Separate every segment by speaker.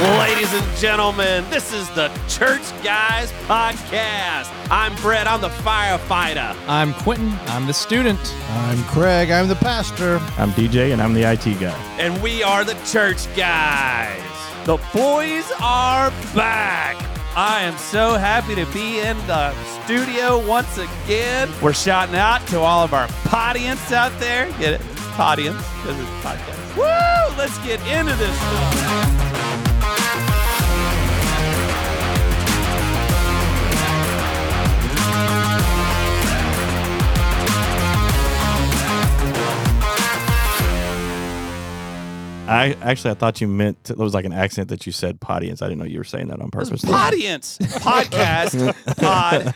Speaker 1: and gentlemen, this is the Church Guys Podcast. I'm Brett, I'm the firefighter.
Speaker 2: I'm Quentin. I'm the student.
Speaker 3: I'm Craig. I'm the pastor.
Speaker 4: I'm DJ and I'm the IT guy.
Speaker 1: and we are the church guys. The boys are back. I am so happy to be in the studio once again. We're shouting out to all of our audience out there. Get it? Audience, because it's podcast. Woo! Let's get into this.
Speaker 4: I actually I thought you meant to, it was like an accent that you said audience. I didn't know you were saying that on purpose.
Speaker 1: Audience, podcast,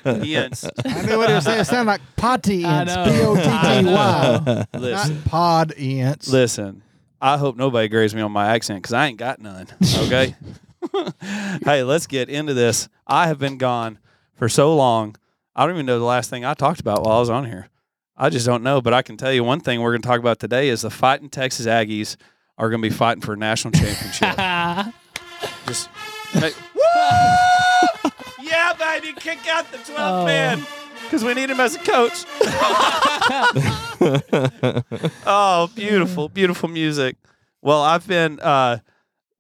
Speaker 1: audience.
Speaker 3: I knew what he was saying. It sounded like potty
Speaker 2: I
Speaker 3: ants.
Speaker 2: know.
Speaker 3: P O T
Speaker 2: I
Speaker 3: T Y. Not
Speaker 1: Listen,
Speaker 3: pod ants.
Speaker 1: listen. I hope nobody grades me on my accent because I ain't got none. Okay. hey, let's get into this. I have been gone for so long. I don't even know the last thing I talked about while I was on here. I just don't know. But I can tell you one thing we're going to talk about today is the fighting Texas Aggies are going to be fighting for a national championship. just make, Woo! Yeah, baby, kick out the 12th
Speaker 2: Oh.
Speaker 1: man because we need him as a coach. oh, beautiful, beautiful music. Well, I've been uh,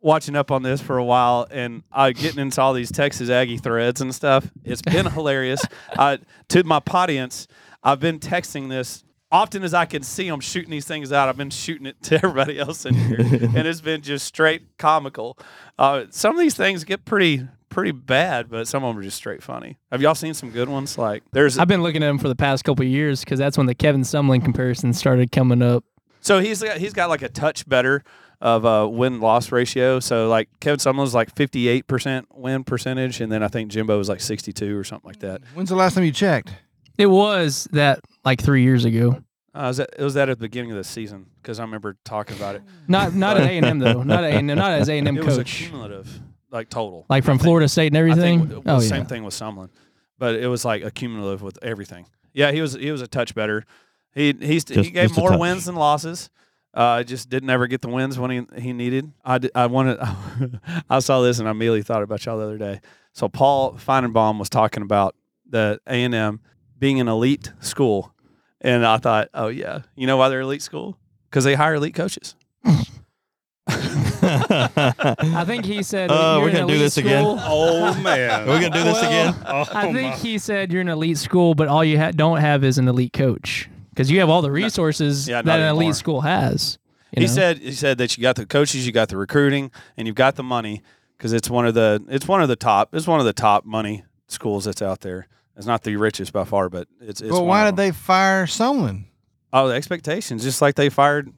Speaker 1: watching up on this for a while and uh, getting into all these Texas Aggie threads and stuff. It's been hilarious. Uh, to my audience, I've been texting this often as I can see. I'm shooting these things out. I've been shooting it to everybody else in here, and it's been just straight comical. Uh, some of these things get pretty. Pretty bad, but some of them are just straight funny. Have y'all seen some good ones? Like there's
Speaker 2: I've been looking at him for the past couple of years because that's when the Kevin Sumlin comparison started coming up.
Speaker 1: So he's got, he's got like a touch better of a win loss ratio. So like Kevin Sumlin's like fifty eight percent win percentage, and then I think Jimbo was like sixty two or something like that.
Speaker 3: When's the last time you checked?
Speaker 2: It was that like three years ago.
Speaker 1: Uh, was that, it was that at the beginning of the season because I remember talking about it.
Speaker 2: Not not at A and M though. Not at A and M. Not as A and M
Speaker 1: It was a
Speaker 2: coach.
Speaker 1: cumulative, like total.
Speaker 2: Like from Florida State and
Speaker 1: I
Speaker 2: everything. Oh,
Speaker 1: think w-
Speaker 4: Oh,
Speaker 1: well, same thing with Sumlin, but it was like a cumulative with everything. Yeah, he was he was a touch better. He he's, he
Speaker 4: Just-
Speaker 1: gave
Speaker 4: just a
Speaker 1: more
Speaker 4: touch.
Speaker 1: wins than losses. Uh, just didn't ever get the wins when he, he needed. I, d- I wanted I saw this and I immediately thought about y'all the other day. So Paul Feinenbaum was talking about the A and M being an elite school, and I thought, oh yeah, you know why they're elite school? Because they hire elite coaches.
Speaker 2: I think he said.
Speaker 4: Uh,
Speaker 2: "You're
Speaker 4: we're
Speaker 2: an
Speaker 4: gonna do
Speaker 2: elite
Speaker 4: this again?
Speaker 2: school."
Speaker 5: Oh man,
Speaker 4: We're gonna do this again?
Speaker 5: Oh,
Speaker 2: I think
Speaker 5: my.
Speaker 2: he said you're an elite school, but all you ha- don't have is an elite coach because you have all the resources
Speaker 1: Yeah, not
Speaker 2: that an
Speaker 1: anymore.
Speaker 2: elite school has. you
Speaker 1: He
Speaker 2: know?
Speaker 1: said he said that you got the coaches, you got the recruiting, and you've got the money because it's one of the it's one of the top it's one of the top money schools that's out there. It's not the richest by far, but it's. it's
Speaker 3: well,
Speaker 1: one
Speaker 3: why
Speaker 1: of
Speaker 3: did they fire someone?
Speaker 1: them. Oh, the expectations, just like they fired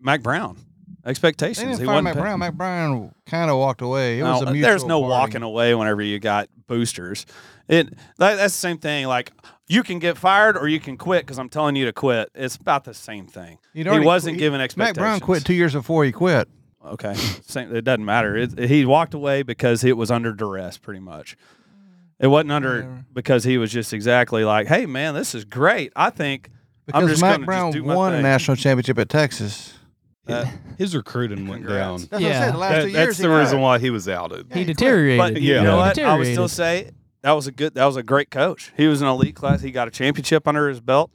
Speaker 1: Mac Brown. Expectations.
Speaker 3: They didn't
Speaker 1: He
Speaker 3: fire
Speaker 1: wasn't
Speaker 3: Mac
Speaker 1: pa-
Speaker 3: Brown. Mac Brown kind of walked away. It
Speaker 1: No,
Speaker 3: was a mutual
Speaker 1: there's no
Speaker 3: parting.
Speaker 1: walking away whenever you got boosters. It that, that's the same thing. Like you can get fired or you can quit because I'm telling you to quit. It's about the same thing.
Speaker 3: He'd
Speaker 1: he
Speaker 3: already
Speaker 1: wasn't
Speaker 3: quit.
Speaker 1: given
Speaker 3: Mac
Speaker 1: expectations.
Speaker 3: Brown quit two years before he quit.
Speaker 1: Okay, Same, it doesn't matter. It, he walked away because it was under duress, pretty much. It wasn't under because he was just exactly like, "Hey, man, this is great. I think I'm
Speaker 3: Because
Speaker 1: just
Speaker 3: Mac
Speaker 1: gonna
Speaker 3: Brown
Speaker 1: just do my
Speaker 3: won a
Speaker 1: thing."
Speaker 3: national championship at Texas.
Speaker 1: Uh,
Speaker 5: his recruiting went
Speaker 1: Congrats.
Speaker 5: down.
Speaker 3: That's what I
Speaker 2: Yeah.
Speaker 3: said. The last
Speaker 5: That-
Speaker 3: two years
Speaker 5: that's
Speaker 3: he
Speaker 5: the reason
Speaker 3: quit.
Speaker 5: why he was outed.
Speaker 2: he
Speaker 3: he quit.
Speaker 2: deteriorated.
Speaker 1: but you
Speaker 5: Yeah.
Speaker 1: know what? I would still
Speaker 2: Deteriorated.
Speaker 1: say that was a good. That was a great coach. He was an elite class. He got a championship under his belt,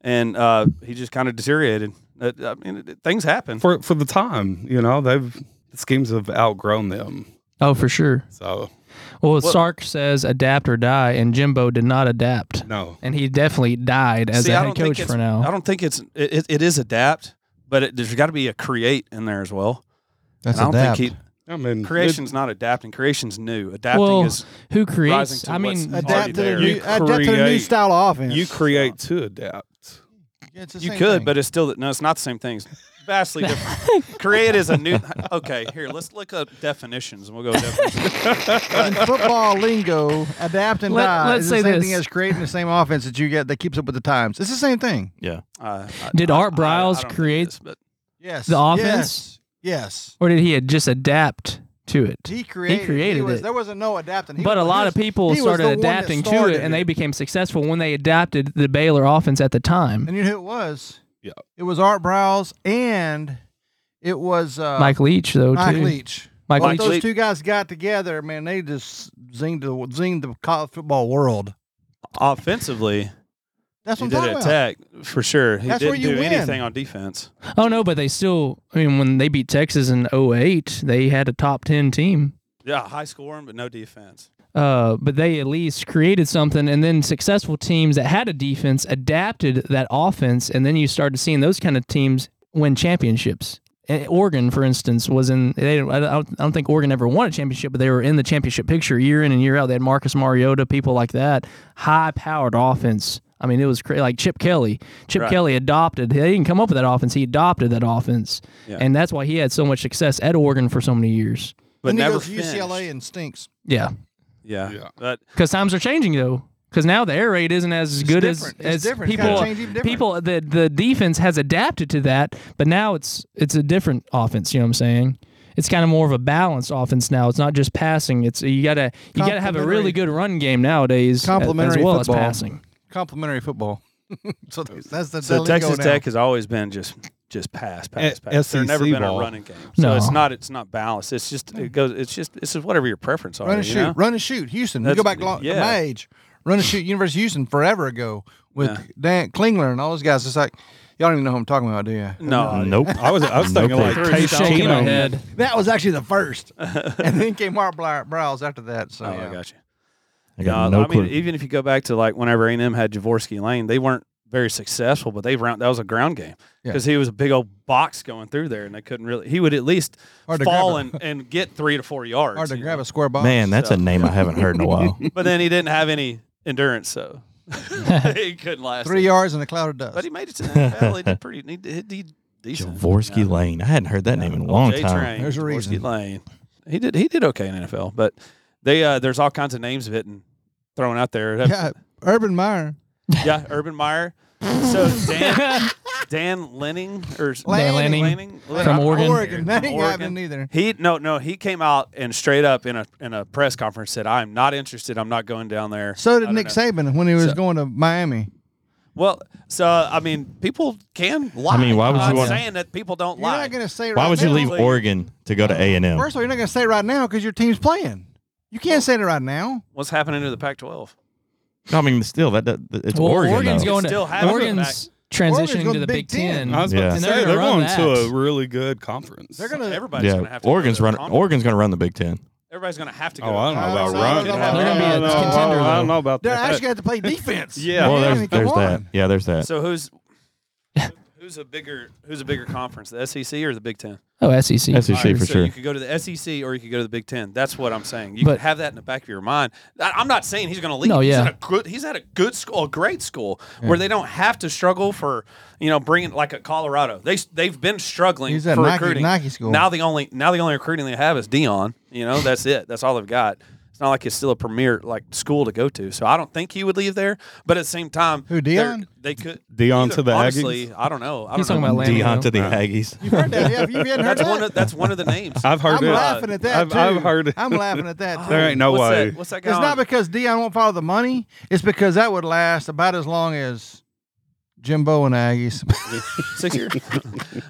Speaker 1: and uh, he just kind of deteriorated. Uh, I mean, it- it- things happen.
Speaker 5: For for the time, you know, they've the schemes have outgrown them.
Speaker 2: Oh, for sure.
Speaker 5: So
Speaker 2: Well,
Speaker 1: Well-
Speaker 2: Sark says adapt or die, and Jimbo did not adapt,
Speaker 5: no.
Speaker 2: and he definitely died as
Speaker 1: See,
Speaker 2: a
Speaker 1: I
Speaker 2: head
Speaker 1: don't think
Speaker 2: coach
Speaker 1: it's-
Speaker 2: for
Speaker 1: I
Speaker 2: now.
Speaker 1: don't think it's it, it, it is adapt, but it, there's got to be a create in there as well.
Speaker 3: That's
Speaker 1: And I don't
Speaker 3: adapt.
Speaker 1: think he.
Speaker 5: I mean
Speaker 1: Creation's not adapting. Creation's new. Adapting
Speaker 2: Well,
Speaker 1: is
Speaker 2: Who
Speaker 1: rising
Speaker 2: creates?
Speaker 1: to
Speaker 2: I mean,
Speaker 1: what's
Speaker 3: adapt to, the
Speaker 1: there.
Speaker 3: new,
Speaker 1: You
Speaker 3: adapt to the new
Speaker 5: create-
Speaker 3: style of offense.
Speaker 5: you create to adapt.
Speaker 3: Yeah, it's the
Speaker 1: you
Speaker 3: same
Speaker 1: could,
Speaker 3: thing.
Speaker 1: but it's still no. It's not the same thing. It's vastly different. Create is a new. Okay, here let's look up definitions, and we'll go. Definitions.
Speaker 3: in football lingo, adapt and
Speaker 2: Let-
Speaker 3: die
Speaker 2: let's
Speaker 3: is the
Speaker 2: say
Speaker 3: same
Speaker 2: this.
Speaker 3: thing as creating the same offense that you get that keeps up with the times. It's the same thing.
Speaker 4: yeah.
Speaker 1: Uh, I-
Speaker 2: Did
Speaker 1: I-
Speaker 2: Art
Speaker 1: I- I
Speaker 2: Briles
Speaker 1: don't think it
Speaker 2: create-
Speaker 1: is, but
Speaker 3: Yes.
Speaker 2: The offense?
Speaker 3: Yes.
Speaker 2: or did he just adapt to it?
Speaker 3: yes. He created.
Speaker 2: created
Speaker 3: was-
Speaker 2: it.
Speaker 3: There wasn't no adapting. He
Speaker 2: but a
Speaker 3: was-
Speaker 2: lot
Speaker 3: he
Speaker 2: of
Speaker 3: was-
Speaker 2: people
Speaker 3: he was the
Speaker 2: started
Speaker 3: one that
Speaker 2: adapting to
Speaker 3: started
Speaker 2: it, and they became successful when they adapted the Baylor offense at the time.
Speaker 3: And you know who it was?
Speaker 5: Yeah.
Speaker 3: It was Art Browse and it was uh,
Speaker 6: uh,
Speaker 2: Mike Leach, though,
Speaker 3: Mike
Speaker 2: too.
Speaker 3: Leach.
Speaker 2: Mike
Speaker 1: Mike
Speaker 2: Leach.
Speaker 6: Those
Speaker 1: Leach.
Speaker 6: two guys got together, man. They just zinged the zinged the college football world.
Speaker 1: Offensively,
Speaker 6: That's
Speaker 1: he
Speaker 6: what
Speaker 1: did
Speaker 6: I'm talking
Speaker 1: at
Speaker 6: about.
Speaker 1: Tech for sure. He
Speaker 6: That's where
Speaker 1: didn't
Speaker 6: you
Speaker 1: do
Speaker 6: win.
Speaker 1: anything on defense.
Speaker 2: Oh no, but they still. I mean, when they beat Texas in 08, they had a top ten team.
Speaker 1: Yeah, high scoring, but no defense.
Speaker 2: Uh, but they at least created something, and then successful teams that had a defense adapted that offense, and then you started seeing those kind of teams win championships. And Oregon, for instance, was in. They, I don't I don't think Oregon ever won a championship, but they were in the championship picture year in and year out. They had Marcus Mariota, people like that, high-powered offense. I mean, it was cra- like Chip Kelly. Chip
Speaker 1: Right.
Speaker 2: Kelly adopted. They didn't come up with that offense. He adopted that offense,
Speaker 1: Yeah.
Speaker 2: and that's why he had so much success at Oregon for so many years.
Speaker 1: But
Speaker 6: then
Speaker 1: never
Speaker 6: he goes to UCLA
Speaker 1: finished.
Speaker 6: and stinks.
Speaker 2: Yeah.
Speaker 1: Yeah.
Speaker 5: Yeah.
Speaker 1: But
Speaker 2: Because times are changing though. Because now the air raid isn't as good as
Speaker 6: different. It's
Speaker 2: as
Speaker 6: different. It's gotta
Speaker 2: people.
Speaker 6: change even different.
Speaker 2: People the the defense has adapted to that, but now it's it's a different offense. You know what I'm saying? It's kind of more of a balanced offense now. It's not just passing. It's you gotta you gotta have a really
Speaker 6: Complimentary-
Speaker 2: good run game nowadays, a- as
Speaker 6: Complimentary
Speaker 2: well
Speaker 6: football.
Speaker 2: as passing.
Speaker 6: Complimentary football. so that's that's the
Speaker 1: so
Speaker 6: the lingo
Speaker 1: Texas
Speaker 6: now. E
Speaker 1: Tech has always been just just pass, pass,
Speaker 5: A-
Speaker 1: pass. There's never
Speaker 5: SEC
Speaker 1: been
Speaker 5: ball.
Speaker 1: a running game. So it's
Speaker 2: No.
Speaker 1: not it's not balanced. It's just it goes it's just it's just whatever your preference are.
Speaker 6: Run and
Speaker 1: you
Speaker 6: shoot.
Speaker 1: know?
Speaker 6: Run and shoot. Houston.
Speaker 1: That's-
Speaker 6: you go back long, to
Speaker 1: yeah.
Speaker 6: my age. Run and shoot. University of Houston forever ago with
Speaker 1: Yeah.
Speaker 6: Dan Klingler and all those guys. It's like y'all don't even know who I'm talking about, do you?
Speaker 1: No.
Speaker 4: nope.
Speaker 5: I was I was
Speaker 4: No
Speaker 5: thinking like
Speaker 4: clue.
Speaker 5: Case
Speaker 2: Shaking my
Speaker 5: Keenum.
Speaker 2: head.
Speaker 6: That was actually the first, and then came Mark Bly- Browse after that. So
Speaker 1: Oh,
Speaker 6: yeah.
Speaker 1: I got you.
Speaker 4: I got
Speaker 1: no,
Speaker 4: no,
Speaker 1: I
Speaker 4: clue.
Speaker 1: mean, even if you go back to like whenever A&M had Javorski Lane, they weren't very successful, but they round that was a ground game
Speaker 6: Yeah.
Speaker 1: because he was a big old box going through there, and they couldn't really. He would at least
Speaker 6: Hard to
Speaker 1: fall
Speaker 6: grab
Speaker 1: and, and get three to four yards.
Speaker 6: hard to
Speaker 1: you
Speaker 6: grab
Speaker 1: know?
Speaker 6: a square box.
Speaker 4: Man, that's a name I haven't heard in a while.
Speaker 1: But then he didn't have any endurance, so he couldn't last.
Speaker 6: three
Speaker 1: it.
Speaker 6: yards in a cloud of dust.
Speaker 1: but he made it to the NFL. he did pretty. He did, he did decent.
Speaker 4: Javorsky
Speaker 1: you know?
Speaker 4: Lane. I hadn't heard that name in a long
Speaker 1: J
Speaker 4: time.
Speaker 1: Train,
Speaker 6: There's a
Speaker 1: Jaworski
Speaker 6: reason.
Speaker 1: Lane. He did. He did okay in NFL, but they uh, there's all kinds of names of it and thrown out there.
Speaker 6: yeah, Urban Meyer.
Speaker 1: Yeah, Urban Meyer. So Dan Dan Lenning or s-
Speaker 6: Dan
Speaker 2: Lanning.
Speaker 1: Lenning?
Speaker 2: From
Speaker 1: I-
Speaker 2: Oregon.
Speaker 6: Oregon. That ain't
Speaker 1: Oregon.
Speaker 6: happening either.
Speaker 1: He no no he came out and straight up in a in a press conference said I'm not interested I'm not going down there.
Speaker 6: So did
Speaker 1: I don't
Speaker 6: Nick
Speaker 1: know.
Speaker 6: Saban when he was
Speaker 1: So-
Speaker 6: going to Miami.
Speaker 1: Well, so I mean people can lie.
Speaker 4: mean, why would
Speaker 1: I'm
Speaker 4: you
Speaker 1: not
Speaker 4: wanna-
Speaker 1: saying that people don't
Speaker 6: You're
Speaker 1: lie?
Speaker 6: not going to say.
Speaker 4: Why
Speaker 6: right
Speaker 4: would you
Speaker 6: now.
Speaker 4: leave
Speaker 1: Please.
Speaker 4: Oregon to go to A and M?
Speaker 6: First of all, you're not going to say it right now because your team's playing. You can't say it right now.
Speaker 1: What's happening to the Pac-12?
Speaker 4: I mean, still that, that it's
Speaker 2: Well,
Speaker 4: Oregon.
Speaker 2: Oregon's
Speaker 4: though.
Speaker 2: going
Speaker 1: Still
Speaker 2: to
Speaker 1: have
Speaker 2: Oregon's transitioning
Speaker 6: going
Speaker 2: to the Big Ten.
Speaker 5: I was
Speaker 4: Yeah.
Speaker 5: about to
Speaker 2: And
Speaker 5: say
Speaker 2: they're
Speaker 5: they're
Speaker 2: gonna run
Speaker 5: going to
Speaker 2: that.
Speaker 5: a really good conference.
Speaker 6: They're going to.
Speaker 1: Everybody's going to
Speaker 4: yeah,
Speaker 1: have to. go
Speaker 4: Oregon's
Speaker 1: to
Speaker 4: run.
Speaker 1: the conference.
Speaker 4: Oregon's going to run the Big Ten.
Speaker 1: Everybody's going to have to go.
Speaker 5: Oh, I don't know
Speaker 6: I
Speaker 5: about
Speaker 6: don't know about that.
Speaker 5: run. I don't
Speaker 6: They're gonna be a
Speaker 5: know.
Speaker 2: contender,
Speaker 5: I
Speaker 2: though.
Speaker 5: don't know about
Speaker 6: They're
Speaker 5: that.
Speaker 6: actually going to play defense.
Speaker 5: Yeah.
Speaker 4: well,
Speaker 5: Yeah,
Speaker 4: there's
Speaker 6: come
Speaker 4: there's that.
Speaker 6: on.
Speaker 4: Yeah, there's that.
Speaker 1: So who's who's a bigger who's a bigger conference, the SEC or the Big Ten?
Speaker 2: Oh, SEC.
Speaker 4: SEC
Speaker 1: All right,
Speaker 4: for
Speaker 1: so
Speaker 4: sure.
Speaker 1: You could go to the SEC or you could go to the Big Ten. That's what I'm saying. You
Speaker 2: But-
Speaker 1: can have that in the back of your mind. I, I'm not saying he's going to leave.
Speaker 2: No, yeah.
Speaker 1: He's at a good. He's at a good school, a great school where they don't have to struggle for you know bringing like at Colorado. They s- they've been struggling
Speaker 6: He's at
Speaker 1: for
Speaker 6: Nike-
Speaker 1: recruiting.
Speaker 6: Nike school.
Speaker 1: Now the only now the only recruiting they have is Dion. You know that's it. That's all they've got. It's not like it's still a premier like school to go to. So I don't think he would leave there. But at the same time,
Speaker 6: Who,
Speaker 1: they're-
Speaker 6: Dion?
Speaker 1: They could
Speaker 5: Dion to the
Speaker 1: honestly.
Speaker 5: Aggies?
Speaker 1: I don't know. I
Speaker 2: He's
Speaker 1: don't
Speaker 2: talking
Speaker 1: know.
Speaker 2: about Landon.
Speaker 4: Dion
Speaker 2: though.
Speaker 4: to the Aggies.
Speaker 6: You've heard that. Yeah, if you hadn't heard
Speaker 1: That's
Speaker 6: that.
Speaker 1: one. Of, that's one of the names.
Speaker 5: I've heard
Speaker 6: I'm
Speaker 5: it.
Speaker 6: laughing at that.
Speaker 5: I've,
Speaker 6: too.
Speaker 5: I've heard it.
Speaker 6: I'm laughing at that.
Speaker 5: There
Speaker 6: too.
Speaker 5: ain't no
Speaker 1: Oh, What's
Speaker 5: way.
Speaker 1: That, what's that guy?
Speaker 6: It's
Speaker 1: on-
Speaker 6: not because Dion won't follow the money. It's because that would last about as long as Jimbo and Aggies.
Speaker 1: six years.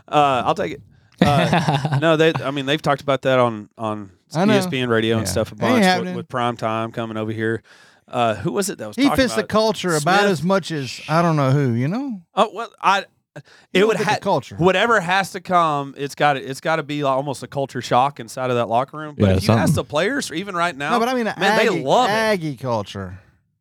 Speaker 1: uh, I'll take it. Uh, no, they. I mean, they've talked about that on on E
Speaker 6: I know.
Speaker 1: ESPN radio and
Speaker 6: Yeah.
Speaker 1: stuff a
Speaker 6: Ain't
Speaker 1: bunch
Speaker 6: happening.
Speaker 1: with, with prime time coming over here. Uh, who was it that was?
Speaker 6: he
Speaker 1: talking
Speaker 6: fits the
Speaker 1: about it?
Speaker 6: culture about
Speaker 1: Smith.
Speaker 6: as much as I don't know who. You know,
Speaker 1: Oh well, I.
Speaker 6: You
Speaker 1: It would
Speaker 6: don't fit the
Speaker 1: have
Speaker 6: culture.
Speaker 1: whatever has to come. It's got to, It's got to be like almost a culture shock inside of that locker room. But
Speaker 4: Yeah,
Speaker 1: if you ask
Speaker 4: something.
Speaker 1: the players, even right now,
Speaker 6: No, but I mean,
Speaker 1: man,
Speaker 6: Aggie,
Speaker 1: they love it.
Speaker 6: Aggie culture.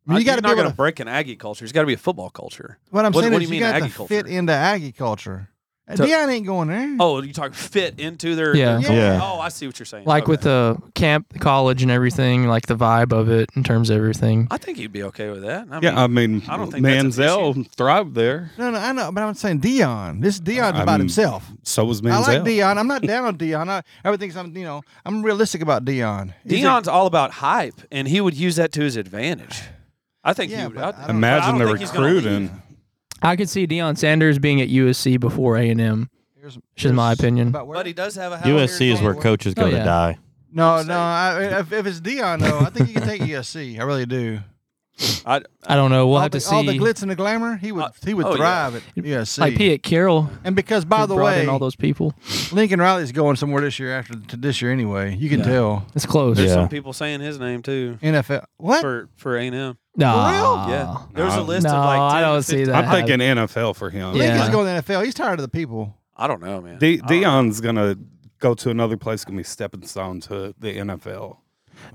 Speaker 6: I mean,
Speaker 1: I-
Speaker 6: you got
Speaker 1: you're
Speaker 6: to be
Speaker 1: not
Speaker 6: able
Speaker 1: gonna
Speaker 6: to.
Speaker 1: break an Aggie culture. It's got to be a football culture.
Speaker 6: What I'm
Speaker 1: What-
Speaker 6: saying
Speaker 1: what
Speaker 6: is,
Speaker 1: do you
Speaker 6: you,
Speaker 1: mean
Speaker 6: got
Speaker 1: Aggie
Speaker 6: to fit
Speaker 1: culture?
Speaker 6: into Aggie culture. And
Speaker 1: To-
Speaker 6: Dion ain't going there.
Speaker 1: Oh, you talk fit into their
Speaker 2: Yeah.
Speaker 1: their-
Speaker 4: Yeah.
Speaker 1: Oh, I see what you're saying.
Speaker 2: Like
Speaker 1: Okay.
Speaker 2: with the camp, college, and everything, like the vibe of it in terms of everything.
Speaker 1: I think you'd be okay with that. I mean,
Speaker 5: Yeah, I mean,
Speaker 1: I don't think that's an
Speaker 5: Manziel thrived there.
Speaker 6: No, no, I know, but I'm saying Dion. This Dion's
Speaker 5: I'm-
Speaker 6: about himself.
Speaker 5: So was
Speaker 6: I
Speaker 5: Manziel.
Speaker 6: like Dion. I'm not down on Dion. I, everything's I'm, you know, I'm realistic about Dion. He's a-
Speaker 1: Dion's all about hype, and he would use that to his advantage. I think
Speaker 6: Yeah,
Speaker 1: he would.
Speaker 6: but I
Speaker 1: I,
Speaker 6: don't-
Speaker 5: Imagine
Speaker 1: but I
Speaker 5: the
Speaker 1: don't think he's gonna leave.
Speaker 5: recruiting.
Speaker 2: I could see Deion Sanders being at USC before A and M.
Speaker 6: here's-
Speaker 2: Which is my
Speaker 6: here's
Speaker 2: opinion.
Speaker 6: about where-
Speaker 1: But he does have a
Speaker 4: USC is where
Speaker 1: Coach.
Speaker 4: coaches go
Speaker 2: Oh, yeah.
Speaker 4: to die.
Speaker 6: No,
Speaker 1: State.
Speaker 6: E no. I, if, if it's Dion, though, I think you can take USC. I really do.
Speaker 1: I,
Speaker 2: I don't know. We'll
Speaker 6: all,
Speaker 2: have
Speaker 6: the,
Speaker 2: to see.
Speaker 6: all the glitz and the glamour, he would
Speaker 1: Uh,
Speaker 6: he would
Speaker 1: oh, yeah.
Speaker 6: thrive at USC.
Speaker 2: like Piet Carroll.
Speaker 6: and because by
Speaker 2: who
Speaker 6: the
Speaker 2: brought
Speaker 6: way,
Speaker 2: in all those people.
Speaker 6: Lincoln Riley's going somewhere this year after to this year anyway. You can
Speaker 4: Yeah.
Speaker 6: tell
Speaker 2: It's close.
Speaker 1: there's
Speaker 4: Yeah.
Speaker 1: some people saying his name too
Speaker 6: NFL. What?
Speaker 1: for for A and M.
Speaker 2: Nah.
Speaker 1: Yeah, there's a
Speaker 5: No.
Speaker 1: list
Speaker 2: no,
Speaker 1: of like. 10
Speaker 2: I
Speaker 1: to
Speaker 2: don't see
Speaker 1: 15
Speaker 2: that.
Speaker 5: I'm thinking NFL for him.
Speaker 2: Yeah.
Speaker 6: Lincoln's going to the NFL. He's tired of the people.
Speaker 1: I don't know, man.
Speaker 5: De-
Speaker 1: I don't know.
Speaker 5: Dion's gonna go to another place. Gonna be stepping stone to the NFL.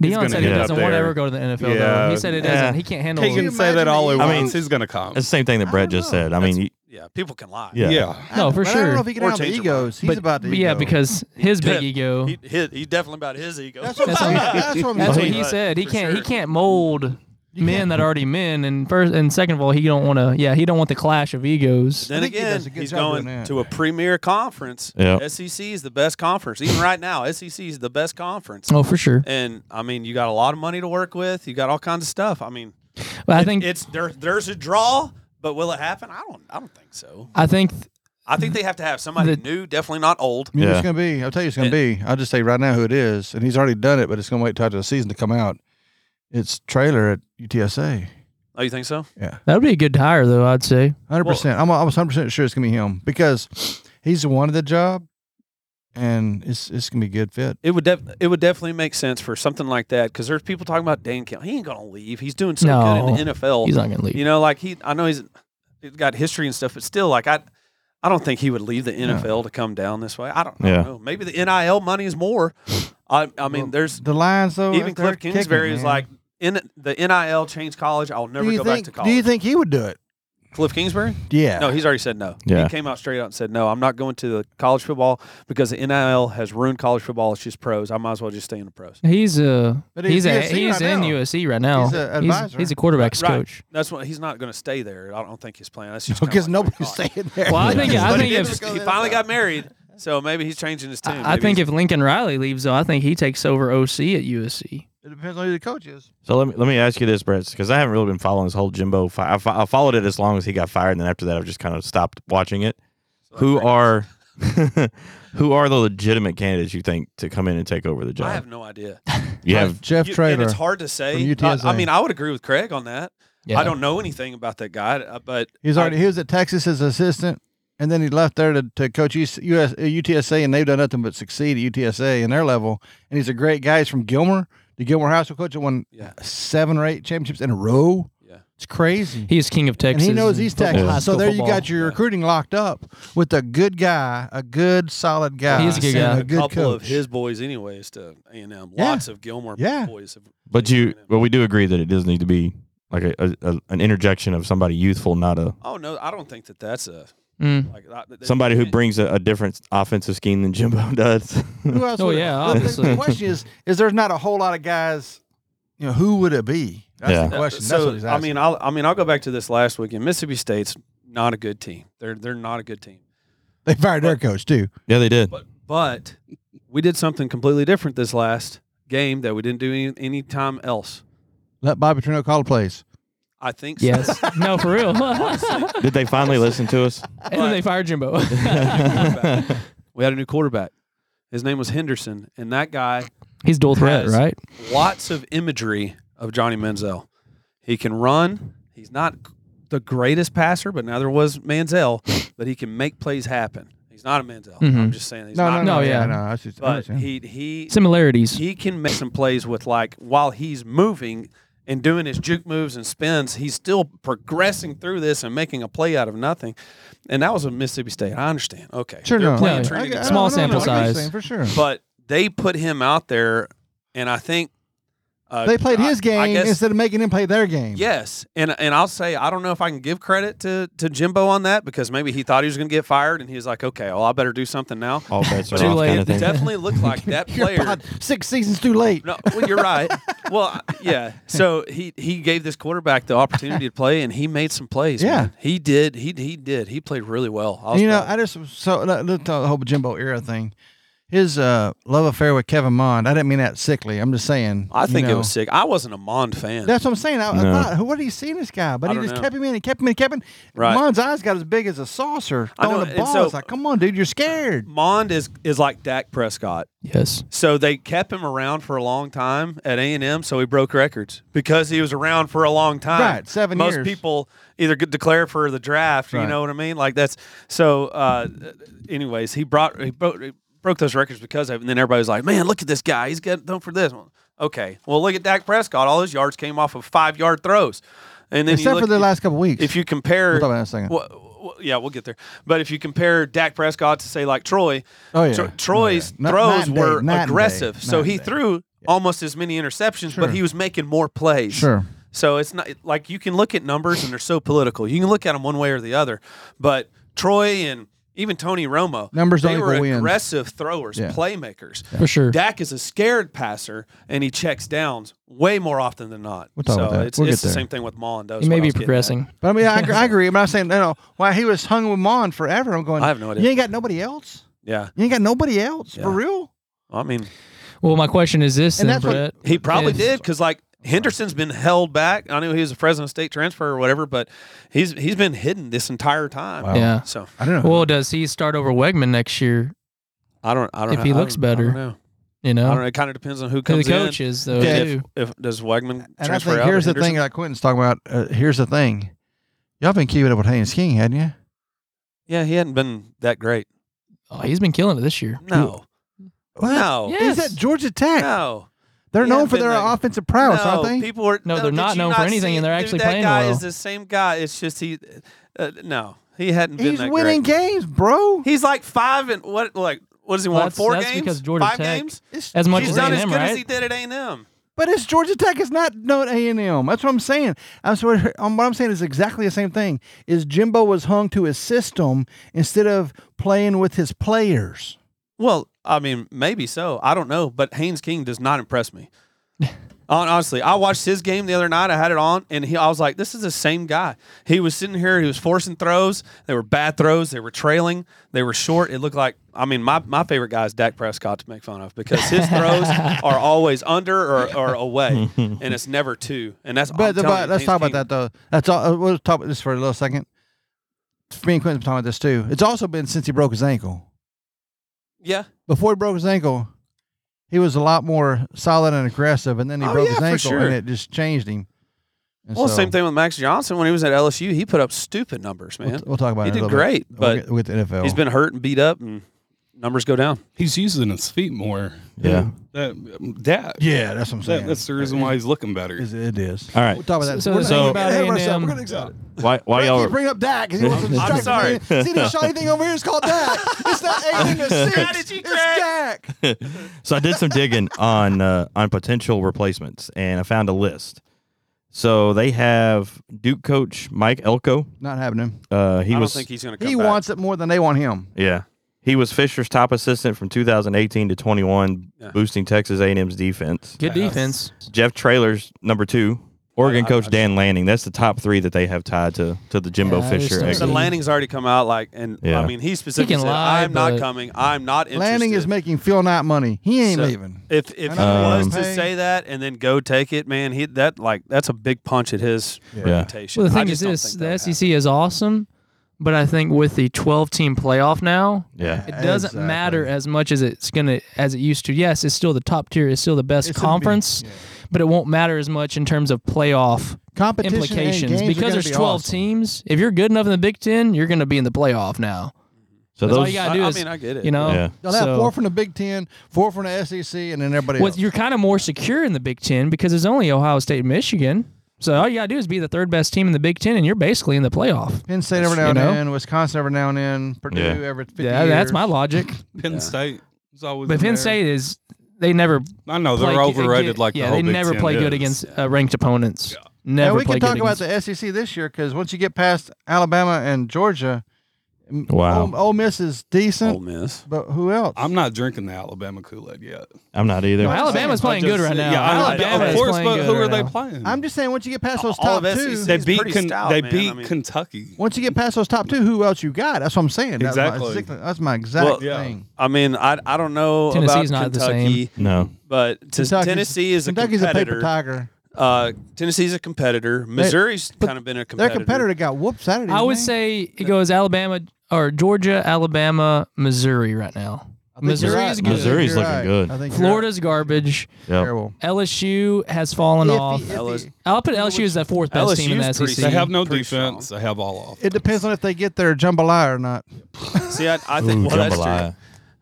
Speaker 5: He's
Speaker 2: Dion
Speaker 5: gonna
Speaker 2: said he
Speaker 4: get up
Speaker 2: doesn't want to
Speaker 5: there.
Speaker 2: ever go to the NFL. Though.
Speaker 5: Yeah.
Speaker 2: He said it
Speaker 5: Yeah.
Speaker 2: doesn't. He can't handle.
Speaker 5: He
Speaker 2: it.
Speaker 5: can say
Speaker 6: imagine
Speaker 5: that all he
Speaker 6: the-
Speaker 5: wants.
Speaker 4: I mean-
Speaker 5: he's gonna come.
Speaker 4: It's the same thing that Brett just said. I mean, you,
Speaker 1: Yeah, people can lie.
Speaker 4: Yeah.
Speaker 5: yeah.
Speaker 6: I-
Speaker 2: No, for
Speaker 6: but I don't
Speaker 2: sure.
Speaker 6: know if he can
Speaker 1: Or
Speaker 6: handle the
Speaker 1: change your mind.
Speaker 6: egos. He's
Speaker 2: But-
Speaker 6: about the
Speaker 2: but yeah,
Speaker 6: ego.
Speaker 2: because his big
Speaker 1: did.
Speaker 2: ego.
Speaker 1: He, he, he definitely about his ego.
Speaker 6: that's what
Speaker 2: That's
Speaker 6: I'm
Speaker 2: what
Speaker 6: saying.
Speaker 2: he-
Speaker 6: That's what I'm
Speaker 2: that's
Speaker 6: saying.
Speaker 2: what he
Speaker 1: Right,
Speaker 2: said. He
Speaker 1: for
Speaker 2: can't. He
Speaker 1: sure.
Speaker 2: can't mold men that are already men. And first and second of all, he don't want to. Yeah, he don't want the clash of egos.
Speaker 1: Then
Speaker 6: think he
Speaker 1: again,
Speaker 6: does a good
Speaker 1: he's
Speaker 6: job doing
Speaker 1: going
Speaker 6: that.
Speaker 1: to a premier conference.
Speaker 4: Yep.
Speaker 1: SEC is the best conference. Even right now, SEC is the best conference.
Speaker 2: Oh, for sure.
Speaker 1: And I mean, you got a lot of money to work with. You got all kinds of stuff. I mean,
Speaker 2: But I
Speaker 1: it-
Speaker 2: think.
Speaker 1: it's there. There's a draw, but will it happen? I don't. I don't think so.
Speaker 2: I think. th-
Speaker 1: I think they have to have somebody
Speaker 2: The-
Speaker 1: new, definitely not old.
Speaker 6: You know who
Speaker 4: Yeah.
Speaker 6: it's gonna be. I'll tell you, it's gonna be. I'll just say right now who it is, and he's already done it, but it's gonna wait till after the season to come out. It's trailer at UTSA.
Speaker 1: Oh, you think so?
Speaker 2: That would be a good hire, though. I'd say.
Speaker 6: Hundred percent. I'm. I was hundred percent sure it's gonna be him because he's wanted the job, and it's it's gonna be a good fit.
Speaker 1: It would def- it would definitely make sense for something like that because there's people talking about Dan Campbell. He ain't gonna leave. He's doing so
Speaker 2: No.
Speaker 1: good in the NFL.
Speaker 2: He's not gonna leave.
Speaker 1: you know, like he. I know he's he's got history and stuff, but still, like I, I don't think he would leave the NFL to come down this way. I don't, I
Speaker 4: Yeah.
Speaker 1: don't know. Maybe the NIL money is more. I I mean,
Speaker 6: Well,
Speaker 1: there's
Speaker 6: The Lions though,
Speaker 1: even
Speaker 6: they're
Speaker 1: Cliff Kingsbury
Speaker 6: kicking,
Speaker 1: is
Speaker 6: man.
Speaker 1: like in the NIL changed college. I'll never
Speaker 6: do you
Speaker 1: go
Speaker 6: think?
Speaker 1: back to college.
Speaker 6: Do you think he would do it?
Speaker 1: Cliff Kingsbury?
Speaker 6: Yeah.
Speaker 1: No, he's already said no.
Speaker 4: Yeah.
Speaker 1: He came out straight out and said no. I'm not going to the college football because the NIL has ruined college football. It's just pros. I might as well just stay in the pros.
Speaker 2: He's a
Speaker 6: But
Speaker 2: he's
Speaker 6: he's
Speaker 2: a,
Speaker 6: USC
Speaker 2: he's
Speaker 6: right
Speaker 2: in
Speaker 6: now.
Speaker 2: USC right now.
Speaker 6: He's a
Speaker 2: he's,
Speaker 6: advisor.
Speaker 2: he's a quarterbacks
Speaker 1: Right.
Speaker 2: coach.
Speaker 1: That's what he's not going to stay there. I don't think his plan. That's just kinda
Speaker 6: because
Speaker 1: like
Speaker 6: nobody's
Speaker 1: what he thought.
Speaker 6: staying there.
Speaker 2: Well, I think- I
Speaker 1: But
Speaker 2: think
Speaker 1: he,
Speaker 2: if-
Speaker 1: did- he finally got married, so maybe he's changing his tune.
Speaker 2: I, I
Speaker 1: Maybe
Speaker 2: think
Speaker 1: he's-
Speaker 2: if Lincoln Riley leaves, though, I think he takes over OC at USC.
Speaker 6: It depends on who the coach is.
Speaker 4: so let me let me ask you this, Brett, because I haven't really been following this whole Jimbo. Fi- I, fo- I followed it as long as he got fired, and then after that, I've just kind of stopped watching it.
Speaker 1: Oh,
Speaker 4: Who are who are the legitimate candidates you think to come in and take over the job?
Speaker 1: I have no idea.
Speaker 4: you have
Speaker 6: Jeff
Speaker 1: You- and
Speaker 6: Traylor.
Speaker 1: it's hard to say.
Speaker 6: from
Speaker 1: I, I
Speaker 6: UTSA.
Speaker 1: mean, I would agree with Craig on that.
Speaker 2: Yeah.
Speaker 1: I don't know anything about that guy, uh, but
Speaker 6: He's
Speaker 1: I-
Speaker 6: already he was at Texas as assistant, and then he left there to, to coach US, US, uh, UTSA, and they've done nothing but succeed at UTSA in their level. And he's a great guy. He's from Gilmer, the Gilmer High School coach that won
Speaker 1: Yeah.
Speaker 6: seven or eight championships in a row.
Speaker 1: Yeah.
Speaker 6: it's crazy.
Speaker 2: He is king of
Speaker 6: and
Speaker 2: Texas.
Speaker 6: he knows East
Speaker 2: football,
Speaker 6: Texas,
Speaker 2: high
Speaker 6: so
Speaker 2: school
Speaker 6: there you
Speaker 2: football.
Speaker 6: got your recruiting locked up with a good guy, a good solid guy.
Speaker 2: He is a good
Speaker 6: and
Speaker 2: guy.
Speaker 6: a good
Speaker 1: couple
Speaker 6: coach.
Speaker 1: of his boys, anyways, to A and M.
Speaker 6: Yeah.
Speaker 1: Lots of Gilmore
Speaker 6: Yeah.
Speaker 1: boys. Have
Speaker 4: But you,
Speaker 1: A&M.
Speaker 4: well, we do agree that it does need to be like a, a, a an interjection of somebody youthful, not a
Speaker 1: Oh no, I don't think that that's a
Speaker 2: Mm.
Speaker 1: like I- that-
Speaker 4: somebody who brings a, a different offensive scheme than Jimbo does.
Speaker 6: Who else?
Speaker 2: Oh,
Speaker 6: would-
Speaker 2: yeah,
Speaker 6: Well, the-
Speaker 2: obviously.
Speaker 6: The question is: Is there's not a whole lot of guys? You know, who would it be? That's
Speaker 4: Yeah.
Speaker 6: the
Speaker 1: Uh,
Speaker 6: question.
Speaker 1: So
Speaker 6: That's what he's asking.
Speaker 1: I mean, I'll I mean I'll go back to this last weekend. Mississippi State's not a good team. They're they're not a good team.
Speaker 6: they fired their coach too.
Speaker 4: yeah, they did.
Speaker 1: But but we did something completely different this last game that we didn't do any, any time else.
Speaker 6: Let Bobby Petrino call the plays.
Speaker 1: I think so.
Speaker 2: Yes. no, for real. and
Speaker 4: Did they finally listen to us?
Speaker 2: then they fired Jimbo.
Speaker 1: we had a new quarterback. His name was Henderson, and that guy
Speaker 2: He's dual threat,
Speaker 1: Has-
Speaker 2: right?
Speaker 1: lots of imagery of Johnny Manziel. He can run. He's not the greatest passer, but neither was Manziel. But he can make plays happen. He's not a Manziel. I'm
Speaker 2: Mhm.
Speaker 1: just saying he's
Speaker 6: No,
Speaker 1: not.
Speaker 6: no, no,
Speaker 2: No, yeah.
Speaker 6: yeah, no. That's just, I
Speaker 1: But
Speaker 6: understand.
Speaker 1: he he
Speaker 2: Similarities.
Speaker 1: he can make some plays with like while he's moving and doing his juke moves and spins, he's still progressing through this and making a play out of nothing. And that was a Mississippi State. I understand. Okay,
Speaker 6: sure,
Speaker 1: they're
Speaker 6: no.
Speaker 1: playing
Speaker 2: Yeah,
Speaker 1: Trinity,
Speaker 6: I- I-
Speaker 1: Small,
Speaker 2: Small
Speaker 6: no, no,
Speaker 2: sample
Speaker 6: I get what you're
Speaker 2: size.
Speaker 6: saying, for sure.
Speaker 1: but they put him out there, and I think uh,
Speaker 6: they played
Speaker 1: I-
Speaker 6: his
Speaker 1: I
Speaker 6: game
Speaker 1: guess-
Speaker 6: instead of making him play their game.
Speaker 1: Yes, and and I'll say I don't know if I can give credit to to Jimbo on that because maybe he thought he was going to get fired and he was like, okay, well I better do something now.
Speaker 4: All bets
Speaker 1: But
Speaker 4: are off,
Speaker 1: it,
Speaker 4: kind of thing.
Speaker 1: definitely looked like that
Speaker 6: You're
Speaker 1: player.
Speaker 6: about six seasons too late.
Speaker 1: No, well, you're right. well, I- yeah. So he he gave this quarterback the opportunity to play, and he made some plays.
Speaker 6: Yeah.
Speaker 1: man. he did. He he did. He played really well. I was
Speaker 6: you know,
Speaker 1: proud.
Speaker 6: I just so the, the, the whole Jimbo era thing. his uh, love affair with Kevin Mond. I didn't mean that sickly. I'm just saying.
Speaker 1: I
Speaker 6: you
Speaker 1: think it
Speaker 6: know.
Speaker 1: was sick. I wasn't a Mond fan.
Speaker 6: That's what I'm saying. I, I
Speaker 4: No.
Speaker 6: thought, who what did he see in this guy?
Speaker 1: I
Speaker 6: But he
Speaker 1: don't
Speaker 6: just
Speaker 1: know.
Speaker 6: kept him in and kept him in and kept him. in.
Speaker 1: Right.
Speaker 6: Mond's eyes got as big as a saucer
Speaker 1: I know,
Speaker 6: throwing the
Speaker 1: and
Speaker 6: ball.
Speaker 1: so-
Speaker 6: it's like, come on, dude, you're scared.
Speaker 1: Mond is is like Dak Prescott.
Speaker 2: Yes.
Speaker 1: So they kept him around for a long time at A and M. So he broke records because he was around for a long time.
Speaker 6: Right, seven
Speaker 1: Most
Speaker 6: years.
Speaker 1: people either get- declare for the draft. You
Speaker 6: Right.
Speaker 1: know what I mean? Like that's so. Uh, anyways, he brought he broke, he broke those records because of, it, and then everybody was like, "Man, look at this guy. He's got done for this." Well, Okay, well look at Dak Prescott. All his yards came off of five yard throws, and then you
Speaker 6: Except
Speaker 1: look-
Speaker 6: for the last couple weeks.
Speaker 1: If you compare,
Speaker 6: We'll talk about that in a second.
Speaker 1: Well, well, yeah, we'll get there. But if you compare Dak Prescott to say like Troy,
Speaker 6: Oh, yeah.
Speaker 1: Tro-
Speaker 6: Oh,
Speaker 1: Troy's
Speaker 6: yeah. Night- night
Speaker 1: throws
Speaker 6: and
Speaker 1: were
Speaker 6: day, night and day,
Speaker 1: aggressive, so
Speaker 6: night
Speaker 1: he
Speaker 6: and day.
Speaker 1: threw almost as many interceptions,
Speaker 6: Sure.
Speaker 1: but he was making more plays.
Speaker 6: sure,
Speaker 1: So it's not like you can look at numbers and they're so political. You can look at them one way or the other, but Troy and even Tony Romo,
Speaker 6: Numbers
Speaker 1: they
Speaker 6: don't
Speaker 1: were
Speaker 6: equal wins.
Speaker 1: aggressive throwers,
Speaker 6: Yeah.
Speaker 1: playmakers.
Speaker 2: For sure.
Speaker 1: Dak is a scared passer, and he checks downs way more often than not.
Speaker 6: We'll talk
Speaker 1: so
Speaker 6: about that.
Speaker 1: it's,
Speaker 6: We'll
Speaker 1: it's
Speaker 6: get
Speaker 1: the
Speaker 6: there.
Speaker 1: same thing with Mond.
Speaker 2: He may be progressing.
Speaker 6: but I mean, I, agree- I agree. I'm not saying you know why he was hung with Mond forever. I'm going.
Speaker 1: I have no idea.
Speaker 6: You ain't got nobody else.
Speaker 1: Yeah,
Speaker 6: You ain't got nobody else
Speaker 1: Yeah.
Speaker 6: for real.
Speaker 1: I mean,
Speaker 2: Well, my question is this,
Speaker 6: And
Speaker 2: then,
Speaker 6: that's what-
Speaker 2: Brett.
Speaker 1: He probably
Speaker 2: If-
Speaker 1: did because like Henderson's been held back. I knew he was a Fresno State transfer or whatever, but he's he's been hidden this entire time.
Speaker 6: Wow.
Speaker 2: Yeah.
Speaker 1: So
Speaker 6: I don't know.
Speaker 2: Well, does he start over Wegman next year?
Speaker 1: I don't. I don't.
Speaker 2: If he
Speaker 1: I don't-
Speaker 2: looks better,
Speaker 1: I don't know.
Speaker 2: You
Speaker 1: I
Speaker 2: know,
Speaker 1: don't know. It kind of depends on who
Speaker 2: who the
Speaker 1: comes
Speaker 2: coach is though.
Speaker 1: in.
Speaker 6: Yeah.
Speaker 2: too.
Speaker 1: If, if does Wegman
Speaker 6: and I
Speaker 1: transfer
Speaker 6: think
Speaker 1: out?
Speaker 6: here's
Speaker 1: or
Speaker 6: the thing
Speaker 1: Henderson?
Speaker 6: that Quentin's talking about. Uh, here's the thing. Y'all been keeping up with Haynes King, hadn't you?
Speaker 1: Yeah, he hadn't been that great.
Speaker 2: Oh, he's been killing it this year.
Speaker 1: No.
Speaker 6: What?
Speaker 1: No.
Speaker 2: Yeah. Yes.
Speaker 6: He's at Georgia Tech.
Speaker 1: No.
Speaker 6: They're
Speaker 1: He
Speaker 6: known
Speaker 1: hadn't
Speaker 6: for
Speaker 1: been
Speaker 6: their
Speaker 1: that-
Speaker 6: offensive prowess,
Speaker 1: no,
Speaker 6: aren't they?
Speaker 1: People were
Speaker 2: No, they're
Speaker 1: did
Speaker 2: not
Speaker 1: you
Speaker 2: known for anything,
Speaker 1: see-
Speaker 2: and they're
Speaker 1: dude,
Speaker 2: actually
Speaker 1: that
Speaker 2: playing
Speaker 1: guy
Speaker 2: well.
Speaker 1: is the same guy. It's just he. Uh, no, he hadn't been
Speaker 6: He's
Speaker 1: that
Speaker 6: winning
Speaker 1: great.
Speaker 6: games, bro.
Speaker 1: He's like five and what? Like what does he
Speaker 2: Well,
Speaker 1: want?
Speaker 2: that's-
Speaker 1: Four
Speaker 2: that's
Speaker 1: games?
Speaker 2: because Georgia
Speaker 1: Five
Speaker 2: Tech-
Speaker 1: games?
Speaker 6: It's-
Speaker 2: As much
Speaker 1: He's
Speaker 2: as
Speaker 1: done
Speaker 2: A&M,
Speaker 1: as good
Speaker 2: right?
Speaker 1: as he did at A and M.
Speaker 6: But it's Georgia Tech. It's not known A and M. That's what I'm saying. I'm swear, um, what I'm saying is exactly the same thing. Is Jimbo was hung to his system instead of playing with his players.
Speaker 1: Well, I mean, maybe so. I don't know, but Haynes King does not impress me. Hon- Honestly, I watched his game the other night. I had it on, and he, I was like, "This is the same guy." He was sitting here. He was forcing throws. They were bad throws. They were trailing. They were short. It looked like. I mean, my, my favorite guy is Dak Prescott to make fun of because his throws are always under or, or away, and it's never two. And that's.
Speaker 6: But,
Speaker 1: I'm
Speaker 6: the-
Speaker 1: telling
Speaker 6: but
Speaker 1: you,
Speaker 6: let's
Speaker 1: Haynes
Speaker 6: talk about
Speaker 1: King-
Speaker 6: that though. That's all. uh, We'll talk about this for a little second. Me and Quentin's been talking about this too. It's also been since he broke his ankle.
Speaker 1: Yeah.
Speaker 6: Before he broke his ankle, he was a lot more solid and aggressive, and then he
Speaker 1: Oh,
Speaker 6: broke
Speaker 1: yeah,
Speaker 6: his
Speaker 1: for
Speaker 6: ankle,
Speaker 1: sure.
Speaker 6: and it just changed him. And
Speaker 1: Well,
Speaker 6: so-
Speaker 1: same thing with Max Johnson when he was at LSU. He put up stupid numbers,
Speaker 6: We'll,
Speaker 1: man.
Speaker 6: we'll talk about
Speaker 1: He
Speaker 6: it. in a
Speaker 1: did
Speaker 6: little bit.
Speaker 1: great,
Speaker 6: We'll
Speaker 1: but
Speaker 6: get- with the NFL,
Speaker 1: He's been hurt and beat up, and numbers go down.
Speaker 5: He's using his feet more.
Speaker 4: Yeah.
Speaker 5: That, that,
Speaker 6: Yeah, that's what I'm
Speaker 5: that
Speaker 6: saying.
Speaker 5: that's the reason why he's looking better.
Speaker 6: Is- It is.
Speaker 4: All right.
Speaker 6: We'll talk about that.
Speaker 2: So-
Speaker 6: we're
Speaker 2: so-
Speaker 6: not
Speaker 4: so-
Speaker 6: about ahead of ourselves.
Speaker 2: A&M.
Speaker 6: We're getting excited.
Speaker 4: Why? Why
Speaker 6: Why you
Speaker 4: y'all?
Speaker 6: bring up Dak? 'cause He wants to
Speaker 1: I'm
Speaker 6: distract me.
Speaker 1: sorry.
Speaker 6: See, he didn't show anything over here. It's called Dak. It's not eight to six.
Speaker 1: Strategy
Speaker 6: It's
Speaker 1: crack.
Speaker 6: Dak.
Speaker 4: So I did some digging on uh, on potential replacements, and I found a list. So they have Duke coach Mike Elko.
Speaker 6: Not happening.
Speaker 4: Uh, he
Speaker 1: I
Speaker 4: was
Speaker 1: don't think he's going to come
Speaker 6: He
Speaker 1: back.
Speaker 6: wants it more than they want him.
Speaker 4: Yeah. He was Fisher's top assistant from 2018 to 21,
Speaker 1: Yeah.
Speaker 4: boosting Texas A&M's defense.
Speaker 2: Good
Speaker 5: Yes.
Speaker 2: defense.
Speaker 4: Jeff Trailers number 2. Oregon
Speaker 1: I- I
Speaker 4: coach
Speaker 1: just-
Speaker 4: Dan Lanning. That's the top 3 that they have tied to to the Jimbo
Speaker 2: Yeah, I just
Speaker 4: Fisher.
Speaker 2: don't
Speaker 4: exit.
Speaker 1: The Lanning's already come out like, and
Speaker 4: Yeah.
Speaker 1: I mean, he specifically
Speaker 2: He can
Speaker 1: said,
Speaker 2: lie,
Speaker 1: "I'm not
Speaker 2: but-
Speaker 1: coming. I'm not interested."
Speaker 6: Lanning is making Phil Knight money. He ain't
Speaker 1: So-
Speaker 6: leaving.
Speaker 1: If if he
Speaker 6: I know
Speaker 1: was
Speaker 4: he's
Speaker 1: to
Speaker 6: paying-
Speaker 1: say that and then go take it, man, he that like that's a big punch at his reputation.
Speaker 2: Well, the
Speaker 1: I
Speaker 2: thing
Speaker 1: just
Speaker 2: is
Speaker 1: don't
Speaker 2: this:
Speaker 1: think
Speaker 2: the E
Speaker 1: that would
Speaker 2: SEC is awesome, but I think with the 12-team playoff now,
Speaker 4: Yeah.
Speaker 2: it doesn't
Speaker 6: Exactly.
Speaker 2: matter as much as it's gonna as it used to. Yes, it's still the top tier. It's still the best
Speaker 6: It's gonna be-
Speaker 2: conference,
Speaker 6: yeah.
Speaker 2: but it won't matter as much in terms of playoff
Speaker 6: Competition and
Speaker 2: implications
Speaker 6: games are
Speaker 2: because
Speaker 6: gonna
Speaker 2: there's
Speaker 6: be
Speaker 2: 12
Speaker 6: awesome.
Speaker 2: teams. If you're good enough in the Big Ten, you're gonna be in the playoff now.
Speaker 4: So
Speaker 2: That's all
Speaker 4: those
Speaker 2: you
Speaker 1: happen.
Speaker 2: gotta do
Speaker 1: I, I
Speaker 2: is
Speaker 1: mean, I get it.
Speaker 2: you know.
Speaker 4: Yeah.
Speaker 6: They'll have
Speaker 2: so-
Speaker 6: four from the Big Ten, four from the SEC, and then everybody
Speaker 2: Well,
Speaker 6: else.
Speaker 2: you're kind of more secure in the Big Ten because it's only Ohio State and Michigan. So all you gotta do is be the third best team in the Big Ten, and you're basically in the playoff.
Speaker 6: Penn State every
Speaker 2: you
Speaker 6: now and
Speaker 2: know?
Speaker 6: then, Wisconsin every now and then, Purdue
Speaker 4: Yeah.
Speaker 6: every 50
Speaker 2: Yeah, that's
Speaker 6: years.
Speaker 2: my logic.
Speaker 5: Penn State is always.
Speaker 2: But
Speaker 5: in
Speaker 2: Penn
Speaker 5: there.
Speaker 2: State is they never
Speaker 5: I know
Speaker 2: play
Speaker 5: they're
Speaker 2: good-
Speaker 5: overrated.
Speaker 2: good-
Speaker 5: like
Speaker 2: yeah,
Speaker 5: the whole
Speaker 2: they
Speaker 5: Big
Speaker 2: never
Speaker 5: Ten
Speaker 2: play
Speaker 5: is.
Speaker 2: good against uh, ranked opponents. Never
Speaker 6: and we
Speaker 2: play
Speaker 6: can talk
Speaker 2: good
Speaker 6: about E
Speaker 2: against-
Speaker 6: the SEC this year because once you get past Alabama and Georgia, M-
Speaker 4: Wow.
Speaker 6: Ole, Ole Miss is decent,
Speaker 5: Ole Miss.
Speaker 6: but who else?
Speaker 5: I'm not drinking the Alabama Kool Aid yet.
Speaker 4: I'm not either.
Speaker 2: No, Alabama's
Speaker 5: I
Speaker 2: playing
Speaker 5: just
Speaker 2: good right now.
Speaker 5: said- Yeah,
Speaker 2: Alabama
Speaker 5: Alabama, of
Speaker 2: is
Speaker 5: course.
Speaker 2: playing
Speaker 5: But
Speaker 2: good
Speaker 5: who are
Speaker 2: right
Speaker 5: they
Speaker 2: now.
Speaker 5: playing?
Speaker 6: I'm just saying once you get past those
Speaker 1: All
Speaker 6: top
Speaker 1: of SEC
Speaker 6: two,
Speaker 5: they
Speaker 1: He's
Speaker 5: beat
Speaker 1: pretty
Speaker 5: Ken-
Speaker 1: stout,
Speaker 5: they
Speaker 1: man.
Speaker 5: beat
Speaker 1: I mean-
Speaker 5: Kentucky.
Speaker 6: once you get past those top two, who else you got? That's what I'm saying. That's my-
Speaker 5: Exactly.
Speaker 6: That's my exact
Speaker 1: Well,
Speaker 5: yeah.
Speaker 6: thing.
Speaker 1: I mean, I I don't know
Speaker 2: Tennessee's
Speaker 1: about
Speaker 2: not the
Speaker 1: Kentucky,
Speaker 4: No.
Speaker 1: but t-
Speaker 6: Kentucky's-
Speaker 1: Tennessee is
Speaker 6: Kentucky's
Speaker 1: a
Speaker 6: a paper
Speaker 1: competitor.
Speaker 6: tiger.
Speaker 1: uh, Tennessee's a competitor. Missouri's
Speaker 6: but
Speaker 1: kind of been a
Speaker 6: Their
Speaker 1: competitor.
Speaker 6: competitor got whooped Saturday.
Speaker 2: I would
Speaker 6: didn't they?
Speaker 2: say it goes Alabama or Georgia, Alabama, Missouri right now.
Speaker 6: I think you're
Speaker 2: Missouri
Speaker 6: right.
Speaker 2: is
Speaker 6: I think
Speaker 2: good.
Speaker 4: Missouri- Missouri's
Speaker 6: you're
Speaker 4: looking
Speaker 6: right.
Speaker 4: good.
Speaker 6: I think you're
Speaker 2: Florida's garbage.
Speaker 6: right.
Speaker 4: Yep.
Speaker 6: terrible.
Speaker 2: LSU has fallen
Speaker 6: Iffy,
Speaker 2: off.
Speaker 6: iffy.
Speaker 2: I'll put LSU as the fourth best team in the E
Speaker 1: LSU's pretty-
Speaker 2: SEC.
Speaker 5: They have no
Speaker 1: Pretty
Speaker 5: defense. They have all off.
Speaker 6: It depends on if they get their jambalaya or not.
Speaker 1: See, I, I
Speaker 4: Ooh,
Speaker 1: think well, that's true.
Speaker 4: jambalaya.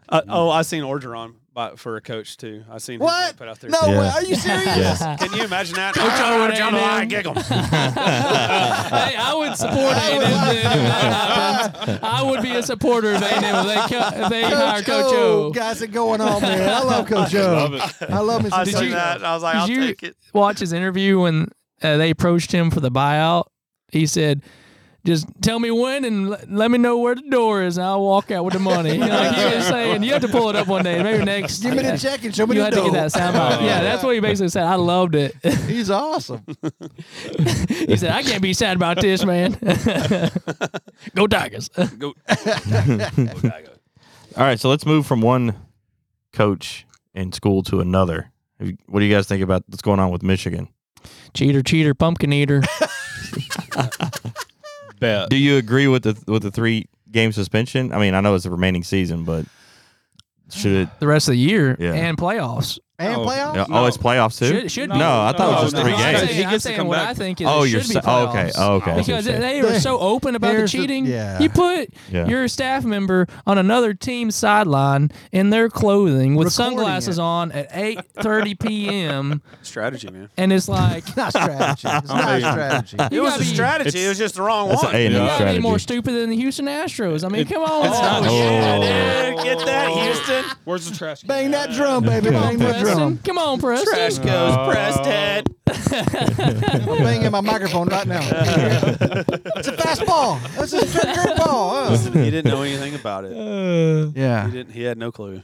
Speaker 1: Uh, oh, I seen Orgeron by, for a coach too. I seen his name
Speaker 6: What?
Speaker 1: put out there.
Speaker 6: No
Speaker 4: Yeah.
Speaker 6: way. Are you serious?
Speaker 4: Yeah.
Speaker 1: Can you imagine that?
Speaker 2: Orgeron,
Speaker 1: Orgeron,
Speaker 2: A&M.
Speaker 1: giggle.
Speaker 2: hey, I would support A&M. then if that happens. I would be a supporter of A&M if they, co- if they hire
Speaker 6: Coach
Speaker 2: Coach
Speaker 6: O,
Speaker 2: O.
Speaker 6: guys, it going on, man. I love Coach O. I love
Speaker 5: it.
Speaker 6: me some
Speaker 1: I
Speaker 6: Coach
Speaker 1: seen
Speaker 6: O.
Speaker 1: that. uh, and I was like,
Speaker 2: Did
Speaker 1: I'll
Speaker 2: you-
Speaker 1: take it.
Speaker 2: Watch his interview when uh, they approached him for the buyout. He said, "Just tell me when and l- let me know where the door is, and I'll walk out with the money." like he was saying, you have to pull it up one day, maybe next.
Speaker 6: Give me the check and show me
Speaker 2: You
Speaker 6: the
Speaker 2: had to
Speaker 6: dough.
Speaker 2: get that sound
Speaker 5: Oh,
Speaker 2: bite. Yeah, that's what he basically said. I loved it.
Speaker 6: He's awesome.
Speaker 2: he said, "I can't be sad about this, man." Go Tigers.
Speaker 1: Go.
Speaker 4: All right, so let's move from one coach in school to another. Have you- What do you guys think about what's going on with Michigan?
Speaker 2: cheater, cheater, pumpkin eater.
Speaker 5: Bet.
Speaker 4: Do you agree with the with the three game suspension? I mean, I know it's the remaining season, but should it?
Speaker 2: The rest of the year
Speaker 4: Yeah.
Speaker 2: and playoffs.
Speaker 6: And
Speaker 5: No.
Speaker 6: playoffs?
Speaker 4: Oh, it's playoffs too.
Speaker 2: Should- should
Speaker 4: no,
Speaker 2: be.
Speaker 4: I thought it was
Speaker 5: No,
Speaker 4: just three
Speaker 5: no,
Speaker 4: games.
Speaker 2: Oh, I'm saying,
Speaker 5: He
Speaker 2: I'm
Speaker 5: gets to
Speaker 2: saying
Speaker 5: come
Speaker 2: what
Speaker 5: back.
Speaker 2: I think is.
Speaker 4: Oh,
Speaker 2: it
Speaker 4: you're
Speaker 2: should be
Speaker 4: sa- oh, okay.
Speaker 2: playoffs.
Speaker 4: Oh, okay. I was
Speaker 2: Because
Speaker 4: gonna say.
Speaker 2: they were so open about the
Speaker 6: There's the-
Speaker 2: cheating.
Speaker 6: yeah.
Speaker 2: You put
Speaker 4: Yeah.
Speaker 2: your staff member on another team's sideline in their clothing with
Speaker 6: Recording
Speaker 2: sunglasses
Speaker 6: it.
Speaker 2: on at 8:30 p.m.
Speaker 1: Strategy, man.
Speaker 2: and it's like
Speaker 6: Not strategy. It's not strategy.
Speaker 1: It was
Speaker 2: gotta
Speaker 1: a
Speaker 2: be-
Speaker 1: strategy. It was just the wrong
Speaker 4: That's
Speaker 1: one.
Speaker 4: an A and
Speaker 2: You
Speaker 4: M
Speaker 2: gotta be
Speaker 4: strategy.
Speaker 2: more stupid than the Houston Astros. I mean, come on.
Speaker 5: it's not
Speaker 2: Oh,
Speaker 5: stupid.
Speaker 1: Yeah,
Speaker 4: Oh.
Speaker 1: dude, get that, Houston.
Speaker 5: Where's the trash? can?
Speaker 6: Bang that drum, baby.
Speaker 2: Come on,
Speaker 6: Bang that
Speaker 2: Preston.
Speaker 6: drum.
Speaker 2: Come on, Preston. Uh,
Speaker 1: Trash goes pressed head.
Speaker 6: I'm banging my microphone right now. it's a fastball. This is a curveball.
Speaker 1: he didn't know anything about it. He
Speaker 6: Yeah.
Speaker 1: didn't. He had no clue.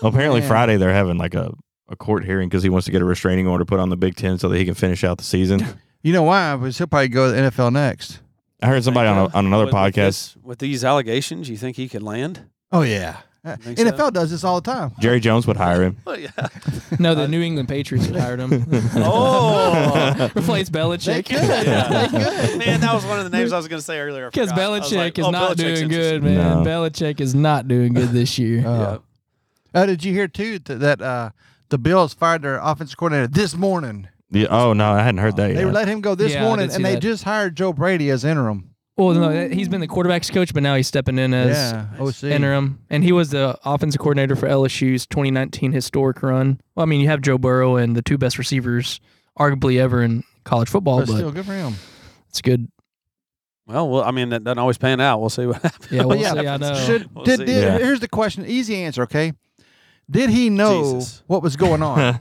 Speaker 4: Well, apparently,
Speaker 6: Man.
Speaker 4: Friday they're having like a, a court hearing because he wants to get a restraining order put on the Big Ten so that he can finish out the season.
Speaker 6: You know why? Because he'll probably go to the NFL next.
Speaker 4: I heard somebody on, a, on another
Speaker 1: With- with
Speaker 4: podcast.
Speaker 1: this- with these allegations, you think he could land?
Speaker 6: Oh, yeah. Uh,
Speaker 1: Think so?
Speaker 6: NFL does this all the time.
Speaker 4: Jerry Jones would hire him.
Speaker 1: Well, yeah.
Speaker 2: No, the New England Patriots hired him.
Speaker 1: Oh.
Speaker 2: Replace
Speaker 6: They
Speaker 2: Belichick.
Speaker 6: could.
Speaker 1: Yeah.
Speaker 6: They could.
Speaker 1: Man, that was one of the names I was going to say earlier. I
Speaker 2: Because
Speaker 1: forgot. I was
Speaker 2: Belichick
Speaker 1: like,
Speaker 2: is
Speaker 1: oh,
Speaker 2: not
Speaker 1: Belichick's
Speaker 2: doing
Speaker 1: interested.
Speaker 2: good, man.
Speaker 4: No.
Speaker 2: Belichick is not doing good this year.
Speaker 6: Uh, Oh, did you hear too th- that uh, the Bills fired their offensive coordinator this morning?
Speaker 4: Yeah, oh no, I hadn't heard that
Speaker 6: They
Speaker 4: yet.
Speaker 6: let him go this
Speaker 2: Yeah, I
Speaker 6: morning,
Speaker 2: did see
Speaker 6: and they
Speaker 2: that.
Speaker 6: just hired Joe Brady as interim.
Speaker 2: well, no, that- he's been the quarterbacks coach, but now he's stepping in as
Speaker 6: yeah, OC.
Speaker 2: interim. And he was the offensive coordinator for LSU's 2019 historic run. Well, I mean, you have Joe Burrow and the two best receivers arguably ever in college football,
Speaker 6: But
Speaker 2: but
Speaker 6: still, good for him.
Speaker 2: it's good.
Speaker 1: Well, well, I mean, that doesn't always pan out. We'll see what happens.
Speaker 2: Yeah, we'll
Speaker 6: But yeah,
Speaker 2: see. I know.
Speaker 6: Should
Speaker 1: We'll
Speaker 6: did,
Speaker 1: see.
Speaker 6: did-
Speaker 4: Yeah.
Speaker 6: here's the question? Easy answer, okay? Did he know
Speaker 1: Jesus.
Speaker 6: what was going on?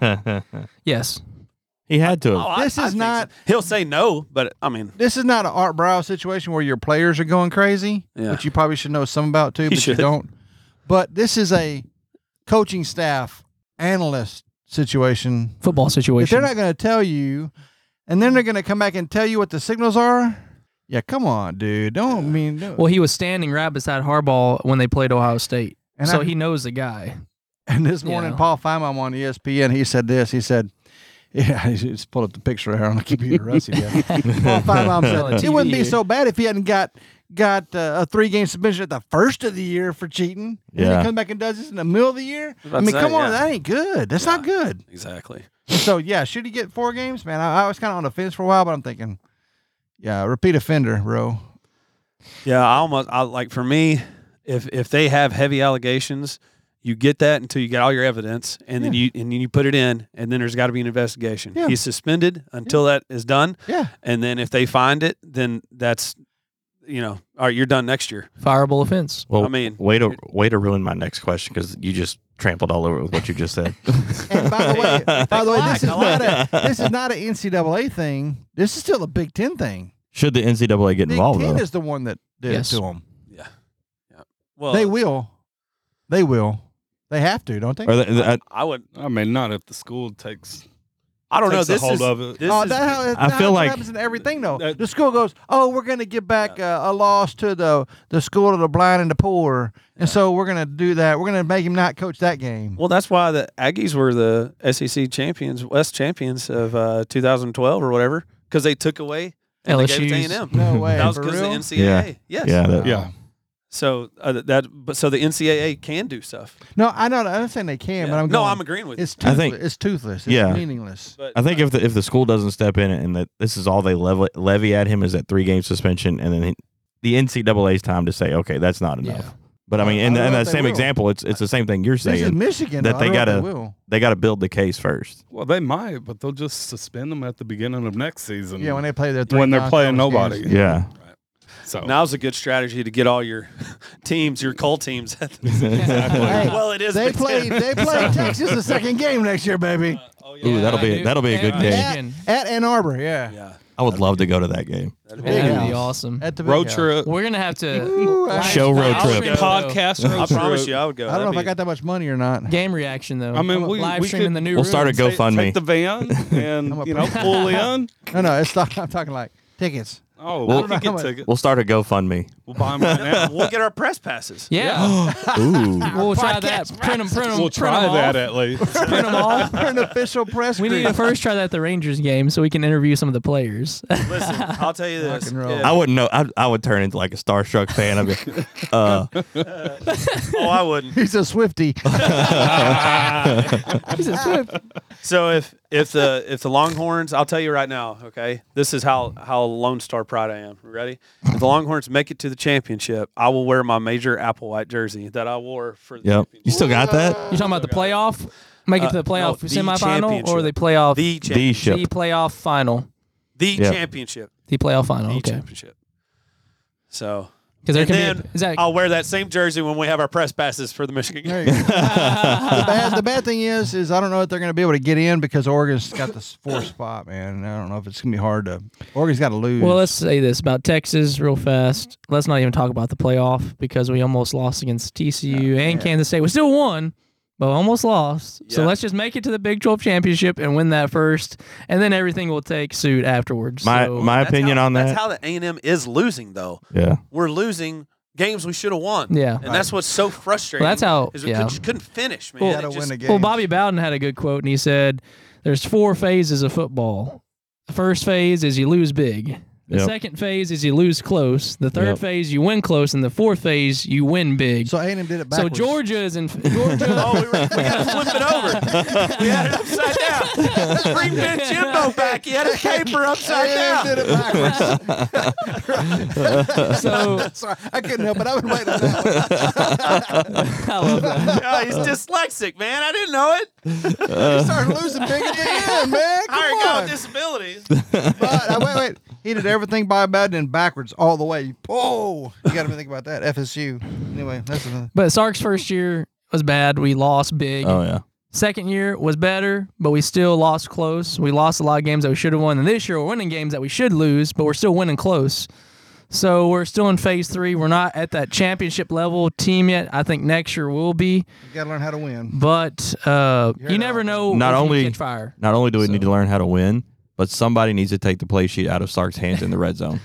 Speaker 2: yes.
Speaker 4: he had to. Have.
Speaker 1: Oh, I-
Speaker 6: This
Speaker 1: I
Speaker 6: is
Speaker 1: think
Speaker 6: not-
Speaker 1: so. He'll say no, but I mean,
Speaker 6: this is not an Art Brow situation where your players are going crazy,
Speaker 1: Yeah.
Speaker 6: which you probably should know some about too, but you
Speaker 1: should.
Speaker 6: don't. But this is a coaching staff analyst situation
Speaker 2: Football
Speaker 6: If
Speaker 2: situation.
Speaker 6: they're not going to tell you, and then they're going to come back and tell you what the signals are, yeah, come on, dude. Don't mean. do
Speaker 2: well, he was standing right beside Harbaugh when they played Ohio State.
Speaker 6: and,
Speaker 2: so
Speaker 6: I-
Speaker 2: he knows the guy.
Speaker 6: and this morning,
Speaker 2: Yeah.
Speaker 6: Paul Feynman on E ESPN, he said this. He said, "Yeah, he just pulled up the picture here on the computer. Rusty did. Paul Feynman
Speaker 2: On
Speaker 6: said
Speaker 2: the
Speaker 6: it wouldn't be
Speaker 2: TV.
Speaker 6: so bad if he hadn't got." Got uh, a three game suspension at the first of the year for cheating. And then
Speaker 4: Yeah.
Speaker 6: he comes back and does this in the middle of the year.
Speaker 1: about
Speaker 6: I
Speaker 1: to
Speaker 6: mean,
Speaker 1: say,
Speaker 6: come on,
Speaker 1: yeah.
Speaker 6: that ain't good. That's not good.
Speaker 1: exactly.
Speaker 6: So yeah, should he get four games, man? I, I was kind of on the fence for a while, but I'm thinking, yeah, repeat offender, bro.
Speaker 1: Yeah, I almost I like for me, if if they have heavy allegations, you get that until you get all your evidence, and then you and then you put it in, and then there's got to be an investigation.
Speaker 6: Yeah.
Speaker 1: He's suspended until that is done,
Speaker 6: Yeah,
Speaker 1: and then if they find it, then that's you know, all right, you're done next year.
Speaker 2: Fireable offense.
Speaker 4: Well,
Speaker 1: I mean-
Speaker 4: way to way to ruin my next question because you just trampled all over it with what you just said.
Speaker 6: and by the way, by the way, this is
Speaker 1: I like
Speaker 6: not a this is not an NCAA thing. This is still a Big Ten thing.
Speaker 4: Should the NCAA get
Speaker 6: Big
Speaker 4: involved
Speaker 6: Ten
Speaker 4: though?
Speaker 6: is the one that did
Speaker 2: Yes.
Speaker 6: it to him.
Speaker 1: Yeah. Well,
Speaker 6: they will. They will. They have to, don't they?
Speaker 4: Or the, the, I,
Speaker 1: I would.
Speaker 5: I mean, not if the school takes.
Speaker 1: I don't know.
Speaker 5: takes a
Speaker 1: This
Speaker 5: hold
Speaker 1: is.
Speaker 5: of it.
Speaker 1: This
Speaker 6: oh,
Speaker 1: is
Speaker 6: that, how,
Speaker 4: I
Speaker 6: that
Speaker 4: feel
Speaker 6: how
Speaker 4: like-
Speaker 6: happens in everything though.
Speaker 5: that-
Speaker 6: the school goes, "Oh, we're going to give back uh, a loss to the the school of the blind and the poor, and so we're going to do that. We're going to make him not coach that game."
Speaker 1: well, that's why the Aggies were the SEC champions, West champions of uh, 2012 or whatever, because they took away and they gave it
Speaker 2: LSU's.
Speaker 1: to A&M.
Speaker 6: No way,
Speaker 1: That was
Speaker 6: for
Speaker 1: because of the
Speaker 6: real?
Speaker 1: NCAA. Yes.
Speaker 4: yeah, that-
Speaker 5: Yeah.
Speaker 1: So uh, th- that, but so the NCAA can do stuff.
Speaker 6: No, I know. I'm saying they
Speaker 1: Yeah.
Speaker 6: can, but I'm
Speaker 1: no,
Speaker 6: going,
Speaker 1: I'm agreeing with you.
Speaker 6: It's
Speaker 4: I
Speaker 6: toothless.
Speaker 4: think-
Speaker 6: it's toothless. It's
Speaker 4: Yeah.
Speaker 6: meaningless.
Speaker 1: But
Speaker 4: I think if the if the school doesn't step in and that this is all they levy, levy at him is that three game suspension, and then he, the NCAA's time to say, okay, that's not enough.
Speaker 2: Yeah.
Speaker 4: But I mean,
Speaker 6: I
Speaker 4: in,
Speaker 6: don't
Speaker 4: in
Speaker 6: know
Speaker 4: that
Speaker 6: if they
Speaker 4: same
Speaker 6: will.
Speaker 4: example, it's it's the same thing you're
Speaker 6: This is
Speaker 4: saying.
Speaker 6: Michigan
Speaker 4: that
Speaker 6: though.
Speaker 4: they
Speaker 6: I don't know if
Speaker 4: gotta-
Speaker 6: will.
Speaker 4: They got to build the case first.
Speaker 5: Well, they might, but they'll just suspend them at the beginning of next season.
Speaker 6: Yeah, when they play their three
Speaker 5: when they're playing
Speaker 6: non-conference
Speaker 5: nobody.
Speaker 6: games.
Speaker 4: Yeah,
Speaker 5: So
Speaker 1: now's a good strategy to get all your teams, your call teams. At the,
Speaker 6: Hey,
Speaker 1: well, it is.
Speaker 6: They
Speaker 1: the
Speaker 6: play.
Speaker 1: team.
Speaker 6: They play Texas the second game next year, baby.
Speaker 1: Oh, yeah.
Speaker 4: Ooh, that'll
Speaker 2: I
Speaker 4: be
Speaker 2: do.
Speaker 4: that'll be a good
Speaker 2: And
Speaker 4: game.
Speaker 2: I-
Speaker 6: At, at Ann Arbor, yeah.
Speaker 1: Yeah.
Speaker 4: I would love to go to that game.
Speaker 1: That'd
Speaker 6: Big
Speaker 2: That'd
Speaker 6: house.
Speaker 2: be awesome.
Speaker 6: At the big
Speaker 5: road
Speaker 6: house.
Speaker 5: trip,
Speaker 2: We're gonna have to
Speaker 6: Ooh, I-
Speaker 4: Show road
Speaker 2: I'll
Speaker 4: trip.
Speaker 2: stream it, though.
Speaker 5: podcast road
Speaker 1: I promise
Speaker 5: trip.
Speaker 1: you, I would go.
Speaker 6: I don't know if I
Speaker 1: That'd
Speaker 6: got that much money or not.
Speaker 2: game reaction though.
Speaker 5: I mean, we-
Speaker 2: live
Speaker 5: we
Speaker 2: streaming
Speaker 5: could-
Speaker 2: the new.
Speaker 4: We'll start a
Speaker 2: room.
Speaker 5: Take-
Speaker 4: GoFundMe.
Speaker 5: Take the van
Speaker 6: I'm
Speaker 5: and
Speaker 6: a
Speaker 5: you know pull in.
Speaker 6: No, no, it's not, I'm talking like tickets.
Speaker 5: Oh,
Speaker 4: Well-
Speaker 5: we'll get tickets.
Speaker 4: We'll start a GoFundMe.
Speaker 5: We'll buy them right
Speaker 1: be-
Speaker 5: now.
Speaker 1: We'll get our press passes.
Speaker 2: Yeah,
Speaker 4: Ooh,
Speaker 2: we'll try that. Print them, print them,
Speaker 5: We'll try that at least. Oh,
Speaker 2: Print them all.
Speaker 6: an official press.
Speaker 2: We need to first try that at the Rangers game so we can interview some of the players.
Speaker 1: Listen, I'll tell you this.
Speaker 6: Rock and roll.
Speaker 1: if-
Speaker 4: I wouldn't know. I, I would turn into like a starstruck fan. I'd be, uh,
Speaker 1: oh, I wouldn't.
Speaker 6: He's a Swifty. Ah.
Speaker 1: So if if the if the Longhorns, I'll tell you right now, okay, this is how how Lone Star proud I am. Ready? If the Longhorns make it to the championship, I will wear my major Applewhite jersey that I wore for the
Speaker 4: yep. You
Speaker 1: championship.
Speaker 4: still got that?
Speaker 2: You talking about the playoff? Make it to
Speaker 1: Uh,
Speaker 2: the playoff
Speaker 1: no, the
Speaker 2: semifinal or the
Speaker 1: championship.
Speaker 2: playoff
Speaker 1: the champ-
Speaker 4: D
Speaker 1: the,
Speaker 4: ship.
Speaker 2: the playoff final?
Speaker 4: Yeah.
Speaker 1: championship,
Speaker 2: The playoff final.
Speaker 1: the
Speaker 2: Okay.
Speaker 1: championship. So
Speaker 2: Because there
Speaker 1: and
Speaker 2: can
Speaker 1: then
Speaker 2: be. A, is that
Speaker 1: I'll wear that same jersey when we have our press passes for the Michigan game.
Speaker 6: There you go. the, bad, the bad thing is, is I don't know if they're going to be able to get in because Oregon's got the fourth spot, man. I don't know if it's going to be hard to. Oregon's got to lose.
Speaker 2: Well, let's say this about Texas real fast. Let's not even talk about the playoff because we almost lost against
Speaker 6: Oh,
Speaker 2: TCU and Kansas State. We still won, but almost lost. So
Speaker 1: Yeah.
Speaker 2: let's just make it to the Big 12 championship and win that first, and then everything will take suit afterwards.
Speaker 4: My
Speaker 2: so,
Speaker 4: my
Speaker 1: That's
Speaker 4: opinion
Speaker 1: how-
Speaker 4: on that.
Speaker 1: That's how the A and M is losing, though.
Speaker 4: yeah.
Speaker 1: We're losing games we should have won.
Speaker 2: Yeah.
Speaker 1: and that's what's so frustrating.
Speaker 2: Well, that's how-
Speaker 1: is we
Speaker 2: yeah.
Speaker 1: could, couldn't finish, man.
Speaker 6: You
Speaker 1: It
Speaker 6: gotta win
Speaker 1: just-
Speaker 6: a game.
Speaker 2: well, Bobby Bowden had a good quote, and he said, "There's four phases of football. The first phase is you lose big." The
Speaker 4: Yep.
Speaker 2: second phase is you lose close. The third
Speaker 4: Yep.
Speaker 2: phase you win close, and the fourth phase you win big.
Speaker 6: So A&M did it
Speaker 2: So
Speaker 6: backwards.
Speaker 2: Georgia is in Georgia.
Speaker 1: Oh, we, were, we had to flip it over. We had it upside down. Bring Ben Jimbo back. He had his paper upside
Speaker 6: A&M
Speaker 1: down.
Speaker 6: did it backwards.
Speaker 2: so
Speaker 6: Sorry, I couldn't help it. I was waiting on that. one.
Speaker 2: I love that.
Speaker 1: Oh, he's dyslexic, man. I didn't know it.
Speaker 6: He started losing big at the end, man. Come
Speaker 1: I got
Speaker 6: on.
Speaker 1: disabilities.
Speaker 6: But, uh, wait, wait. He did everything by Bowden and backwards all the way. Oh, you got to think about that. FSU. Anyway, that's another.
Speaker 2: But Sark's first year was bad. We lost big.
Speaker 4: Oh yeah.
Speaker 2: Second year was better, but we still lost close. We lost a lot of games that we should have won. And this year we're winning games that we should lose, but we're still winning close. So we're still in phase three. We're not at that championship level team yet. I think next year will be.
Speaker 6: You got to learn how to win.
Speaker 2: But uh,
Speaker 6: You're
Speaker 2: you
Speaker 6: not-
Speaker 2: never know.
Speaker 4: Not
Speaker 2: if you
Speaker 4: only-
Speaker 2: catch fire.
Speaker 4: Not only do we need to learn how to win, but somebody needs to take the play sheet out of Sark's hands in the red zone.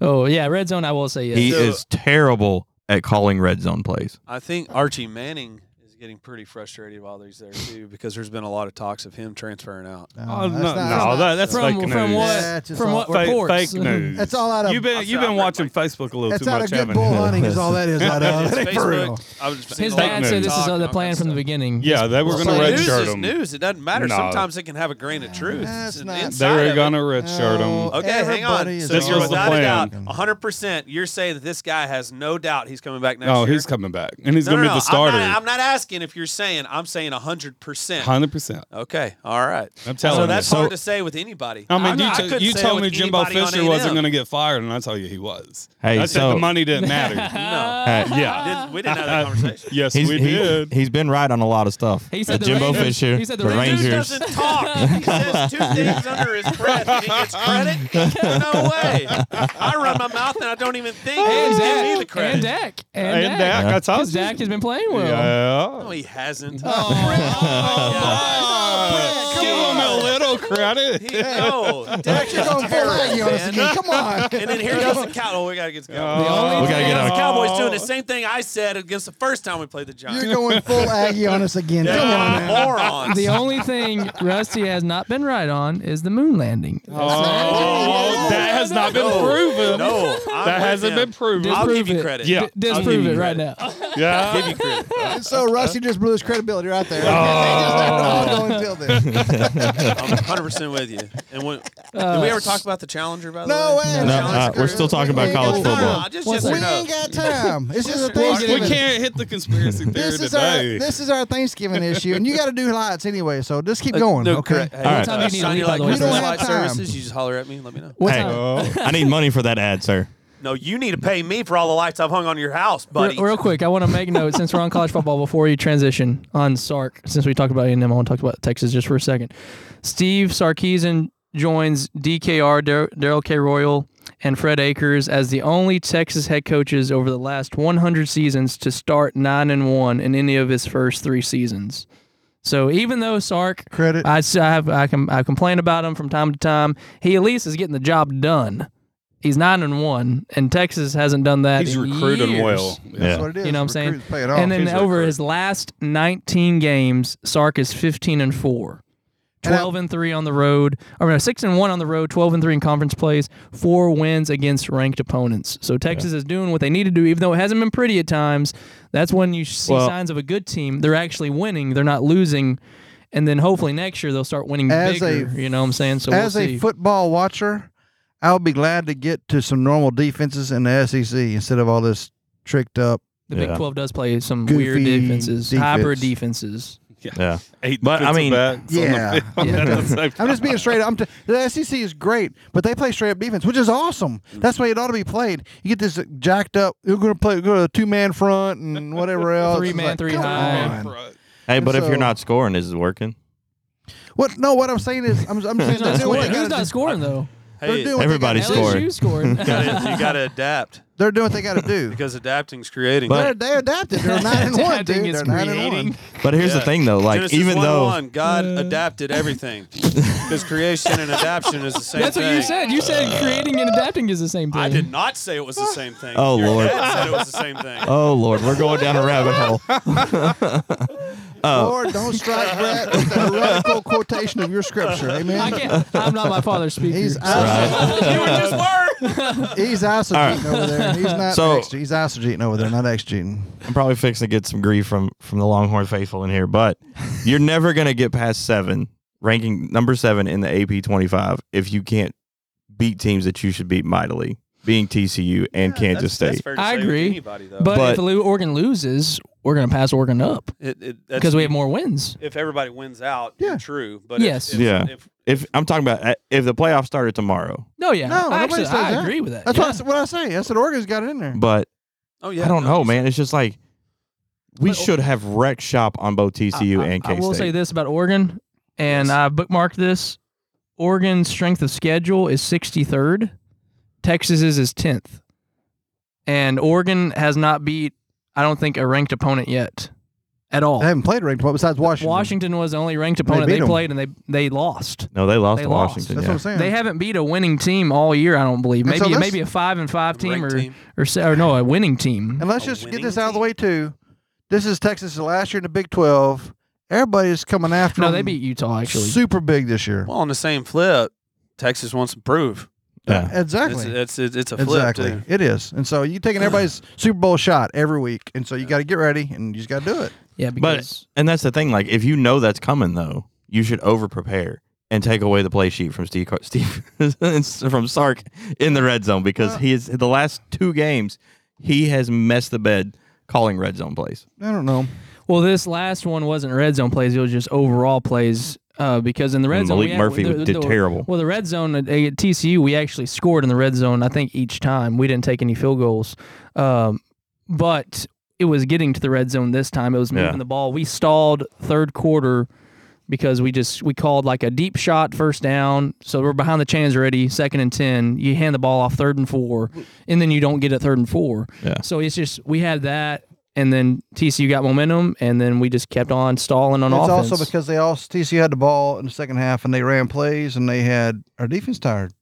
Speaker 2: Oh yeah, red zone. I will say yes.
Speaker 4: He
Speaker 1: So-
Speaker 4: is terrible at calling red zone plays.
Speaker 1: I think Archie Manning is getting pretty frustrated while he's there too, because there's been a lot of talks of him transferring out.
Speaker 6: that's
Speaker 5: Oh, no,
Speaker 6: not- that's
Speaker 5: no,
Speaker 6: not-
Speaker 5: that, that's
Speaker 2: from
Speaker 5: fake
Speaker 2: from
Speaker 5: news.
Speaker 2: what
Speaker 6: Yeah, it's just
Speaker 2: from what
Speaker 6: awful.
Speaker 5: Fake,
Speaker 2: reports?
Speaker 5: fake news.
Speaker 6: That's all out of.
Speaker 5: You've been you've been watching Facebook a little
Speaker 6: That's
Speaker 5: too
Speaker 6: not a
Speaker 5: much,
Speaker 6: good
Speaker 5: haven't
Speaker 6: bull
Speaker 5: you?
Speaker 6: hunting. Is all that is. I know. That ain't for real.
Speaker 1: Facebook, I was
Speaker 2: His
Speaker 1: a lot
Speaker 2: dad
Speaker 1: of
Speaker 2: said this is
Speaker 1: talk
Speaker 2: uh, the
Speaker 1: and all
Speaker 2: plan
Speaker 1: that
Speaker 2: from the
Speaker 1: stuff.
Speaker 2: beginning.
Speaker 5: Yeah, they were
Speaker 6: Well,
Speaker 5: going to
Speaker 6: so
Speaker 1: news
Speaker 5: redshirt
Speaker 1: is
Speaker 5: them.
Speaker 1: news. It doesn't matter.
Speaker 5: No.
Speaker 1: Sometimes it can have a grain of truth.
Speaker 6: That's
Speaker 1: It's an
Speaker 6: not-
Speaker 5: They
Speaker 1: inside
Speaker 5: were
Speaker 1: of
Speaker 5: going
Speaker 1: it. Oh,
Speaker 5: to redshirt
Speaker 6: No.
Speaker 5: them.
Speaker 1: Okay, hang on.
Speaker 6: Everybody is
Speaker 1: So
Speaker 5: This
Speaker 1: you're
Speaker 5: was the
Speaker 1: without a doubt,
Speaker 5: plan.
Speaker 1: 100. percent You're saying that this guy has no doubt he's coming back next
Speaker 5: No,
Speaker 1: year.
Speaker 5: Oh, he's coming back, and he's
Speaker 1: No,
Speaker 5: going to
Speaker 1: no, no,
Speaker 5: be the starter.
Speaker 1: I'm not, I'm not asking if you're saying. I'm saying hundred percent.
Speaker 5: Hundred percent.
Speaker 1: Okay. All right.
Speaker 5: I'm telling
Speaker 1: So
Speaker 5: you.
Speaker 1: that's
Speaker 5: So-
Speaker 1: hard to say with anybody.
Speaker 5: I mean,
Speaker 1: I'm
Speaker 5: you,
Speaker 1: not-
Speaker 5: t-
Speaker 1: couldn't
Speaker 5: you
Speaker 1: say
Speaker 5: told
Speaker 1: it
Speaker 5: me
Speaker 1: with
Speaker 5: Jimbo
Speaker 1: anybody on
Speaker 5: Fisher wasn't
Speaker 1: A&M.
Speaker 5: going to get fired, and I tell you he was.
Speaker 4: Hey,
Speaker 5: I said
Speaker 4: so-
Speaker 5: the money didn't matter.
Speaker 1: No.
Speaker 4: Hey, yeah.
Speaker 1: Didn't- we didn't have that conversation.
Speaker 5: yes,
Speaker 4: He's,
Speaker 5: we
Speaker 4: he,
Speaker 5: did.
Speaker 4: has been right on a lot of stuff.
Speaker 2: He said the
Speaker 4: the Jimbo
Speaker 2: Rangers-
Speaker 4: Fisher,
Speaker 2: he said the
Speaker 4: the
Speaker 2: Rangers
Speaker 1: Dude
Speaker 4: Rangers.
Speaker 1: doesn't talk. He says two things under his breath and he gets credit. No way. I run my mouth and I don't even think. He
Speaker 2: And
Speaker 1: gives me the
Speaker 2: Dak.
Speaker 1: credit.
Speaker 2: And Dak. And, Dak.
Speaker 5: And Dak, I told
Speaker 2: 'Cause
Speaker 5: you.
Speaker 2: Dak has been playing well.
Speaker 1: No,
Speaker 5: Yeah.
Speaker 1: he hasn't.
Speaker 5: Oh, Give him a little
Speaker 1: He,
Speaker 5: credit.
Speaker 1: no, Dak is
Speaker 6: You're going full
Speaker 1: terrible,
Speaker 6: Nagy on us
Speaker 1: man.
Speaker 6: again. Come on.
Speaker 1: And then here goes the cow. Oh, we gotta get the Cowboys.
Speaker 4: We gotta get
Speaker 1: Here
Speaker 4: our-
Speaker 1: goes the Cowboys doing the same thing I said against the first time we played the Giants.
Speaker 6: You're going full Aggie on us again. Come on, man.
Speaker 1: morons.
Speaker 2: The only thing Rusty has not been right on is the moon landing.
Speaker 5: Oh, that has not been proven.
Speaker 1: No, I'm
Speaker 5: That
Speaker 1: with
Speaker 5: hasn't
Speaker 1: him.
Speaker 5: been proven.
Speaker 1: I'll
Speaker 2: Disprove
Speaker 1: give you
Speaker 2: it.
Speaker 1: credit.
Speaker 5: Yeah.
Speaker 2: D- disprove it right now.
Speaker 5: Yeah.
Speaker 1: I'll give you credit.
Speaker 6: And so Rusty just blew his credibility right there. All going till then.
Speaker 1: I'm 100 percent with you. And when, did we ever talk about the challenger? By the
Speaker 6: No
Speaker 1: way,
Speaker 6: way.
Speaker 1: The
Speaker 4: No,
Speaker 1: Challenger
Speaker 4: uh, we're
Speaker 1: crew?
Speaker 4: still talking about
Speaker 6: We ain't
Speaker 4: college
Speaker 6: got time.
Speaker 4: football.
Speaker 1: Nah, just
Speaker 2: What's
Speaker 1: yes
Speaker 6: We
Speaker 1: or no.
Speaker 6: ain't got time. This is a
Speaker 5: We
Speaker 6: Thanksgiving.
Speaker 5: can't hit the conspiracy theory
Speaker 6: This is our
Speaker 5: today.
Speaker 6: this is our Thanksgiving issue, and you got to do lights anyway. So just
Speaker 2: Uh,
Speaker 6: keep going.
Speaker 1: No,
Speaker 6: okay.
Speaker 1: correct. Hey,
Speaker 4: All right.
Speaker 1: uh,
Speaker 2: Sometimes you need to
Speaker 1: Sonny,
Speaker 2: leave, by
Speaker 1: like
Speaker 2: the way.
Speaker 1: Mr.
Speaker 6: We don't have
Speaker 1: Light
Speaker 6: time.
Speaker 1: Services, you just holler at me. Let me know.
Speaker 2: What
Speaker 4: Hey,
Speaker 2: time?
Speaker 4: I need money for that ad, sir.
Speaker 1: No, you need to pay me for all the lights I've hung on your house, buddy.
Speaker 2: Re- real quick, I want to make note since we're on college football before you transition on Sark. Since we talked about A&M, I want to talk about Texas just for a second. Steve Sarkeesian joins DKR Dar- Daryl K. Royal and Fred Akers as the only Texas head coaches over the last 100 seasons to start nine and one in any of his first three seasons. So even though Sark,
Speaker 6: Credit.
Speaker 2: I, s- I have I, com- I complain about him from time to time, he at least is getting the job done. He's nine and one, and Texas hasn't done that.
Speaker 5: He's
Speaker 2: in
Speaker 5: recruiting
Speaker 2: years.
Speaker 5: well.
Speaker 6: That's
Speaker 4: Yeah.
Speaker 6: what it is.
Speaker 2: You know what I'm saying?
Speaker 6: Recruits pay it off.
Speaker 2: And then
Speaker 5: he's
Speaker 2: over
Speaker 5: recruit.
Speaker 2: his last 19 games, Sark is 15 and 4.
Speaker 6: And I-
Speaker 2: 12 and 3 on the road. Or no, 6 and 1 on the road, 12 and 3 in conference plays, 4 wins against ranked opponents. So Texas is doing what they need to do even though it hasn't been pretty at times. That's when you see
Speaker 4: Well-
Speaker 2: signs of a good team. They're actually winning, they're not losing. And then hopefully next year they'll start winning
Speaker 6: As
Speaker 2: bigger,
Speaker 6: a-
Speaker 2: you know what I'm saying? So
Speaker 6: As
Speaker 2: we'll
Speaker 6: a
Speaker 2: see.
Speaker 6: football watcher, I'll be glad to get to some normal defenses in the SEC instead of all this tricked up.
Speaker 2: the Big
Speaker 4: Yeah.
Speaker 2: 12 does play some
Speaker 6: Goofy
Speaker 2: weird defenses,
Speaker 6: defense.
Speaker 2: hybrid defenses.
Speaker 4: Yeah.
Speaker 5: Eight
Speaker 4: But, I
Speaker 5: defensive
Speaker 4: mean-
Speaker 5: backs on the
Speaker 6: Yeah.
Speaker 5: field at the same
Speaker 6: I'm just
Speaker 5: time.
Speaker 6: being straight up. I'm t- the SEC is great, but they play straight up defense, which is awesome. That's the way it ought to be played. You get this uh, jacked up. You're going to play go to a two man front and whatever else. It's
Speaker 2: Three-man,
Speaker 6: like,
Speaker 2: three
Speaker 6: come
Speaker 2: high.
Speaker 6: on.
Speaker 4: Hey, but if
Speaker 6: so-
Speaker 4: you're not scoring, is it working?
Speaker 6: What? No, what I'm saying is, I'm, I'm saying they're
Speaker 2: Who's not
Speaker 6: doing what
Speaker 2: scoring,
Speaker 6: they
Speaker 2: Who's
Speaker 6: gotta
Speaker 2: not
Speaker 6: do.
Speaker 2: scoring though?
Speaker 6: They're
Speaker 1: hey,
Speaker 6: doing what they
Speaker 4: Everybody
Speaker 6: gotta do.
Speaker 4: scored.
Speaker 2: LSU scored.
Speaker 1: you gotta, you gotta adapt
Speaker 6: They're doing what they got to do.
Speaker 1: because adapting's creating.
Speaker 6: They're, they're adapted. They're nine and one,
Speaker 2: Adapting
Speaker 6: dude.
Speaker 2: is
Speaker 6: They're nine and
Speaker 2: creating.
Speaker 6: one.
Speaker 4: But here's the
Speaker 1: Yeah.
Speaker 4: thing, though. Like,
Speaker 1: Genesis
Speaker 4: even though
Speaker 1: 1:1, God adapted everything, because creation and adaptation is the same.
Speaker 2: That's what you
Speaker 1: thing.
Speaker 2: said. You said creating and adapting is the same thing.
Speaker 1: Uh, I did not say it was the same thing.
Speaker 4: Oh,
Speaker 1: Your
Speaker 4: Lord.
Speaker 1: dad said it was the same thing.
Speaker 4: Oh Lord, we're going down a rabbit hole.
Speaker 2: Oh.
Speaker 6: Lord, don't strike Brett with the heretical quotation of your scripture.
Speaker 2: I
Speaker 6: Amen.
Speaker 2: can't. I'm not my father's speaker.
Speaker 6: He's
Speaker 1: you were just word.
Speaker 6: He's isogeating over there. and He's not
Speaker 4: So-
Speaker 6: extra. He's isogeating over there, not exegeting.
Speaker 4: I'm probably fixing to get some grief from from the Longhorn faithful in here, but you're never gonna get past seven, ranking number seven in the AP 25, if you can't beat teams that you should beat mightily, being TCU and Kansas
Speaker 1: That's- that's
Speaker 4: State.
Speaker 1: fair to
Speaker 2: I
Speaker 1: say with
Speaker 2: agree,
Speaker 1: Anybody though,
Speaker 2: but,
Speaker 4: But-
Speaker 2: if Lou Oregon loses, we're gonna pass Oregon up
Speaker 1: It- it- that's-
Speaker 2: because we have more wins.
Speaker 1: If everybody wins out,
Speaker 6: Yeah.
Speaker 1: yeah. true. But if-
Speaker 2: Yes.
Speaker 1: if-
Speaker 4: Yeah.
Speaker 1: if
Speaker 4: If I'm talking about uh, if the playoff started tomorrow,
Speaker 2: No, yeah.
Speaker 6: No,
Speaker 2: I
Speaker 6: nobody
Speaker 2: actually,
Speaker 6: says
Speaker 2: I
Speaker 6: that.
Speaker 2: agree with that.
Speaker 6: That's
Speaker 2: yeah.
Speaker 6: what, I, s- what I say. I said Oregon's got it in there.
Speaker 4: but
Speaker 1: Oh yeah.
Speaker 4: I don't
Speaker 1: no,
Speaker 4: know, man. It's just like we
Speaker 2: But-
Speaker 4: should have wrecked shop on both TCU
Speaker 2: I-
Speaker 4: and
Speaker 2: I
Speaker 4: K
Speaker 2: will say
Speaker 4: State.
Speaker 2: this about Oregon, and I bookmarked this. Oregon's strength of schedule is 63rd. Texas's is 10th. And Oregon has not beat, I don't think, a ranked opponent yet at all.
Speaker 6: They haven't played ranked opponent besides Washington.
Speaker 2: Washington was the only ranked opponent
Speaker 6: beat
Speaker 2: they,
Speaker 6: 'em.
Speaker 2: played, and they they lost.
Speaker 4: No, they lost
Speaker 2: They
Speaker 4: to
Speaker 2: lost.
Speaker 4: Washington.
Speaker 6: That's
Speaker 4: yeah.
Speaker 6: what I'm saying.
Speaker 2: They haven't beat a winning team all year, I don't believe.
Speaker 6: And so
Speaker 2: Maybe
Speaker 6: let's-
Speaker 2: maybe a five and five team or,
Speaker 1: Ranked team.
Speaker 2: or se- or no, a winning team.
Speaker 6: and let's
Speaker 1: A
Speaker 6: just get
Speaker 1: winning
Speaker 6: this out of the
Speaker 1: team.
Speaker 6: way too. This is Texas' last year in the Big Twelve. Everybody's coming after
Speaker 2: No,
Speaker 6: them.
Speaker 2: they beat Utah actually.
Speaker 6: super big this year.
Speaker 1: Well, on the same flip, Texas wants to prove.
Speaker 4: Yeah.
Speaker 6: Exactly.
Speaker 1: It's, it's, it's a flip
Speaker 6: exactly.
Speaker 1: too.
Speaker 6: It is. And so you're taking everybody's Super Bowl shot every week. And so you got to get ready and you just got to do it.
Speaker 2: Yeah, because
Speaker 4: And that's the thing. Like, if you know that's coming, though, you should over prepare and take away the play sheet from Steve, Car- Steve from Sark in the red zone because he is the last two games he has messed the bed calling red zone plays.
Speaker 6: I don't know.
Speaker 2: Well, this last one wasn't red zone plays; it was just overall plays. Uh, because in the red
Speaker 4: And
Speaker 2: zone,
Speaker 4: Malik
Speaker 2: we ac-
Speaker 4: Murphy
Speaker 2: the-
Speaker 4: did
Speaker 2: the-
Speaker 4: terrible.
Speaker 2: Well, the red zone at, at TCU, we actually scored in the red zone. I think each time we didn't take any field goals, um, but it was getting to the red zone this time. It was moving
Speaker 4: Yeah.
Speaker 2: the ball. We stalled third quarter because we just we called like a deep shot first down, so we're behind the chains already. Second and ten, you hand the ball off third and four, and then you don't get it third and four.
Speaker 4: Yeah.
Speaker 2: So it's just we had that, and then TCU got momentum, and then we just kept on stalling on
Speaker 6: it's
Speaker 2: offense.
Speaker 6: also because they all TCU had the ball in the second half and they ran plays and they had our defense tired.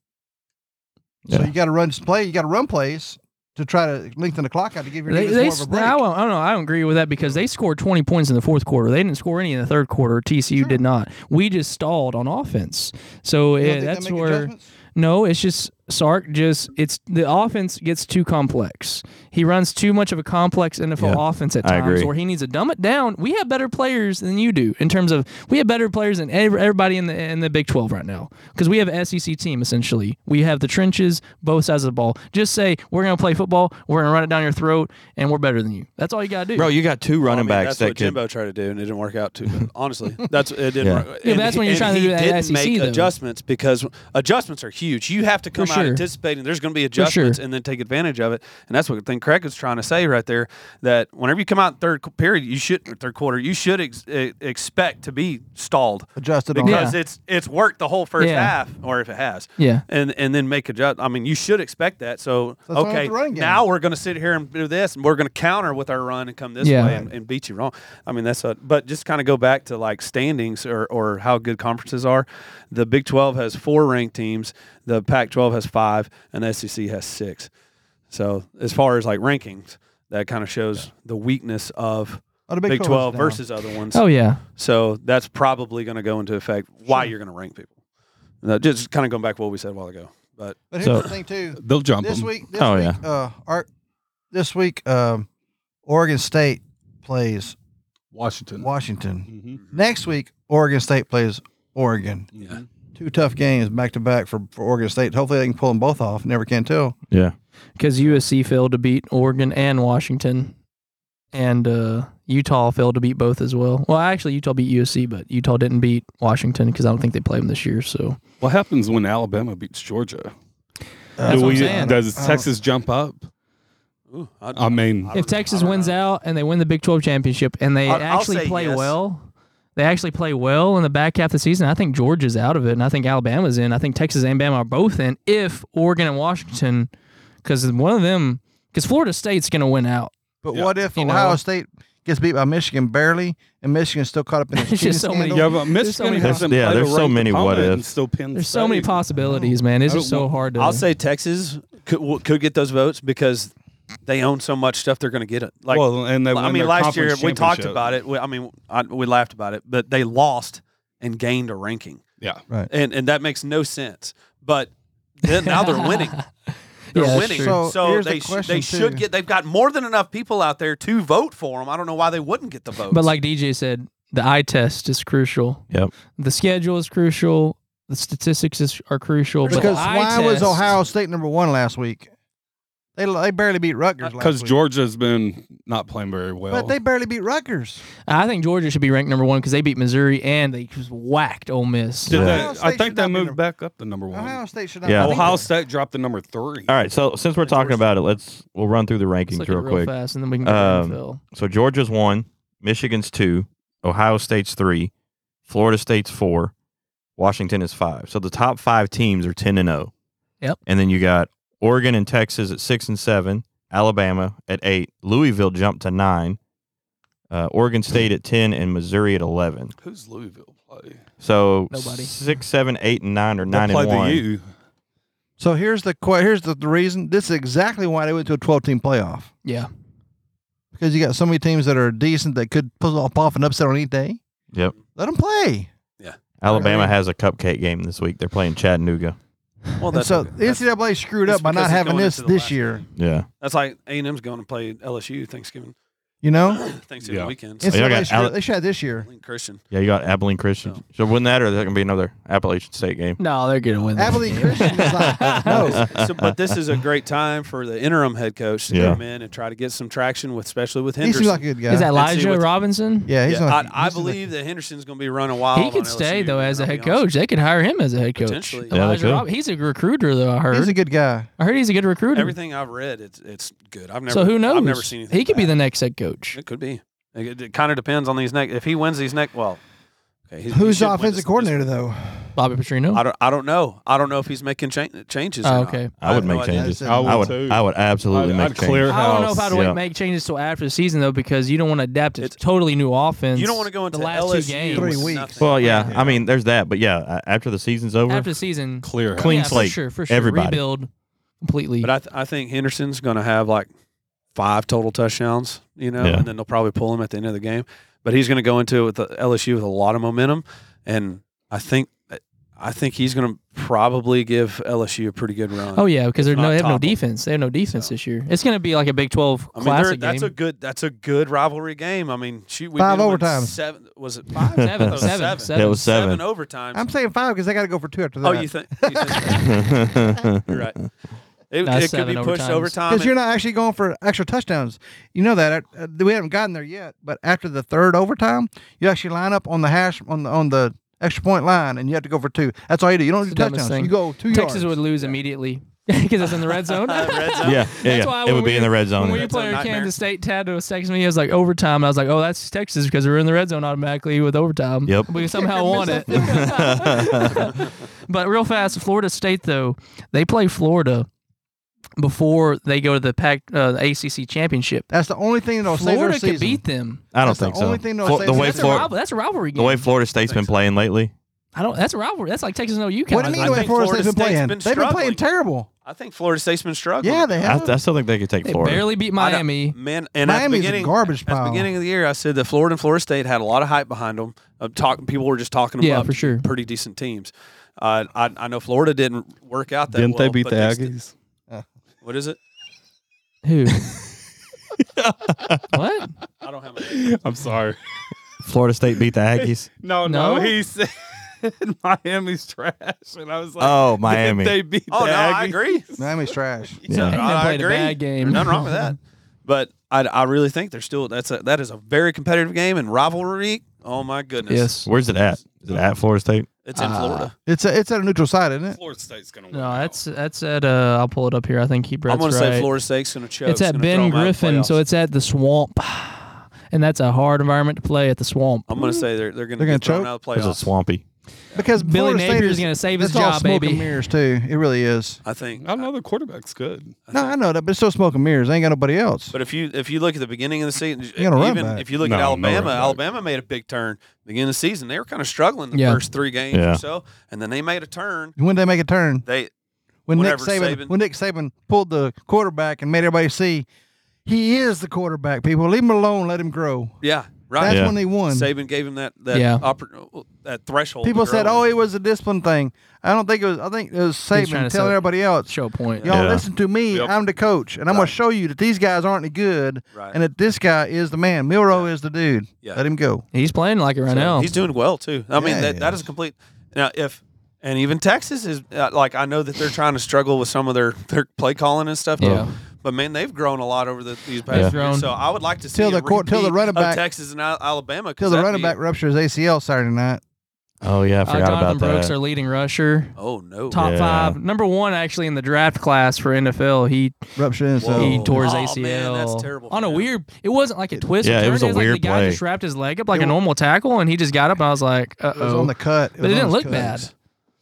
Speaker 6: So
Speaker 4: Yeah.
Speaker 6: you got to run play. You got to run plays to try to lengthen the clock out to give your
Speaker 2: they,
Speaker 6: defense
Speaker 2: they,
Speaker 6: more of a break.
Speaker 2: I, don't, I don't know. I don't agree with that because they scored 20 points in the fourth quarter. They didn't score any in the third quarter. TCU
Speaker 6: Sure.
Speaker 2: did not. We just stalled on offense. So
Speaker 6: You don't
Speaker 2: yeah,
Speaker 6: think they
Speaker 2: that's
Speaker 6: make
Speaker 2: where.
Speaker 6: adjustments?
Speaker 2: No, it's just Sark just it's the offense gets too complex. He runs too much of a complex NFL
Speaker 4: Yeah,
Speaker 2: offense at
Speaker 4: I
Speaker 2: times
Speaker 4: agree.
Speaker 2: where he needs to dumb it down. We have better players than you do in terms of we have better players than ev- everybody in the in the Big 12 right now because we have an SEC team essentially. We have the trenches, both sides of the ball. Just say we're going to play football, we're going to run it down your throat and we're better than you. That's all you got to do.
Speaker 4: Bro, you got two running
Speaker 1: Well, I mean,
Speaker 4: backs
Speaker 1: That's what
Speaker 4: that could.
Speaker 1: Jimbo tried to do, and it didn't work out too. good. Honestly, that's it didn't.
Speaker 4: Yeah.
Speaker 1: Work.
Speaker 2: Yeah, but that's when you're
Speaker 1: and
Speaker 2: trying to
Speaker 1: he
Speaker 2: do that
Speaker 1: didn't
Speaker 2: SEC
Speaker 1: make
Speaker 2: though.
Speaker 1: adjustments because adjustments are huge. You have to come out
Speaker 2: sure.
Speaker 1: anticipating there's going to be
Speaker 2: sure.
Speaker 1: adjustments and then take advantage of it. And that's what I think Craig was trying to say right there. That whenever you come out in third qu- period, you should or third quarter, you should ex- e- expect to be stalled
Speaker 6: Adjusted on
Speaker 1: because it's it's worked the whole first
Speaker 2: Yeah.
Speaker 1: half, or if it has.
Speaker 2: Yeah.
Speaker 1: And and then make adjust. I mean, you should expect that. So
Speaker 6: That's why I like
Speaker 1: okay,
Speaker 6: the running game.
Speaker 1: now we're going to sit here and do this, and we're going to counter with our run and come this
Speaker 2: Yeah.
Speaker 1: way and, and beat you wrong. I mean, that's a. But just kind of go back to like standings or or how good conferences are. The Big Twelve has four ranked teams. The Pac twelve has five, and the SEC has six. So as far as like rankings, that kind of shows the weakness of.
Speaker 6: Oh, the
Speaker 1: Big, 12
Speaker 6: is down.
Speaker 1: versus other ones.
Speaker 2: Oh yeah.
Speaker 1: So that's probably going to go into effect why you're going to rank people. Now, just kind of going back to what we said a while ago. But
Speaker 6: But here's
Speaker 4: So-
Speaker 6: the thing too.
Speaker 5: They'll jump
Speaker 6: This
Speaker 5: them.
Speaker 6: week, this
Speaker 4: Oh,
Speaker 6: week,
Speaker 4: yeah.
Speaker 6: uh, our, this week, um, Oregon State plays
Speaker 5: Washington.
Speaker 6: Washington.
Speaker 5: Mhm.
Speaker 6: Next week, Oregon State plays Oregon.
Speaker 5: Yeah.
Speaker 6: Two tough games back to back for for Oregon State. Hopefully, they can pull them both off. Never can tell.
Speaker 4: Yeah.
Speaker 2: because USC failed to beat Oregon and Washington, and uh, Utah failed to beat both as well. Well, actually, Utah beat USC, but Utah didn't beat Washington because I don't think they played them this year. So
Speaker 5: What happens when Alabama beats Georgia?
Speaker 2: That's
Speaker 5: Do
Speaker 2: what I'm
Speaker 5: we-
Speaker 2: saying.
Speaker 5: Does
Speaker 6: I don't-
Speaker 5: Texas jump up?
Speaker 1: ooh, I,
Speaker 5: I mean,
Speaker 1: I don't
Speaker 2: if
Speaker 1: know.
Speaker 2: Texas
Speaker 1: I don't
Speaker 2: wins
Speaker 1: know.
Speaker 2: out and they win the Big 12 championship and they
Speaker 1: I'll- I'll
Speaker 2: actually
Speaker 1: say
Speaker 2: play
Speaker 1: yes.
Speaker 2: well, they actually play well in the back half of the season. I think Georgia's out of it, and I think Alabama's in. I think Texas and Bama are both in. If Oregon and Washington, because one of them, because Florida State's going to win out.
Speaker 6: But
Speaker 5: Yeah.
Speaker 6: what if
Speaker 2: You know.
Speaker 6: Ohio State gets beat by Michigan barely, and Michigan's still caught up in this
Speaker 2: It's just
Speaker 6: cheating
Speaker 2: so many-
Speaker 6: scandal?
Speaker 5: yeah, but
Speaker 2: There's so
Speaker 5: Michigan
Speaker 2: many-
Speaker 5: hasn't
Speaker 4: Yeah,
Speaker 5: played
Speaker 4: there's
Speaker 5: a
Speaker 4: so
Speaker 5: ranked
Speaker 4: many what
Speaker 5: opponent and
Speaker 4: ifs.
Speaker 5: Still Penn
Speaker 2: There's so many
Speaker 5: State.
Speaker 2: possibilities, man. It's
Speaker 5: I
Speaker 2: just
Speaker 5: don't
Speaker 2: so hard to.
Speaker 1: I'll say Texas could, w- could get those votes because they own so much stuff they're going to get it. Like,
Speaker 5: well, and they
Speaker 1: I
Speaker 5: win
Speaker 1: mean,
Speaker 5: their
Speaker 1: last year
Speaker 5: conference
Speaker 1: we talked
Speaker 5: championship.
Speaker 1: about it. We, I mean, I, we laughed about it, but they lost and gained a ranking,
Speaker 5: Yeah,
Speaker 1: and and that makes no sense. But then, now they're winning. They're
Speaker 2: Yeah, that's
Speaker 1: winning,
Speaker 2: true.
Speaker 1: so,
Speaker 6: So here's
Speaker 1: they
Speaker 6: the
Speaker 1: sh- they
Speaker 6: question,
Speaker 1: should
Speaker 6: too.
Speaker 1: get. They've got more than enough people out there to vote for them. I don't know why they wouldn't get the votes.
Speaker 2: But like DJ said, the eye test is crucial.
Speaker 4: Yep.
Speaker 2: The schedule is crucial. The statistics is, are crucial. but
Speaker 6: Because
Speaker 2: the eye
Speaker 6: why was
Speaker 2: test-
Speaker 6: Ohio State number one last week? They they barely beat Rutgers last
Speaker 5: because
Speaker 6: week.
Speaker 5: Georgia's been not playing very well.
Speaker 6: But they barely beat Rutgers.
Speaker 2: I think Georgia should be ranked number one because they beat Missouri and they just whacked Ole Miss.
Speaker 5: Did
Speaker 4: Yeah.
Speaker 5: they-
Speaker 6: Ohio State
Speaker 5: I
Speaker 6: should
Speaker 5: think
Speaker 6: not
Speaker 5: they
Speaker 6: be
Speaker 5: moved
Speaker 6: number-
Speaker 5: back up to number one.
Speaker 6: Ohio State should not.
Speaker 4: Yeah.
Speaker 6: be
Speaker 4: State-
Speaker 6: there.
Speaker 5: Ohio State dropped to number three.
Speaker 4: All right. So since we're talking about it, let's we'll run through the
Speaker 2: Let's
Speaker 4: rankings
Speaker 2: look at it
Speaker 4: real
Speaker 2: real
Speaker 4: quick.
Speaker 2: fast, and then we can go to
Speaker 4: Um,
Speaker 2: NFL.
Speaker 4: So Georgia's one, Michigan's two, Ohio State's three, Florida State's four, Washington is five. So the top five teams are ten and zero.
Speaker 2: Yep.
Speaker 4: And then you got Oregon and Texas at six and seven, Alabama at eight, Louisville jumped to nine, uh, Oregon State at ten, and Missouri at eleven.
Speaker 5: Who's Louisville play?
Speaker 4: So
Speaker 2: Nobody.
Speaker 4: six, seven, eight, and nine or
Speaker 5: They
Speaker 4: nine
Speaker 5: play
Speaker 4: and one.
Speaker 5: the U.
Speaker 6: So here's the que- here's the, the reason. This is exactly why they went to a 12 team playoff
Speaker 2: Yeah,
Speaker 6: because you got so many teams that are decent that could pull off, off an upset on any day.
Speaker 4: Yep.
Speaker 6: Let them play.
Speaker 4: Alabama has a cupcake game this week. They're playing Chattanooga.
Speaker 1: well,
Speaker 6: And
Speaker 1: that's
Speaker 6: so
Speaker 1: okay.
Speaker 6: the NCAA screwed
Speaker 1: That's
Speaker 6: up by
Speaker 1: because
Speaker 6: not
Speaker 1: it's
Speaker 6: having
Speaker 1: going
Speaker 6: this
Speaker 1: into the
Speaker 6: this
Speaker 1: last
Speaker 6: year.
Speaker 1: game.
Speaker 4: Yeah.
Speaker 1: That's like A and M's going to play LSU Thanksgiving.
Speaker 6: You know,
Speaker 1: Thanksgiving
Speaker 5: Yeah.
Speaker 1: weekend.
Speaker 6: And
Speaker 4: y'all
Speaker 6: so
Speaker 4: got
Speaker 6: they, shot-
Speaker 4: Ale-
Speaker 6: they shot this year.
Speaker 1: Link Christian.
Speaker 4: Yeah, you got Abilene Christian.
Speaker 1: No.
Speaker 4: Should win that, or is that gonna be another Appalachian State game?
Speaker 2: No, they're gonna win. that
Speaker 6: Abilene
Speaker 2: game.
Speaker 6: Christian was like, no,
Speaker 1: so, but this is a great time for the interim head coach to
Speaker 4: Yeah.
Speaker 1: come in and try to get some traction with, especially with
Speaker 6: he
Speaker 1: Henderson.
Speaker 6: seems like a good guy.
Speaker 2: Is that
Speaker 1: Let's see
Speaker 2: Elijah
Speaker 1: what's-
Speaker 2: Robinson?
Speaker 6: yeah, he's
Speaker 1: yeah,
Speaker 6: not.
Speaker 1: I, I believe that Henderson's going to be running wild.
Speaker 2: He
Speaker 1: on
Speaker 2: could stay
Speaker 1: LSU,
Speaker 2: though as a
Speaker 1: I'll be
Speaker 2: head
Speaker 1: honest with
Speaker 2: coach. They could hire him as a head coach.
Speaker 1: Potentially.
Speaker 4: Yeah, they
Speaker 2: Elijah
Speaker 4: could.
Speaker 2: Rob- he's a recruiter though. I heard.
Speaker 6: he's a good guy.
Speaker 2: I heard he's a good
Speaker 1: you.
Speaker 2: recruiter.
Speaker 1: Everything I've read, it's it's good. I've never.
Speaker 2: so who knows?
Speaker 1: I've never seen anything.
Speaker 2: He could be the
Speaker 1: bad.
Speaker 2: next head coach.
Speaker 1: It could be. It, kind of depends on these next. If he wins these next, well, okay, he's, he
Speaker 6: Who's
Speaker 1: should
Speaker 6: the
Speaker 1: win
Speaker 6: offensive
Speaker 1: this- this-
Speaker 6: coordinator though?
Speaker 2: Bobby Petrino.
Speaker 1: I don't. I don't know. I don't know if he's making cha- changes. or
Speaker 2: Oh,
Speaker 1: not.
Speaker 2: okay.
Speaker 4: I would
Speaker 1: have no
Speaker 4: make
Speaker 1: idea.
Speaker 4: changes.
Speaker 6: I
Speaker 4: I
Speaker 5: would
Speaker 4: would. I would,
Speaker 5: too.
Speaker 4: absolutely
Speaker 5: I'd-
Speaker 4: make
Speaker 5: I'd clear
Speaker 4: changes.
Speaker 5: house.
Speaker 2: I don't know if I'd
Speaker 4: Yeah.
Speaker 2: make changes till after the season though, because you don't want to adapt to
Speaker 1: It's-
Speaker 2: totally new offense.
Speaker 1: You don't want to go into
Speaker 2: the last
Speaker 1: LSU
Speaker 2: two games
Speaker 6: Three
Speaker 1: with
Speaker 6: weeks.
Speaker 1: nothing.
Speaker 4: Well, yeah, I mean, there's that, but yeah, a- after the season's over,
Speaker 2: after the season.
Speaker 5: Clear
Speaker 4: Clean
Speaker 2: yeah,
Speaker 4: slate,
Speaker 2: For sure. For sure.
Speaker 4: everybody.
Speaker 2: Rebuild completely.
Speaker 1: But I, th- I think Henderson's going to have like five total touchdowns, you know,
Speaker 4: Yeah.
Speaker 1: and then they'll probably pull him at the end of the game. But he's going to go into it with the LSU with a lot of momentum, and I think I think he's going to probably give LSU a pretty good run.
Speaker 2: Oh yeah, because they're
Speaker 1: not
Speaker 2: no, they have no
Speaker 1: toppled.
Speaker 2: defense. They have no defense
Speaker 1: So-
Speaker 2: this year. It's going to be like a Big Twelve
Speaker 1: I mean, they're-
Speaker 2: classic
Speaker 1: that's a
Speaker 2: game.
Speaker 1: good that's a good rivalry game. I mean, shoot, we
Speaker 6: Five
Speaker 1: did win
Speaker 6: overtimes.
Speaker 1: Seven was it five?
Speaker 2: Seven,
Speaker 1: Oh,
Speaker 2: seven,
Speaker 1: seven.
Speaker 2: seven.
Speaker 4: It was
Speaker 1: Seven
Speaker 4: seven.
Speaker 1: overtimes.
Speaker 6: I'm saying five because they got to go for two after that.
Speaker 1: oh, you think? You think you're right. It,
Speaker 2: No,
Speaker 1: it could
Speaker 2: seven
Speaker 1: be pushed
Speaker 2: overtimes.
Speaker 1: overtime.
Speaker 6: because you're not actually going for extra touchdowns. You know that uh, we haven't gotten there yet. But after the third overtime, you actually line up on the hash on the on the extra point line, and you have to go for two. That's all you do. You don't
Speaker 2: It's
Speaker 6: do
Speaker 2: the dumbest
Speaker 6: touchdowns.
Speaker 2: thing.
Speaker 6: You go two
Speaker 2: Texas
Speaker 6: yards.
Speaker 2: would lose immediately because it's in the red zone.
Speaker 1: red zone.
Speaker 4: yeah, yeah, yeah.
Speaker 2: why
Speaker 4: it
Speaker 2: when
Speaker 4: would be
Speaker 2: we-
Speaker 4: in the red zone.
Speaker 2: When we
Speaker 1: Red zone
Speaker 2: played
Speaker 1: nightmare.
Speaker 2: Kansas State, Tad was texting me. It was like overtime. and I was like, "Oh, that's Texas because we were in the red zone automatically with overtime."
Speaker 4: Yep.
Speaker 2: We somehow won it. but real fast, Florida State though they play Florida before they go to the Pac uh, the ACC championship.
Speaker 6: That's the only thing that'll save their
Speaker 2: Florida
Speaker 6: season.
Speaker 2: could beat them.
Speaker 4: I don't
Speaker 6: That's the
Speaker 4: think
Speaker 6: only
Speaker 4: so.
Speaker 6: thing that'll
Speaker 4: Flo-
Speaker 6: save
Speaker 4: the
Speaker 6: us.
Speaker 4: way
Speaker 2: That's a,
Speaker 4: Florida,
Speaker 2: rival, that's a rivalry game.
Speaker 4: the way Florida State's been playing lately.
Speaker 2: I don't. That's a rivalry. That's like Texas and OU. Kind
Speaker 6: What do
Speaker 2: of
Speaker 6: you mean?
Speaker 1: I
Speaker 6: The way
Speaker 1: think
Speaker 6: Florida
Speaker 1: Florida
Speaker 6: State's been
Speaker 1: State's
Speaker 6: playing?
Speaker 1: been
Speaker 6: They've been playing
Speaker 1: struggling.
Speaker 6: terrible.
Speaker 1: I think Florida State's been struggling.
Speaker 6: Yeah, they
Speaker 4: I,
Speaker 6: have.
Speaker 4: I still think they could take
Speaker 2: They
Speaker 4: Florida.
Speaker 2: barely beat
Speaker 1: I don't-
Speaker 2: Miami.
Speaker 1: Man, and at the
Speaker 6: Miami's a
Speaker 1: beginning,
Speaker 6: garbage
Speaker 1: at the
Speaker 6: pile.
Speaker 1: beginning of the year, I said that Florida and Florida State had a lot of hype behind them. Of talking, people were just talking them
Speaker 2: Yeah,
Speaker 1: up
Speaker 2: for
Speaker 1: to
Speaker 2: sure.
Speaker 1: pretty decent teams. Uh, I I know Florida didn't work out that.
Speaker 5: Didn't they
Speaker 1: well,
Speaker 5: beat
Speaker 1: but
Speaker 5: the
Speaker 1: st-
Speaker 5: Aggies?
Speaker 1: what is it?
Speaker 2: Who? what?
Speaker 1: I don't have. My,
Speaker 5: I'm sorry.
Speaker 4: Florida State beat the Aggies.
Speaker 5: No,
Speaker 2: No?
Speaker 5: no, he said Miami's trash, and I was like,
Speaker 4: oh,
Speaker 5: did
Speaker 4: Miami.
Speaker 5: They beat
Speaker 1: oh
Speaker 5: the
Speaker 1: no,
Speaker 5: Aggies.
Speaker 1: I agree.
Speaker 6: Miami's trash.
Speaker 4: Yeah.
Speaker 1: So,
Speaker 4: They
Speaker 1: I,
Speaker 2: played a
Speaker 1: agree.
Speaker 2: bad game.
Speaker 1: There's nothing wrong with that. But I, I really think they're still that's a that is a very competitive game and rivalry. Oh my goodness.
Speaker 2: Yes.
Speaker 4: Where's it at? Is it at Florida State?
Speaker 1: It's in
Speaker 2: Ah.
Speaker 1: Florida.
Speaker 6: It's a, it's at a neutral side, isn't it?
Speaker 5: Florida State's gonna win.
Speaker 2: No,
Speaker 5: out.
Speaker 2: that's that's at. Uh, I'll pull it up here. I think he.
Speaker 1: I'm
Speaker 2: going
Speaker 1: gonna
Speaker 2: to
Speaker 1: say Florida State's gonna choke.
Speaker 2: It's at
Speaker 1: gonna
Speaker 2: Ben
Speaker 1: throw 'em out of the
Speaker 2: Griffin, so
Speaker 1: playoffs.
Speaker 2: it's at the Swamp, and that's a hard environment to play at the Swamp.
Speaker 1: I'm gonna say they're they're gonna
Speaker 6: They're
Speaker 1: get
Speaker 6: gonna
Speaker 1: thrown out of the
Speaker 4: It's a
Speaker 1: playoffs.
Speaker 4: swampy.
Speaker 6: Because
Speaker 2: Billy
Speaker 6: Florida State
Speaker 2: Napier
Speaker 6: is
Speaker 2: is going to save his
Speaker 6: it's all
Speaker 2: job,
Speaker 6: smoke and
Speaker 2: baby.
Speaker 6: mirrors too. It really is.
Speaker 1: I think.
Speaker 6: Oh.
Speaker 5: I know the quarterback's good.
Speaker 6: No, I know that, but it's still smoke and mirrors. They ain't got nobody else.
Speaker 1: But if you if you look at the beginning of the season,
Speaker 6: got a run
Speaker 1: even
Speaker 6: back.
Speaker 1: if you look
Speaker 5: No,
Speaker 1: at
Speaker 5: no
Speaker 1: Alabama,
Speaker 5: run back.
Speaker 1: Alabama made a big turn beginning of the season. They were kind of struggling the
Speaker 2: Yeah.
Speaker 1: first three games
Speaker 4: Yeah.
Speaker 1: or so, and then they made a turn.
Speaker 6: When did they make a turn?
Speaker 1: They
Speaker 6: When Nick
Speaker 1: Whenever
Speaker 6: Saban,
Speaker 1: Saban-
Speaker 6: when Nick Saban pulled the quarterback and made everybody see he is the quarterback. People leave him alone, let him grow.
Speaker 1: yeah
Speaker 6: That's
Speaker 1: right.
Speaker 4: Yeah.
Speaker 6: when they won.
Speaker 1: Saban gave him that that
Speaker 2: Yeah.
Speaker 1: oppor- that threshold. to
Speaker 6: People said,
Speaker 1: grow
Speaker 6: "Oh,
Speaker 1: in."
Speaker 6: it was a discipline thing." I don't think it was. I think it was
Speaker 2: trying to
Speaker 6: Saban
Speaker 2: sell-
Speaker 6: telling everybody else,
Speaker 2: Show point.
Speaker 1: Yeah.
Speaker 6: "Y'all
Speaker 4: Yeah.
Speaker 6: listen to me.
Speaker 1: Yep.
Speaker 6: I'm the coach, and I'm
Speaker 1: Right.
Speaker 6: going to show you that these guys aren't any good,
Speaker 1: Right.
Speaker 6: and that this guy is the man. Milrow is the dude.
Speaker 1: Yeah.
Speaker 6: Let him go."
Speaker 2: He's playing like it right
Speaker 1: So
Speaker 2: now.
Speaker 1: He's doing well too. I mean,
Speaker 6: Yeah,
Speaker 1: that,
Speaker 6: he
Speaker 1: that is a complete. Now, if and even Texas is uh, like I know that they're trying to struggle with some of their their play calling and stuff.
Speaker 2: Yeah.
Speaker 1: But, but man, they've grown a lot over the, these
Speaker 2: Yeah.
Speaker 1: past
Speaker 2: Grown.
Speaker 1: years. So I would like to see
Speaker 6: Till the
Speaker 1: a
Speaker 6: court- till the
Speaker 1: repeat
Speaker 6: running back-
Speaker 1: of Texas and Al- Alabama. 'cause
Speaker 6: Till the
Speaker 1: that'd
Speaker 6: running
Speaker 1: be-
Speaker 6: back ruptures ACL Saturday night.
Speaker 4: Oh yeah, I
Speaker 2: Uh,
Speaker 4: forgot
Speaker 2: Jonathan
Speaker 4: about that.
Speaker 2: Brooks, our leading rusher,
Speaker 1: Oh no!
Speaker 2: top
Speaker 4: Yeah.
Speaker 2: five, number one actually in the draft class for NFL. He
Speaker 6: Rupture uh, and
Speaker 1: Whoa.
Speaker 2: he
Speaker 1: Oh.
Speaker 2: tore his
Speaker 1: Oh,
Speaker 2: ACL.
Speaker 1: man, that's terrible
Speaker 2: On
Speaker 1: for
Speaker 2: a
Speaker 1: him.
Speaker 2: weird, it wasn't like a twist. or
Speaker 4: Yeah, it
Speaker 2: turn.
Speaker 4: was a
Speaker 2: like
Speaker 4: weird
Speaker 2: The guy
Speaker 4: play.
Speaker 2: just wrapped his leg up like
Speaker 6: It
Speaker 2: a
Speaker 6: wa-
Speaker 2: normal tackle, and he just got up. and I was like, uh
Speaker 6: It was
Speaker 2: oh.
Speaker 6: on the cut.
Speaker 2: But it
Speaker 6: was
Speaker 2: didn't
Speaker 6: on his
Speaker 2: look
Speaker 6: cut.
Speaker 2: bad.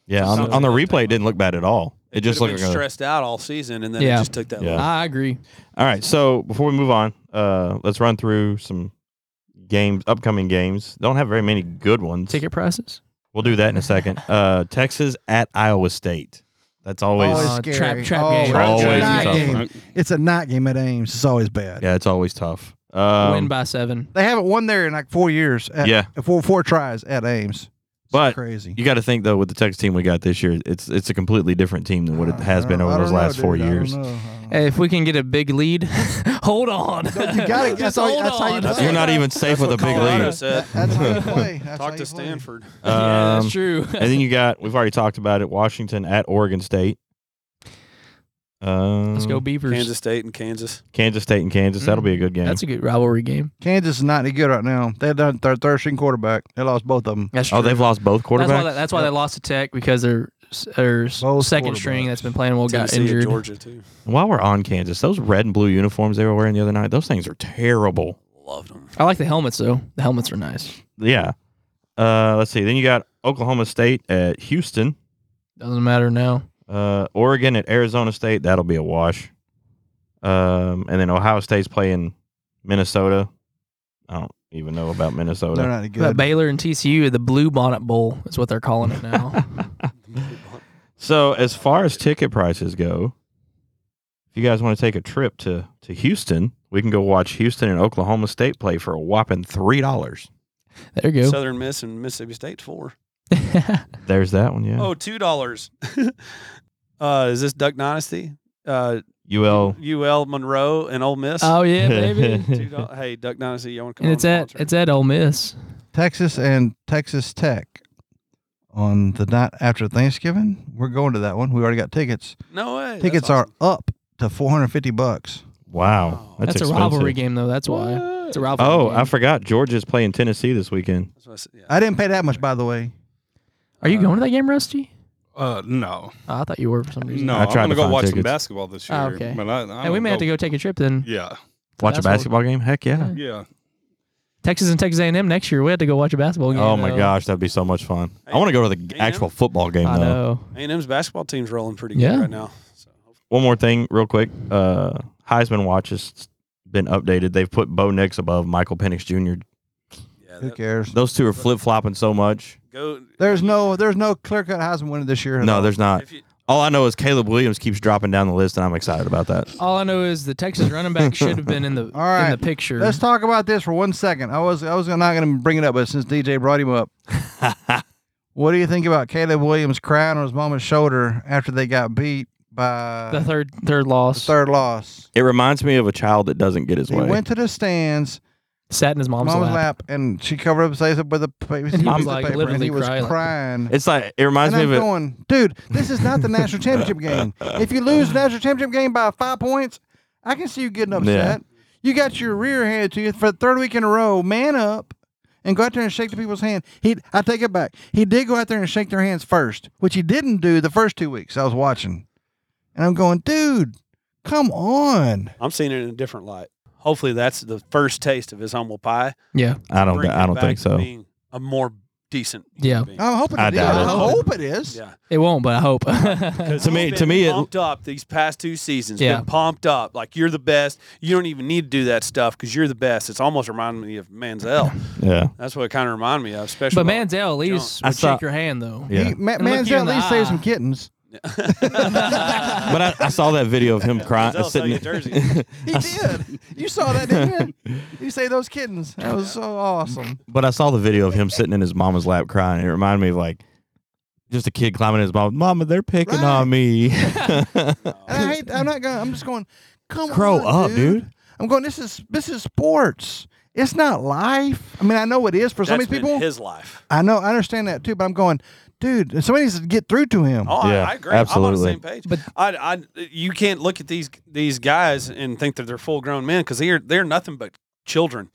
Speaker 4: yeah, on,
Speaker 1: Something
Speaker 4: on the
Speaker 1: like that.
Speaker 4: replay, it didn't look bad at all. It,
Speaker 1: It
Speaker 4: just
Speaker 1: could've
Speaker 4: looked
Speaker 1: been
Speaker 4: like a-
Speaker 1: stressed out all season, and then
Speaker 2: Yeah.
Speaker 1: it just took that.
Speaker 4: Yeah.
Speaker 1: Yeah.
Speaker 2: I agree.
Speaker 4: All right, so before we move on, uh, let's run through some games, upcoming games. Don't have very many good ones.
Speaker 2: Ticket prices.
Speaker 4: We'll do that in a second. Uh, Texas at Iowa State. That's always
Speaker 6: Always
Speaker 2: Uh,
Speaker 6: scary.
Speaker 2: trap- trap
Speaker 6: Always.
Speaker 2: game.
Speaker 4: Always
Speaker 6: It's a
Speaker 4: a
Speaker 6: night
Speaker 4: tough
Speaker 6: game.
Speaker 4: one.
Speaker 6: It's a night game at Ames. It's always bad.
Speaker 4: yeah, it's always tough. Um,
Speaker 2: Win by seven.
Speaker 6: They haven't won there in like four years. At,
Speaker 4: yeah,
Speaker 6: Four four tries at Ames.
Speaker 4: But
Speaker 6: crazy.
Speaker 4: you got to think though, with the Texas team we got this year, it's it's a completely different team than what it has been
Speaker 6: I
Speaker 4: over
Speaker 6: don't
Speaker 4: those
Speaker 6: know,
Speaker 4: last four
Speaker 6: dude. I don't
Speaker 4: years.
Speaker 6: know. I don't know.
Speaker 2: Hey, if we can get a big lead, hold on.
Speaker 6: you gotta- that's
Speaker 2: just
Speaker 6: how-
Speaker 2: hold
Speaker 6: that's how you
Speaker 2: on.
Speaker 6: play.
Speaker 4: That's- You're not even safe with a big
Speaker 1: Colorado
Speaker 4: league.
Speaker 1: said.
Speaker 6: That's how you play. That's how
Speaker 1: Talk
Speaker 6: you
Speaker 1: to
Speaker 6: play.
Speaker 1: Stanford.
Speaker 2: yeah,
Speaker 4: Um,
Speaker 2: that's true.
Speaker 4: and then you got we've already talked about it. Washington at Oregon State. Um,
Speaker 2: Let's go Beavers.
Speaker 1: Kansas State and Kansas.
Speaker 4: Kansas State and Kansas. That'll
Speaker 2: Mm.
Speaker 4: be a good game.
Speaker 2: That's a good rivalry game.
Speaker 6: Kansas is not any good right now. They had their third string quarterback. They lost both of them.
Speaker 2: That's true.
Speaker 4: oh, they've lost both
Speaker 2: That's why,
Speaker 4: quarterbacks.
Speaker 2: they, that's why they lost to Tech because their s- their s-
Speaker 6: Both
Speaker 2: second string
Speaker 6: quarterbacks.
Speaker 2: that's been playing well got
Speaker 1: Tennessee and
Speaker 2: injured.
Speaker 1: Georgia too.
Speaker 4: While we're on Kansas, those red and blue uniforms they were wearing the other night, those things are terrible.
Speaker 1: Loved them.
Speaker 2: I like the helmets though. The helmets are nice.
Speaker 4: Yeah. Uh, let's see. Then you got Oklahoma State at Houston,
Speaker 2: Doesn't matter now.
Speaker 4: uh, Oregon at Arizona State. That'll be a wash. Um, and then Ohio State's playing Minnesota. I don't even know about Minnesota.
Speaker 6: They're not any
Speaker 2: What About
Speaker 6: good.
Speaker 2: Baylor and TCU, the Blue Bonnet Bowl is what they're calling it now.
Speaker 4: So as far as ticket prices go, if you guys want to take a trip to to Houston, we can go watch Houston and Oklahoma State play for a whopping three dollars.
Speaker 2: there you go.
Speaker 1: Southern Miss and Mississippi State four.
Speaker 4: There's that one, yeah.
Speaker 1: Oh, two dollars. uh, is this Duck Dynasty? Uh,
Speaker 4: UL.
Speaker 1: UL Monroe and Ole Miss.
Speaker 2: oh yeah, baby.
Speaker 1: Two doll- hey, Duck Dynasty, you want to come?
Speaker 2: and it's
Speaker 1: on
Speaker 2: at
Speaker 1: sponsor?
Speaker 2: it's at Ole Miss.
Speaker 6: Texas and Texas Tech on the night after Thanksgiving. We're going to that one. We already got tickets.
Speaker 1: no way. That's
Speaker 6: tickets
Speaker 1: awesome.
Speaker 6: are up to 450 bucks.
Speaker 4: wow, that's,
Speaker 2: That's, a
Speaker 4: expensive.
Speaker 2: rivalry game though. That's why it's a rivalry.
Speaker 4: Oh,
Speaker 2: game.
Speaker 4: I forgot Georgia's playing Tennessee this weekend.
Speaker 1: That's what I said, yeah.
Speaker 6: I didn't pay that much, by the way.
Speaker 2: are you going to that game, Rusty?
Speaker 5: Uh, no,
Speaker 2: Oh, I thought you were for some reason.
Speaker 5: no.
Speaker 4: I
Speaker 5: I
Speaker 4: tried
Speaker 5: am gonna
Speaker 4: to
Speaker 5: go
Speaker 4: find
Speaker 5: watch some
Speaker 4: tickets.
Speaker 5: basketball this year.
Speaker 2: Oh, okay.
Speaker 5: but I- I
Speaker 2: Hey, we
Speaker 5: don't
Speaker 2: may have to go take a trip then.
Speaker 4: Watch
Speaker 5: Yeah,
Speaker 4: a
Speaker 2: That's what-
Speaker 4: basketball game? Heck yeah!
Speaker 5: yeah.
Speaker 2: Texas and Texas A&M next year. We had to go watch a basketball game.
Speaker 4: Oh my
Speaker 2: though.
Speaker 4: gosh, that'd be so much fun. I want to go to the g-
Speaker 1: Damn.
Speaker 4: actual football game
Speaker 2: I
Speaker 4: though.
Speaker 2: know.
Speaker 1: A&M's basketball team's rolling pretty good
Speaker 2: Yeah.
Speaker 1: right now. So
Speaker 4: One more thing, real quick. Uh, Heisman watch has been updated. They've put Bo Nix above Michael Penix Jr.
Speaker 1: yeah,
Speaker 6: Who
Speaker 1: that,
Speaker 6: cares?
Speaker 4: Those two are flip flopping so much.
Speaker 1: go.
Speaker 6: There's no there's no clear cut Heisman winner this year. at
Speaker 4: No,
Speaker 6: all.
Speaker 4: there's not.
Speaker 1: If you,
Speaker 4: All I know is Caleb Williams keeps dropping down the list, and I'm excited about that.
Speaker 2: All I know is the Texas running back should have been in the
Speaker 6: All right.
Speaker 2: in the picture.
Speaker 6: Let's talk about this for one second. I was I was not going to bring it up, but since DJ brought him up, what do you think about Caleb Williams crying on his mama's shoulder after they got beat by
Speaker 2: the third third loss.
Speaker 6: third loss?
Speaker 4: It reminds me of a child that doesn't get his
Speaker 6: He
Speaker 4: way.
Speaker 6: went to the stands,
Speaker 2: Sat in his mom's,
Speaker 6: mama's
Speaker 2: lap.
Speaker 6: lap. and she covered up his face up with a pa- piece of
Speaker 2: was,
Speaker 6: paper,
Speaker 2: like,
Speaker 6: and
Speaker 2: literally
Speaker 6: he was
Speaker 2: crying.
Speaker 6: crying.
Speaker 4: it's like it reminds
Speaker 6: and
Speaker 4: me
Speaker 6: I'm
Speaker 4: of it.
Speaker 6: going, dude, this is not the national championship game. If you lose the national championship game by five points, I can see you getting upset. You got your rear handed to you for the third week in a row. Man up and go out there and shake the people's hand. He, I take it back. He did go out there and shake their hands first, which he didn't do the first two weeks I was watching. And I'm going, dude, come on.
Speaker 1: I'm seeing it in a different light. Hopefully, that's the first taste of his humble pie.
Speaker 2: Yeah,
Speaker 4: I don't.
Speaker 1: Bring
Speaker 4: I
Speaker 1: him
Speaker 4: don't
Speaker 1: back
Speaker 4: think
Speaker 1: to
Speaker 4: so.
Speaker 1: Being a more decent.
Speaker 2: Yeah.
Speaker 1: being.
Speaker 6: I'm hoping
Speaker 4: I
Speaker 6: it is.
Speaker 4: doubt
Speaker 6: I
Speaker 4: it.
Speaker 6: hope it is.
Speaker 1: Yeah.
Speaker 2: it won't, but I hope.
Speaker 4: To me-
Speaker 1: You've
Speaker 4: to
Speaker 1: been
Speaker 4: me, it-
Speaker 1: pumped up these past two seasons.
Speaker 2: Yeah.
Speaker 1: Been pumped up, like you're the best. You don't even need to do that stuff because you're the best. It's almost reminding me of Manziel.
Speaker 4: Yeah.
Speaker 1: That's what it kind of reminded me of, especially.
Speaker 2: but Manziel at least
Speaker 4: I
Speaker 2: would
Speaker 4: saw-
Speaker 2: shake your hand though.
Speaker 4: Yeah.
Speaker 6: He, Ma-
Speaker 2: And look you in
Speaker 6: Manziel at
Speaker 2: the
Speaker 6: least saved
Speaker 2: eye.
Speaker 6: some kittens.
Speaker 4: But I, I saw that video of him
Speaker 1: Manziel
Speaker 4: crying,
Speaker 1: sell
Speaker 4: sitting.
Speaker 1: you jerseys.
Speaker 6: He did. You saw that, didn't you? You say those kittens. That was so awesome.
Speaker 4: But I saw the video of him sitting in his mama's lap crying. It reminded me of like just a kid climbing his mom. Mama, they're picking
Speaker 6: Right.
Speaker 4: on me.
Speaker 6: And I hate. I'm not going. I'm just going. Come
Speaker 4: Grow
Speaker 6: on,
Speaker 4: up, dude.
Speaker 6: I'm going. This is this is sports. It's not life. I mean, I know it is for some
Speaker 1: That's
Speaker 6: of these
Speaker 1: been
Speaker 6: people.
Speaker 1: his life.
Speaker 6: I know. I understand that too. But I'm going, dude. Somebody needs to get through to him.
Speaker 1: Oh,
Speaker 4: Yeah,
Speaker 1: I, I agree. I'm on
Speaker 4: absolutely.
Speaker 1: the same page. But I, I, you can't look at these these guys and think that they're full grown men because they're they're nothing but children.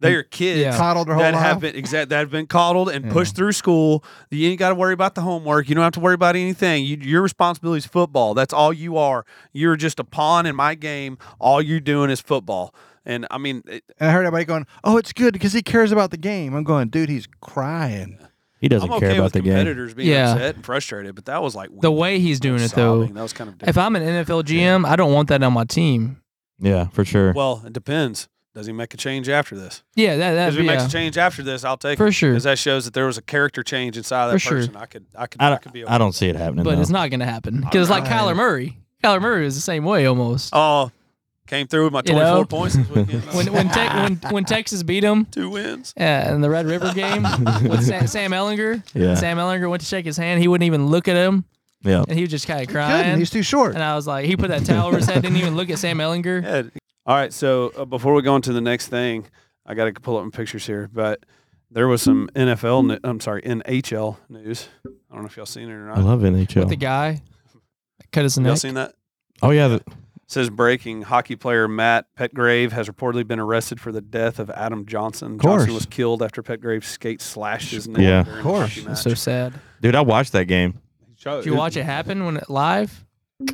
Speaker 1: They are kids
Speaker 2: Yeah.
Speaker 6: Coddled their whole
Speaker 1: that have
Speaker 6: life.
Speaker 1: been exact that have been coddled and pushed through school. You ain't got to worry about the homework. You don't have to worry about anything. You, your responsibility is football. That's all you are. You're just a pawn in my game. All you're doing is football. And I mean, it,
Speaker 6: And I heard everybody going, "Oh, it's good because he cares about the game." I'm going, dude. He's crying.
Speaker 4: He doesn't
Speaker 1: I'm okay
Speaker 4: care about
Speaker 1: with
Speaker 4: the game.
Speaker 1: competitors being
Speaker 2: Yeah.
Speaker 1: upset and frustrated, but that was like
Speaker 2: The way he's doing it though,
Speaker 1: sobbing. That was kind of
Speaker 2: if I'm an NFL GM, I don't want that on my team.
Speaker 4: Yeah, for sure.
Speaker 1: Well, it depends. Does he make a change after this?
Speaker 2: Yeah, that that
Speaker 1: Because if he makes
Speaker 2: yeah.
Speaker 1: a change after this, I'll take
Speaker 2: For
Speaker 1: it.
Speaker 2: sure.
Speaker 1: Because that shows that there was a character change inside of that
Speaker 2: For sure.
Speaker 1: person. I could, I could,
Speaker 4: I
Speaker 1: I,
Speaker 4: don't,
Speaker 1: could be.
Speaker 4: I don't see it happening.
Speaker 2: but
Speaker 4: though.
Speaker 2: it's not going to happen because like Kyler Murray. Kyler Murray is the same way almost.
Speaker 1: Oh, Came through with my
Speaker 2: You
Speaker 1: 24
Speaker 2: know?
Speaker 1: points this weekend.
Speaker 2: When when, Tex when when Texas beat them
Speaker 1: two wins.
Speaker 2: yeah, Uh, in the Red River game with Sam, Sam Ellinger,
Speaker 4: Yeah. Oh.
Speaker 2: Sam Ellinger went to shake his hand. He wouldn't even look at him,
Speaker 4: Yeah.
Speaker 2: and he was just kind of
Speaker 6: Couldn't.
Speaker 2: crying.
Speaker 6: He's too short.
Speaker 2: and I was like, he put that towel over his head, didn't even look at Sam Ellinger.
Speaker 1: Yeah. All right. So uh, before we go into the next thing, I got to pull up my pictures here, but there was some NFL. Ne- I'm sorry, NHL news. I don't know if y'all seen it or
Speaker 4: I
Speaker 1: not.
Speaker 4: love
Speaker 2: With the
Speaker 4: NHL.
Speaker 2: guy that cut his
Speaker 1: Y'all
Speaker 2: neck.
Speaker 1: seen that?
Speaker 4: Oh yeah, the,
Speaker 1: says breaking hockey player Matt Petgrave has reportedly been arrested for the death of Adam Johnson.
Speaker 4: course.
Speaker 1: Johnson was killed after Petgrave's skate slashed his neck.
Speaker 4: Yeah.
Speaker 1: during
Speaker 6: Of
Speaker 1: a hockey
Speaker 6: course.
Speaker 1: match.
Speaker 2: That's so sad.
Speaker 4: dude. I watched that game.
Speaker 2: Did you watch it happen when it live?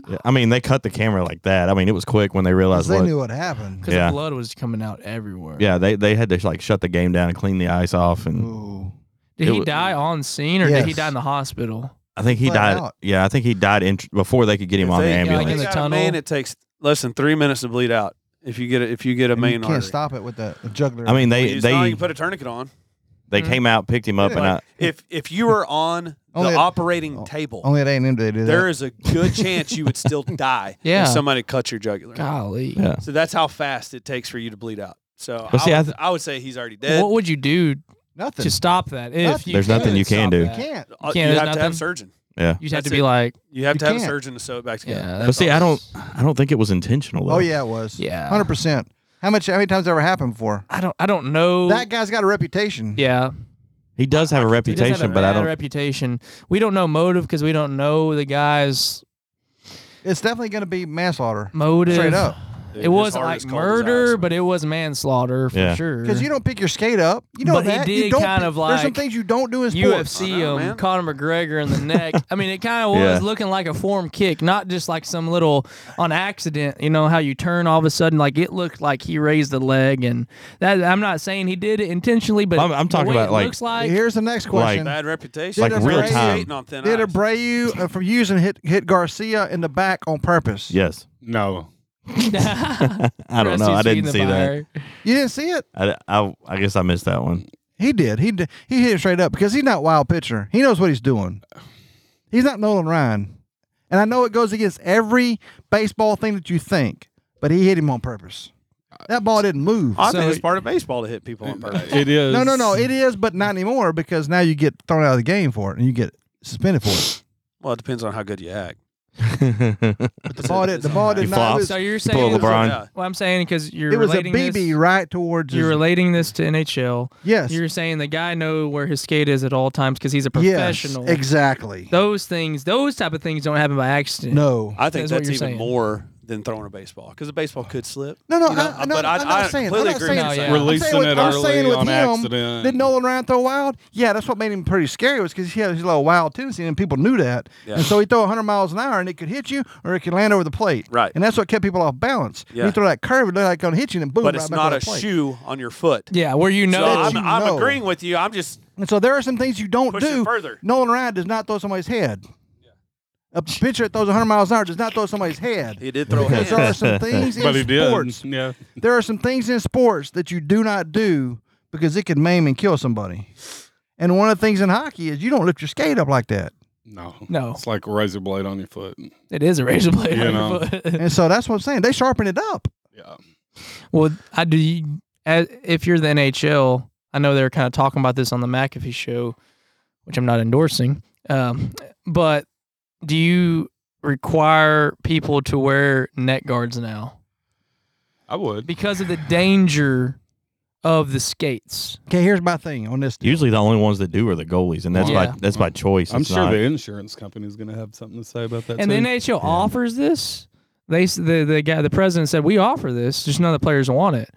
Speaker 4: Yeah, I mean, they cut the camera like that. I mean, it was quick when they
Speaker 6: 'Cause
Speaker 4: realized
Speaker 6: They
Speaker 4: what.
Speaker 6: knew what happened.
Speaker 2: Because
Speaker 4: Yeah.
Speaker 2: the blood was coming out everywhere.
Speaker 4: Yeah, they they had to like shut the game down and clean the ice off,
Speaker 1: Mm.
Speaker 4: and
Speaker 6: Ooh.
Speaker 2: Did
Speaker 4: It
Speaker 2: he
Speaker 4: wa-
Speaker 2: die on scene or did he
Speaker 6: Yes.
Speaker 2: die in the hospital?
Speaker 4: I think he
Speaker 6: Flat
Speaker 4: died.
Speaker 6: out.
Speaker 4: Yeah, I think he died in, before they could get him
Speaker 1: If
Speaker 4: on the
Speaker 1: they-
Speaker 2: like
Speaker 4: ambulance.
Speaker 1: if
Speaker 2: in
Speaker 1: they
Speaker 2: the
Speaker 1: got a Man,
Speaker 2: tunnel.
Speaker 1: it takes less than three minutes to bleed out. If you get a, if you get a
Speaker 6: And
Speaker 1: main
Speaker 6: you can't
Speaker 1: artery.
Speaker 6: stop it with the the juggler.
Speaker 4: I mean,
Speaker 1: Well,
Speaker 4: they
Speaker 1: you just know
Speaker 4: they
Speaker 1: Oh, you can put a tourniquet on.
Speaker 4: they
Speaker 2: Mhm.
Speaker 4: came out, picked him up, and I,
Speaker 1: If if you were on the
Speaker 6: Only-
Speaker 1: operating
Speaker 6: o-
Speaker 1: table,
Speaker 6: only at A&M do they do
Speaker 1: there
Speaker 6: that.
Speaker 1: is a good chance you would still die
Speaker 2: Yeah.
Speaker 1: if somebody cut your jugular.
Speaker 2: Golly.
Speaker 4: Yeah.
Speaker 1: So that's how fast it takes for you to bleed out. So I,
Speaker 4: Well, see, I
Speaker 1: would,
Speaker 4: th-
Speaker 1: I would say he's already dead.
Speaker 2: What would you do
Speaker 6: Nothing.
Speaker 2: to stop that? If
Speaker 6: Nothing.
Speaker 2: you
Speaker 4: There's
Speaker 2: could
Speaker 4: nothing you
Speaker 2: stop
Speaker 4: can do.
Speaker 2: that?
Speaker 6: you can't.
Speaker 1: Uh,
Speaker 2: can't-
Speaker 1: you
Speaker 2: there's
Speaker 1: have to have
Speaker 2: nothing?
Speaker 1: a surgeon.
Speaker 4: yeah.
Speaker 2: You'd have
Speaker 1: That's
Speaker 2: to be
Speaker 1: it.
Speaker 2: like,
Speaker 1: You have
Speaker 6: You
Speaker 1: to have a
Speaker 6: can't.
Speaker 1: surgeon to sew it back together.
Speaker 2: yeah.
Speaker 4: But see, I don't I don't think it was intentional. Though.
Speaker 6: Oh yeah, it was.
Speaker 2: Yeah.
Speaker 6: hundred percent. How much? How many times that ever happened before?
Speaker 2: I don't. I don't know.
Speaker 6: That guy's got a reputation.
Speaker 2: yeah.
Speaker 4: he does have
Speaker 2: He
Speaker 4: a
Speaker 2: does have
Speaker 4: reputation,
Speaker 2: a
Speaker 4: but I
Speaker 2: bad
Speaker 4: don't.
Speaker 2: Reputation. We don't know motive because we don't know the guy's
Speaker 6: It's definitely going to be manslaughter,
Speaker 2: motive.
Speaker 6: straight up.
Speaker 2: It was like murder, but it was manslaughter for
Speaker 4: Yeah.
Speaker 2: sure.
Speaker 6: Because you don't pick your skate up. You know
Speaker 2: Mm. But he
Speaker 6: that. you
Speaker 2: did
Speaker 6: don't
Speaker 2: kind
Speaker 6: pick-
Speaker 2: of
Speaker 6: There's some
Speaker 2: like
Speaker 6: things you don't do in sports.
Speaker 2: UFC
Speaker 1: I know,
Speaker 2: him,
Speaker 1: man.
Speaker 2: Conor McGregor in the neck. I mean, it kind of was
Speaker 4: Yeah.
Speaker 2: looking like a form kick, not just like some little on accident. You know how you turn all of a sudden, like it looked like he raised the leg, and that I'm not saying he did it intentionally, but
Speaker 4: I'm- I'm
Speaker 2: the
Speaker 4: talking
Speaker 2: way
Speaker 4: about,
Speaker 2: it
Speaker 4: like-
Speaker 2: looks like
Speaker 6: Here's the next question.
Speaker 1: bad reputation.
Speaker 4: Like
Speaker 6: Did real Abreu- time.
Speaker 1: Skating on thin
Speaker 6: Did
Speaker 1: ice.
Speaker 6: Abreu uh, from using hit hit Garcia in the back on purpose?
Speaker 4: Yes,
Speaker 5: No.
Speaker 4: I don't know. I didn't see that.
Speaker 6: You didn't see it.
Speaker 4: I, I, I guess I missed that one.
Speaker 6: He did. He did. he hit it straight up because he's not a wild pitcher. He knows what he's doing. He's not Nolan Ryan, and I know it goes against every baseball thing that you think, but he hit him on purpose. That ball didn't move.
Speaker 1: I
Speaker 2: So-
Speaker 1: think it's part of baseball to hit people on purpose.
Speaker 5: It is.
Speaker 6: No, no, no. It is, but not anymore because now you get thrown out of the game for it and you get suspended for it.
Speaker 1: well, it depends on how good you act.
Speaker 6: But the ball did. The ball
Speaker 4: You
Speaker 6: did
Speaker 4: flop.
Speaker 6: not. Lose.
Speaker 2: So you're
Speaker 4: pull
Speaker 2: saying
Speaker 4: a LeBron.
Speaker 1: Yeah.
Speaker 2: Well, I'm saying because you're
Speaker 6: It was a
Speaker 2: relating
Speaker 6: BB
Speaker 2: This,
Speaker 6: right towards.
Speaker 2: you're
Speaker 6: his,
Speaker 2: relating this to NHL.
Speaker 6: yes.
Speaker 2: You're saying the guy know where his skate is at all times because he's a
Speaker 6: yes,
Speaker 2: professional.
Speaker 6: Exactly.
Speaker 2: Those things, those type of things, don't happen by accident.
Speaker 6: No.
Speaker 1: I think
Speaker 2: That's what
Speaker 1: that's,
Speaker 2: you're
Speaker 1: even
Speaker 2: saying.
Speaker 1: more than throwing a baseball because a baseball could slip.
Speaker 6: No, no,
Speaker 1: You know,
Speaker 6: I, no
Speaker 1: but I-
Speaker 6: I'm not
Speaker 1: I
Speaker 6: saying. I'm
Speaker 1: completely
Speaker 6: not
Speaker 1: agree
Speaker 6: saying
Speaker 2: with you.
Speaker 6: I'm
Speaker 5: Releasing
Speaker 6: saying with-
Speaker 5: it
Speaker 6: I'm saying
Speaker 5: early
Speaker 6: with
Speaker 5: on
Speaker 6: him,
Speaker 5: accident.
Speaker 6: Did Nolan Ryan throw wild? Yeah, that's what made him pretty scary was because he had his little wild tendency, and people knew that.
Speaker 1: Yeah.
Speaker 6: And so he throw 100 miles an hour, and it could hit you, or it could land over the plate.
Speaker 1: Right.
Speaker 6: And that's what kept people off balance.
Speaker 1: Yeah.
Speaker 6: You throw that curve, it looked like it's gonna hit you, and boom.
Speaker 1: but
Speaker 6: right
Speaker 1: it's
Speaker 6: back
Speaker 1: not
Speaker 6: on
Speaker 1: a
Speaker 6: the plate.
Speaker 1: shoe on your foot.
Speaker 2: Yeah, where you
Speaker 1: So
Speaker 2: know.
Speaker 1: I'm,
Speaker 6: you
Speaker 1: I'm
Speaker 6: know.
Speaker 1: agreeing with you. I'm just
Speaker 6: And so there are some things you don't
Speaker 1: Push it
Speaker 6: do.
Speaker 1: further.
Speaker 6: Nolan Ryan does not throw somebody's head. A pitcher that throws 100 miles an hour does not throw somebody's head.
Speaker 1: he did throw a
Speaker 6: Because there are
Speaker 1: hand.
Speaker 6: some things in
Speaker 5: But he did.
Speaker 6: sports.
Speaker 5: Yeah.
Speaker 6: There are some things in sports that you do not do because it can maim and kill somebody. And one of the things in hockey is you don't lift your skate up like that.
Speaker 5: No.
Speaker 2: No.
Speaker 5: It's like a razor blade on your foot.
Speaker 2: It is a razor blade.
Speaker 5: You
Speaker 2: on your
Speaker 5: know.
Speaker 2: foot.
Speaker 6: And so that's what I'm saying. They sharpen it up.
Speaker 5: Yeah.
Speaker 2: well, I do. You, as, if you're the NHL, I know they were kind of talking about this on the McAfee show, which I'm not endorsing. Um, but do you require people to wear neck guards now
Speaker 5: I would.
Speaker 2: because of the danger of the skates?
Speaker 6: Okay, here's my thing on this. deal.
Speaker 4: Usually, the only ones that do are the goalies, and that's
Speaker 2: Yeah.
Speaker 4: by that's by choice.
Speaker 5: Mm. I'm
Speaker 4: It's
Speaker 5: sure
Speaker 4: not-
Speaker 5: the insurance company's going to have something to say about that.
Speaker 2: and the
Speaker 5: too.
Speaker 2: NHL offers this. They s- the the guy the president said we offer this, just none of the players want it.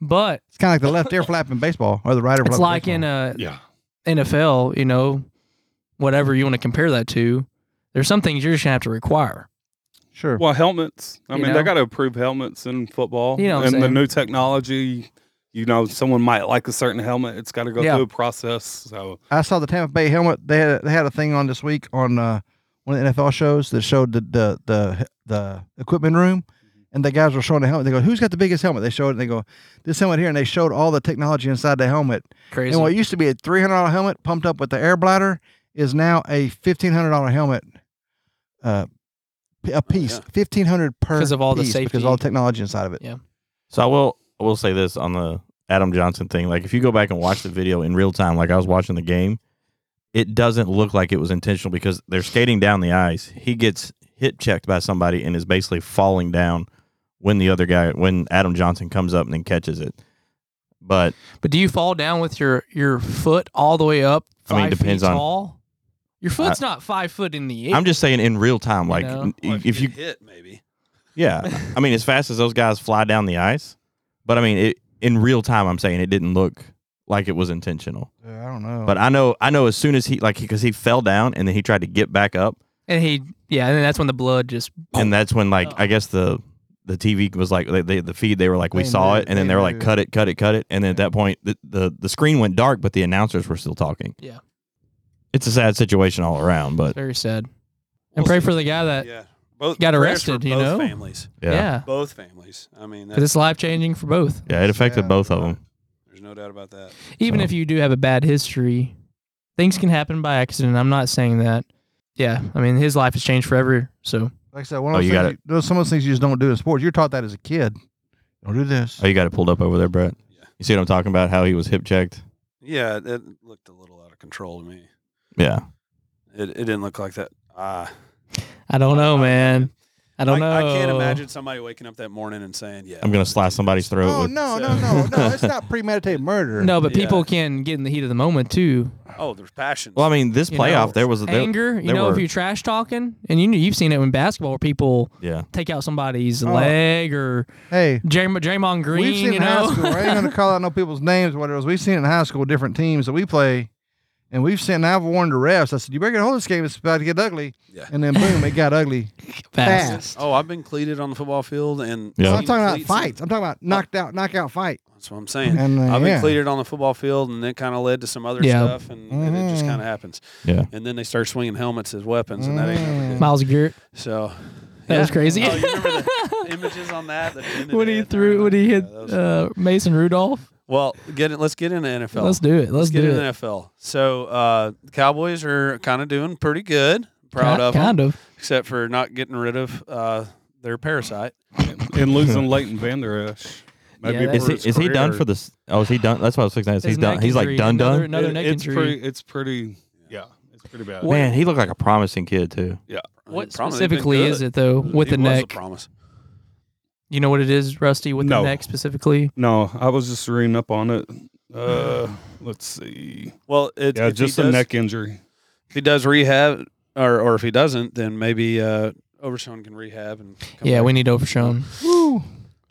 Speaker 2: But
Speaker 6: It's kind of like the left ear flap in baseball or the right ear flap.
Speaker 2: it's like
Speaker 6: baseball.
Speaker 2: in uh, a
Speaker 5: yeah.
Speaker 2: NFL, you know, whatever you want to compare that to, there's some things you're just gonna have to require.
Speaker 6: Sure.
Speaker 5: Well, helmets. I
Speaker 2: You
Speaker 5: mean,
Speaker 2: know?
Speaker 5: they got to approve helmets in football.
Speaker 2: You know what I'm
Speaker 5: and the
Speaker 2: saying.
Speaker 5: new technology, you know, someone might like a certain helmet. It's got to go
Speaker 2: Yeah.
Speaker 5: through a process. So,
Speaker 6: I saw the Tampa Bay helmet. They had they had a thing on this week on uh, one of the NFL shows that showed the the the, the equipment room, and the guys were showing the helmet. They go, "Who's got the biggest helmet?" They showed it. And they go, "This helmet here," and they showed all the technology inside the helmet.
Speaker 2: Crazy.
Speaker 6: And what used to be a three hundred dollar helmet pumped up with the air bladder is now a fifteen hundred dollar helmet, uh, p- a piece, fifteen hundred per
Speaker 2: Because of all the
Speaker 6: piece, because
Speaker 2: safety.
Speaker 6: all the technology inside of it.
Speaker 4: So I will I will say this on the Adam Johnson thing. Like if you go back and watch the video in real time, like I was watching the game, it doesn't look like it was intentional because they're skating down the ice. He gets hip checked by somebody and is basically falling down when the other guy when Adam Johnson comes up and then catches it. But
Speaker 2: But do you fall down with your your foot all the way up?
Speaker 4: I mean,
Speaker 2: five feet
Speaker 4: depends on-
Speaker 2: tall? Your foot's not five foot in the air.
Speaker 4: I'm just saying in real time, like
Speaker 2: know?
Speaker 4: n-
Speaker 1: Well,
Speaker 4: if you
Speaker 1: get hit, maybe.
Speaker 4: Yeah. I mean, as fast as those guys fly down the ice, but I mean, it, in real time, I'm saying it didn't look like it was intentional.
Speaker 6: Yeah, I don't know.
Speaker 4: But I know, I know, as soon as he like, because he fell down and then he tried to get back up,
Speaker 2: and he yeah, and then that's when the blood just
Speaker 4: and that's when like I
Speaker 2: Oh.
Speaker 4: guess the the TV was like they, they, the feed they were like we
Speaker 6: They
Speaker 4: saw
Speaker 6: knew,
Speaker 4: it, and then
Speaker 6: they
Speaker 4: they were like
Speaker 6: knew.
Speaker 4: cut it, cut it, cut it, and then at that point the, the the screen went dark, but the announcers were still talking.
Speaker 2: Yeah.
Speaker 4: It's a sad situation all around, but
Speaker 2: very sad.
Speaker 1: We'll
Speaker 2: And pray
Speaker 1: see.
Speaker 2: for the guy that yeah,
Speaker 1: Yeah. Both
Speaker 2: Got
Speaker 1: prayers for
Speaker 2: arrested, you
Speaker 1: both
Speaker 2: know?
Speaker 1: Families.
Speaker 4: yeah, yeah,
Speaker 1: Both families. I mean,
Speaker 2: cuz
Speaker 1: that,
Speaker 2: it's life changing for both.
Speaker 4: it affected
Speaker 6: Yeah.
Speaker 4: both of them.
Speaker 1: there's no doubt about that.
Speaker 2: Even
Speaker 4: So-
Speaker 2: if you do have a bad history, things can happen by accident. I'm not saying that. Yeah, I mean his life has changed forever. So
Speaker 6: like I said, one
Speaker 4: Oh,
Speaker 6: of
Speaker 4: you
Speaker 6: those things,
Speaker 4: gotta-
Speaker 6: you those some of those things you just don't do in sports. You're taught that as a kid. Don't do this.
Speaker 4: Oh, you got it pulled up over there, Brett.
Speaker 1: Yeah.
Speaker 4: You see what I'm talking about? How he was hip checked.
Speaker 1: Yeah, it- it looked a little out of control to me.
Speaker 4: Yeah.
Speaker 1: It, it didn't look like that. Ah,
Speaker 2: I don't know,
Speaker 1: I-
Speaker 2: man. I don't know.
Speaker 1: I, can't imagine somebody waking up that morning and saying, "Yeah,
Speaker 4: I'm gonna slice somebody's throat.
Speaker 6: Oh
Speaker 4: with,
Speaker 6: no, no,
Speaker 1: so-
Speaker 6: no, no! It's not premeditated murder.
Speaker 2: No, but
Speaker 1: Yeah.
Speaker 2: people can get in the heat of the moment too.
Speaker 1: Oh, there's passion.
Speaker 4: Well, I mean, this
Speaker 2: You
Speaker 4: playoff
Speaker 2: know,
Speaker 4: there was there,
Speaker 2: Anger, you
Speaker 4: there
Speaker 2: know, if
Speaker 4: were-
Speaker 2: you're trash talking, and you know, you've seen it in basketball where people
Speaker 4: yeah.
Speaker 2: take out somebody's
Speaker 6: Oh.
Speaker 2: leg or
Speaker 6: Hey,
Speaker 2: Draymond, Draymond Green.
Speaker 6: We've seen
Speaker 2: you
Speaker 6: in high
Speaker 2: know?
Speaker 6: school. I ain't gonna call out no people's names, or whatever. it is. We've seen it in high school, different teams that we play, and we've seen. And I've warned the refs. I said, "You better get a hold of this game. It's about to get ugly."
Speaker 1: Yeah.
Speaker 6: And then boom, it got ugly.
Speaker 2: Fast.
Speaker 1: oh, I've been cleated on the football field, and
Speaker 4: Yeah.
Speaker 6: So
Speaker 4: So
Speaker 6: I'm talking about fights. I'm talking about knocked out, knockout fight.
Speaker 1: That's what I'm saying.
Speaker 6: And uh,
Speaker 1: I've been
Speaker 6: yeah.
Speaker 1: cleated on the football field, and that kind of led to some other
Speaker 2: Yeah.
Speaker 1: stuff, and, and it just
Speaker 6: Mhm.
Speaker 1: kind of happens.
Speaker 4: Yeah.
Speaker 1: And then they start swinging helmets as weapons, and that ain't never
Speaker 6: Mm.
Speaker 1: good.
Speaker 2: Miles Garrett.
Speaker 1: So
Speaker 2: That was crazy.
Speaker 1: Oh, you remember the images on that? that ended
Speaker 2: when he
Speaker 1: it?
Speaker 2: threw, when he
Speaker 1: Yeah,
Speaker 2: hit
Speaker 1: that was-
Speaker 2: uh, Mason Rudolph.
Speaker 1: well, get it. Let's get into NFL.
Speaker 2: Let's do it. Let's,
Speaker 1: Let's get
Speaker 2: do
Speaker 1: into
Speaker 2: it.
Speaker 1: NFL. So uh, the Cowboys are kind of doing pretty good. Proud
Speaker 2: Ki-
Speaker 1: of them,
Speaker 2: kind of.
Speaker 1: except for not getting rid of uh, their parasite.
Speaker 5: and losing Leighton Vander Esch.
Speaker 2: Yeah,
Speaker 5: for
Speaker 2: that-
Speaker 4: Is he,
Speaker 5: his
Speaker 4: is he done
Speaker 5: career.
Speaker 4: for this? Oh, is he done? That's what I was thinking. Is
Speaker 2: His
Speaker 4: he done?
Speaker 2: neck
Speaker 4: He's like
Speaker 2: injury,
Speaker 4: done,
Speaker 2: another-
Speaker 4: done.
Speaker 2: another
Speaker 5: It-
Speaker 2: neck
Speaker 5: it's
Speaker 2: injury.
Speaker 5: Pretty, it's pretty. Yeah, it's pretty bad.
Speaker 2: What-
Speaker 4: Man, he looked like a promising kid too.
Speaker 1: I mean,
Speaker 2: What
Speaker 1: promise they've been
Speaker 2: specifically
Speaker 1: good.
Speaker 2: is it though with
Speaker 1: He
Speaker 2: the
Speaker 1: was
Speaker 2: neck?
Speaker 1: promise.
Speaker 2: You know what it is, Rusty, with
Speaker 5: No.
Speaker 2: the neck specifically.
Speaker 5: No, I was just reading up on it. Uh, let's see.
Speaker 1: Well, it,
Speaker 5: Yeah,
Speaker 1: if he
Speaker 5: just a
Speaker 1: does-
Speaker 5: neck injury.
Speaker 1: If he does rehab, or or if he doesn't, then maybe uh, Overshone can rehab and. Come
Speaker 2: yeah,
Speaker 1: back.
Speaker 2: we need Overshone.